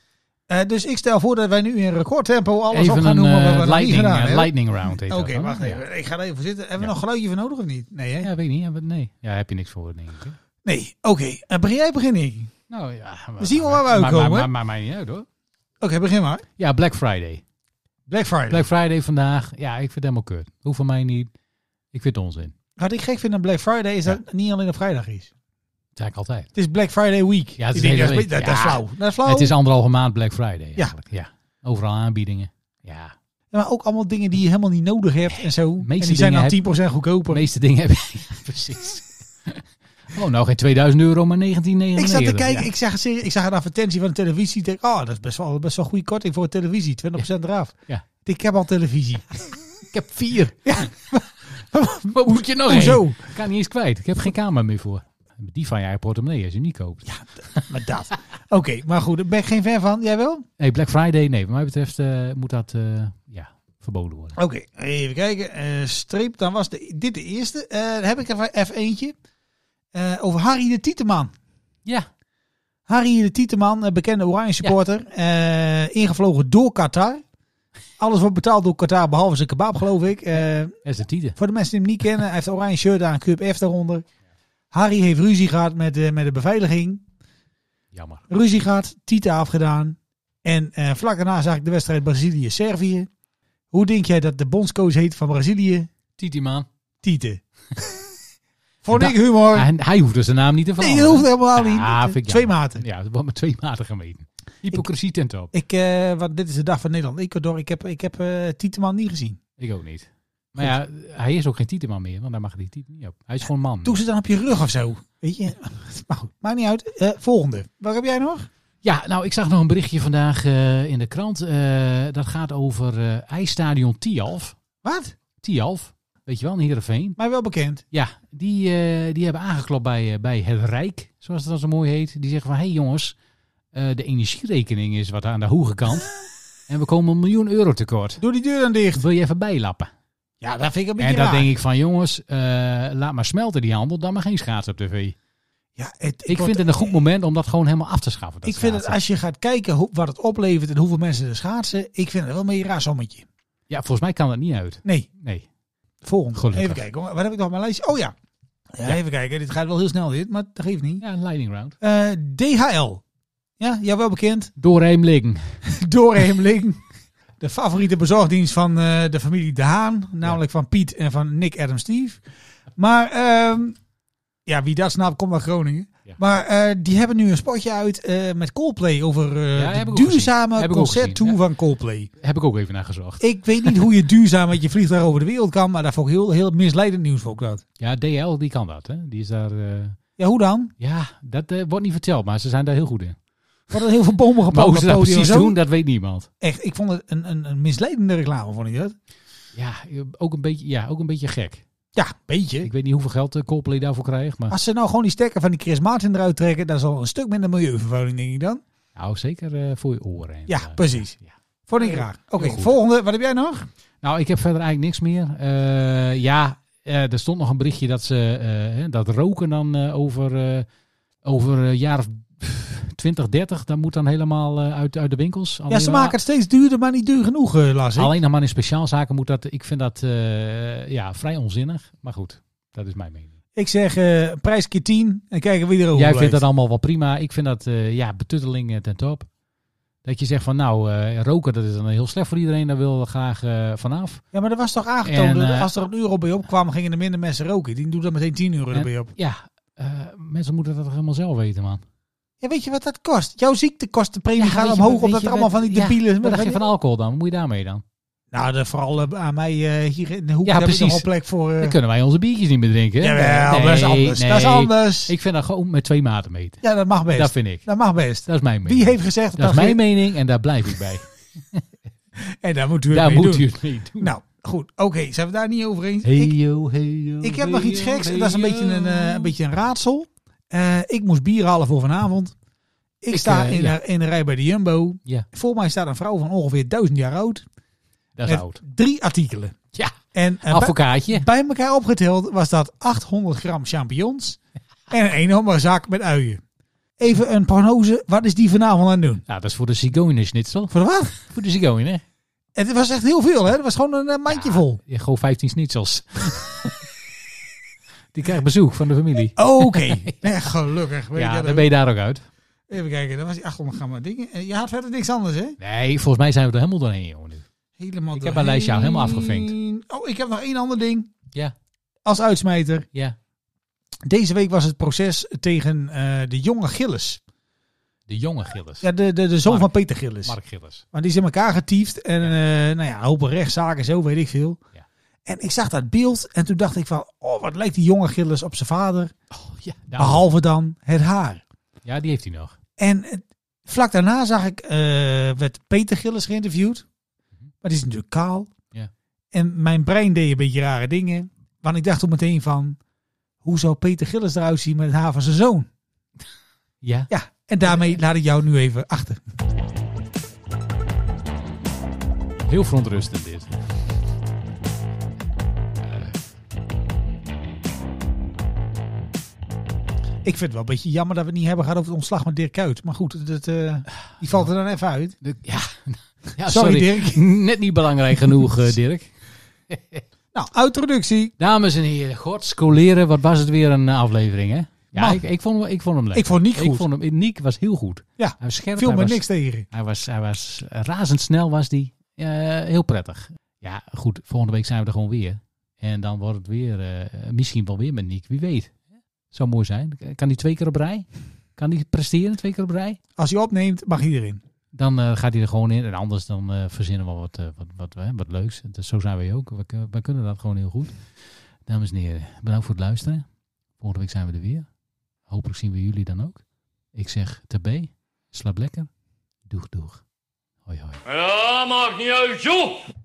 G: Eh, dus ik stel voor dat wij nu in recordtempo alles op
F: Even
G: gaan
F: een
G: noemen wat we
F: eh,
G: nog niet
F: lightning,
G: gedaan
F: eh,
G: hebben.
F: lightning round. heet
G: Oké,
F: dat dan,
G: wacht
F: hè?
G: even. Ik ga er even voor zitten. Hebben
F: Ja.
G: we nog geluidje voor nodig of niet? Nee, hè?
F: Ja, weet ik niet. ja, wat- Nee. Ja, heb je niks voor, denk ik. hè?
G: Nee, oké. Eh, begin jij, begin ik.
F: Nou ja.
G: We zien wel waar we
F: maar-
G: uitkomen.
F: Maar, maar, maar mij niet uit, hoor.
G: Oké, begin maar.
F: Ja, Black Friday.
G: Black Friday.
F: Black Friday vandaag. Ja, ik vind het helemaal kut. Hoeft van mij niet. Ik vind het onzin.
G: Wat ik gek vind aan Black Friday is dat het niet alleen op vrijdag is.
F: Dat zeg ik altijd.
G: Het is Black Friday week.
F: Ja, het is
G: ik
F: de
G: denk, dat,
F: hele
G: is-
F: week.
G: dat, dat is
F: Ja.
G: flauw. Dat is flauw.
F: Het is anderhalve maand Black Friday eigenlijk. Ja. Overal aanbiedingen. Ja.
G: Ja, maar ook allemaal dingen die je helemaal niet nodig hebt en zo.
F: meeste
G: en die zijn
F: dingen
G: dan
F: heb-
G: 10%
F: De <laughs>
G: goedkoper.
F: meeste dingen heb je... Ja, precies. Oh, nou geen 2000 euro, maar 1999.
G: Ik zat te kijken, ik, zag, serie- ik zag een advertentie van een televisie. Ik denk, oh, dat is best wel, best wel een goede korting voor televisie. 20% eraf.
F: Ja.
G: Ik heb al televisie. <laughs>
F: ik heb vier.
G: Ja.
F: Wat moet je nou
G: Hoezo?
F: heen? Ik kan niet eens kwijt. Ik heb geen kamer meer voor. Die van je eigen portemonnee als je hem niet koopt. Ja,
G: maar dat. Oké, maar goed, daar ben ik geen fan van. Jij wel?
F: Hey, Black Friday, nee, wat mij betreft eh, moet dat eh, ja, verboden worden.
G: Oké, even kijken. Eh, streep, dan was de, dit de eerste. Eh, dan heb ik er even eentje. Eh, over Harry de Tieteman.
F: Ja.
G: Harry de Tieteman, eh, bekende Oranje supporter. eh, ingevlogen door Qatar. Alles wordt betaald door Qatar, behalve zijn kebab, geloof ik. Eh,
F: Dat is de tiende.
G: voor de mensen die hem niet kennen, hij heeft een oranje shirt aan, Cube F daaronder. Harry heeft ruzie gehad met, eh, met de beveiliging.
F: Jammer.
G: Ruzie gehad, Tita afgedaan. En eh, vlak daarna zag ik de wedstrijd Brazilië-Servië. Hoe denk jij dat de bondscoach heet van Brazilië?
F: Tietieman.
G: <laughs> Tite. Vond ik
F: Da-
G: humor. <laughs>
F: En hij hoeft dus de naam niet te
G: Nee,
F: veranderen.
G: dat hoeft helemaal niet.
F: Ja, vind ik
G: Twee
F: jammer.
G: maten.
F: Ja, dat wordt met twee maten gemeten. Hypocrisie ten top.
G: Ik, eh, want dit is de dag van Nederland. Ecuador, ik heb, ik heb eh, Tieteman niet gezien.
F: Ik ook niet. Maar ja, hij is ook geen Tieteman meer, want daar mag die titel niet op. Hij is gewoon man.
G: Doe ze dan op je rug of zo. Weet je? <laughs> Maar goed, maakt niet uit. Eh, volgende. Wat heb jij nog?
F: Ja, nou, ik zag nog een berichtje vandaag eh, in de krant. Eh, dat gaat over eh, ijsstadion Tialf.
G: Wat?
F: Tialf, weet je wel, in Heerenveen.
G: Mij wel bekend.
F: Ja, die, eh, die hebben aangeklopt bij, eh, bij het Rijk, zoals het dan zo mooi heet. Die zeggen van, hé hey jongens, eh, de energierekening is wat aan de hoge
G: <laughs>
F: kant. en we komen een miljoen euro tekort.
G: Doe die deur dan dicht.
F: Wil je even bijlappen?
G: Ja, dat vind ik een beetje
F: En dan
G: raar.
F: denk ik van, jongens, eh, laat maar smelten die handel, dan maar geen schaats op tv.
G: ja, het,
F: Ik vind het een goed moment om dat gewoon helemaal af te schaffen. dat
G: Ik vind het,
F: schaatsen.
G: als je gaat kijken hoe, wat het oplevert en hoeveel mensen er schaatsen, ik vind het wel een beetje een raar sommetje.
F: Ja, volgens mij kan dat niet uit.
G: Nee,
F: Nee.
G: volgende.
F: Gelukkig.
G: Even kijken, hoor. wat heb ik nog op mijn lijstje? Oh ja. Ja,
F: Ja.
G: even kijken. Dit gaat wel heel snel dit, maar dat geeft niet.
F: Ja, een leiding round.
G: Eh, DHL. Ja, jou wel bekend.
F: Door Heemling.
G: Door Heemling. <laughs> De favoriete bezorgdienst van eh, de familie De Haan. Namelijk van Piet en van Nick Adam Steve. Maar ehm, ja, wie dat snapt, komt naar Groningen.
F: Ja.
G: Maar eh, die hebben nu een spotje uit eh, met Coldplay over eh,
F: Ja, heb
G: de
F: ik ook gezien.
G: duurzame
F: Heb ik ook
G: concerttour
F: gezien,
G: van Coldplay.
F: Heb ik ook even naar gezocht.
G: Ik weet niet hoe je duurzaam met je vliegtuig over de wereld kan, maar daar vond ik heel, heel misleidend nieuws voor dat.
F: Ja, DL, die kan dat. Hè? Die is daar... eh,
G: Ja, hoe dan?
F: Ja, dat eh, wordt niet verteld, maar ze zijn daar heel goed in.
G: Wat er heel veel
F: <laughs>
G: bomen
F: Maar
G: gebouwd.
F: hoe ze
G: op
F: dat
G: het podium en
F: precies
G: zo.
F: doen, dat weet niemand.
G: Echt, ik vond het een, een, een misleidende reclame, vond ik dat.
F: Ja, ook een beetje, ja, ook een beetje gek.
G: Ja, beetje.
F: Ik weet niet hoeveel geld eh, Coldplay daarvoor krijgt, maar...
G: Als ze nou gewoon die stekker van die Chris Martin eruit trekken, dan is al een stuk minder milieuvervuiling, denk ik dan.
F: Nou, zeker eh, voor je oren. en,
G: Ja,
F: eh,
G: precies.
F: ja.
G: Vond ik raar. Oké,
F: Heel goed.
G: volgende. Wat heb jij nog?
F: Nou, ik heb verder eigenlijk niks meer. Eh, ja, eh, er stond nog een berichtje dat ze eh, hè, dat roken dan eh, over, eh, over een jaar of 20, 30, dat moet dan helemaal eh, uit, uit de winkels.
G: Ja, ze maken het steeds duurder, maar niet duur genoeg, eh, las ik.
F: Alleen nog maar in speciaalzaken moet dat. Ik vind dat eh, ja, vrij onzinnig. Maar goed, dat is mijn mening.
G: Ik zeg eh, prijs keer 10 en kijken wie er
F: Jij
G: overblijft.
F: vindt dat allemaal wel prima. Ik vind dat eh, ja, betutteling eh, ten top. Dat je zegt van nou, eh, roken dat is dan heel slecht voor iedereen. Daar wil we graag eh, vanaf.
G: Ja, maar dat was toch aangetoond?
F: En,
G: dat
F: eh,
G: als er een euro bij opkwam, gingen er minder mensen roken. Die doen er meteen 10 euro
F: En-
G: erbij op.
F: Ja, eh, mensen moeten dat toch helemaal zelf weten, man.
G: Ja, weet je wat dat kost? Jouw ziektekostenpremie
F: Ja,
G: gaat
F: weet je
G: omhoog
F: wat-
G: omdat
F: weet
G: er
F: je
G: allemaal
F: wat-
G: van die
F: ja,
G: debielen...
F: Maar dat geeft van alcohol dan. Wat moet je daarmee dan?
G: Nou, dat vooral eh, aan mij eh, hier in de hoek
F: Ja,
G: heb ik
F: precies.
G: nog wel plek voor... eh,
F: Dan kunnen wij onze biertjes niet meer drinken.
G: Jawel, dat is anders. Dat is
F: nee.
G: anders.
F: Ik vind dat gewoon met twee maten meten.
G: Ja, dat mag best.
F: Dat vind ik.
G: Dat mag best.
F: Dat is mijn mening.
G: Wie heeft gezegd
F: dat is mijn mening en daar blijf ik
G: <laughs>
F: bij.
G: En daar moet u het
F: daar
G: mee
F: moet
G: doen.
F: u het mee doen.
G: Nou, goed. Oké, zijn we daar niet over eens?
F: Hey
G: ik,
F: yo, hey yo,
G: ik heb
F: hey
G: nog iets
F: yo,
G: geks.
F: hey
G: Dat is een beetje
F: yo.
G: een, eh, een beetje een raadsel. Eh, ik moest bier halen voor vanavond. Ik,
F: Ik,
G: sta
F: eh,
G: in,
F: ja.
G: de, in de rij bij de Jumbo.
F: Ja.
G: Voor mij staat een vrouw van ongeveer duizend jaar oud.
F: Dat is
G: met
F: oud.
G: drie artikelen.
F: Ja,
G: En eh, bij,
F: advocaatje.
G: bij elkaar opgeteld was dat 800 gram champignons. en een enorme zak met uien. Even een prognose. Wat is die vanavond aan het doen?
F: Nou, dat is voor de zigeunerschnitzel.
G: Voor de wat?
F: Voor de zigeuner.
G: Het was echt heel veel, hè? Het was gewoon een eh, mandje vol.
F: Je gewoon 15 schnitzels. <laughs> Die krijgt bezoek van de familie.
G: Oké.
F: <laughs>
G: Nee, gelukkig. Weet ik
F: Ja,
G: Oh. dat
F: dan
G: ook.
F: ben je daar ook uit.
G: Even kijken, dat was die 800 gram aan dingen. En je had verder niks anders, hè?
F: Nee, volgens mij zijn we er helemaal doorheen, jongen. nu.
G: Helemaal
F: Ik heb mijn lijstje al helemaal afgevinkt.
G: Oh, ik heb nog één ander ding.
F: Ja.
G: Als uitsmijter.
F: Ja.
G: Deze week was het proces tegen eh, de jonge Gillis.
F: De jonge Gillis.
G: Ja, dus. de, de, de zoon
F: Mark.
G: van Peter Gillis.
F: Mark Gillis.
G: Want die is in elkaar getiefd. En eh, nou ja, een hoop rechtszaken, zo weet ik veel.
F: Ja.
G: En ik zag dat beeld en toen dacht ik van, oh wat lijkt die jonge Gilles op zijn vader.
F: Nou. ja, daarom.
G: Behalve dan het haar.
F: Ja, die heeft hij nog.
G: En eh, vlak daarna zag ik, eh, werd Peter Gillis geïnterviewd. Maar die is natuurlijk kaal.
F: Ja.
G: En mijn brein deed een beetje rare dingen. Want ik dacht toen meteen van, hoe zou Peter Gillis eruit zien met het haar van zijn zoon?
F: Ja.
G: Ja, en daarmee laat ik jou nu even achter.
F: Heel verontrustend dit.
G: Ik vind het wel een beetje jammer dat we het niet hebben gehad over het ontslag met Dirk Kuyt. Maar goed, dat, eh, die valt er dan even uit. <laughs>
F: Ja, Ja,
G: sorry,
F: Dirk. Net niet belangrijk genoeg,
G: <laughs>
F: eh, Dirk.
G: nou, introductie.
F: Dames en heren, godskoleren, wat was het weer een eh, aflevering, hè? Ja,
G: Man.
F: ik, ik, vond, hem- ik vond hem lekker.
G: Ik vond Niek goed.
F: Ik vond hem, Niek was heel goed.
G: Ja,
F: hij was Nou, scherp.
G: viel
F: hij
G: me
F: was-
G: niks tegen.
F: Hij was, hij was eh, razendsnel, was die. Eh, heel prettig. Ja, goed, volgende week zijn we er gewoon weer. En dan wordt het weer, eh, misschien wel weer met Niek, wie weet. Zou mooi zijn. Kan die twee keer op rij? Kan die presteren twee keer op rij?
G: Als hij opneemt, mag iedereen.
F: Dan eh, gaat hij er gewoon in. En anders dan eh, verzinnen we wat, eh, wat, wat, hè, wat leuks. Dus zo zijn wij ook. We, kun- wij kunnen dat gewoon heel goed. Dames en heren, bedankt voor het luisteren. Volgende week zijn we er weer. Hopelijk zien we jullie dan ook. Ik zeg tabé, slaap lekker. Doeg, doeg. Hoi, hoi.
A: Ja, maakt niet uit, joh!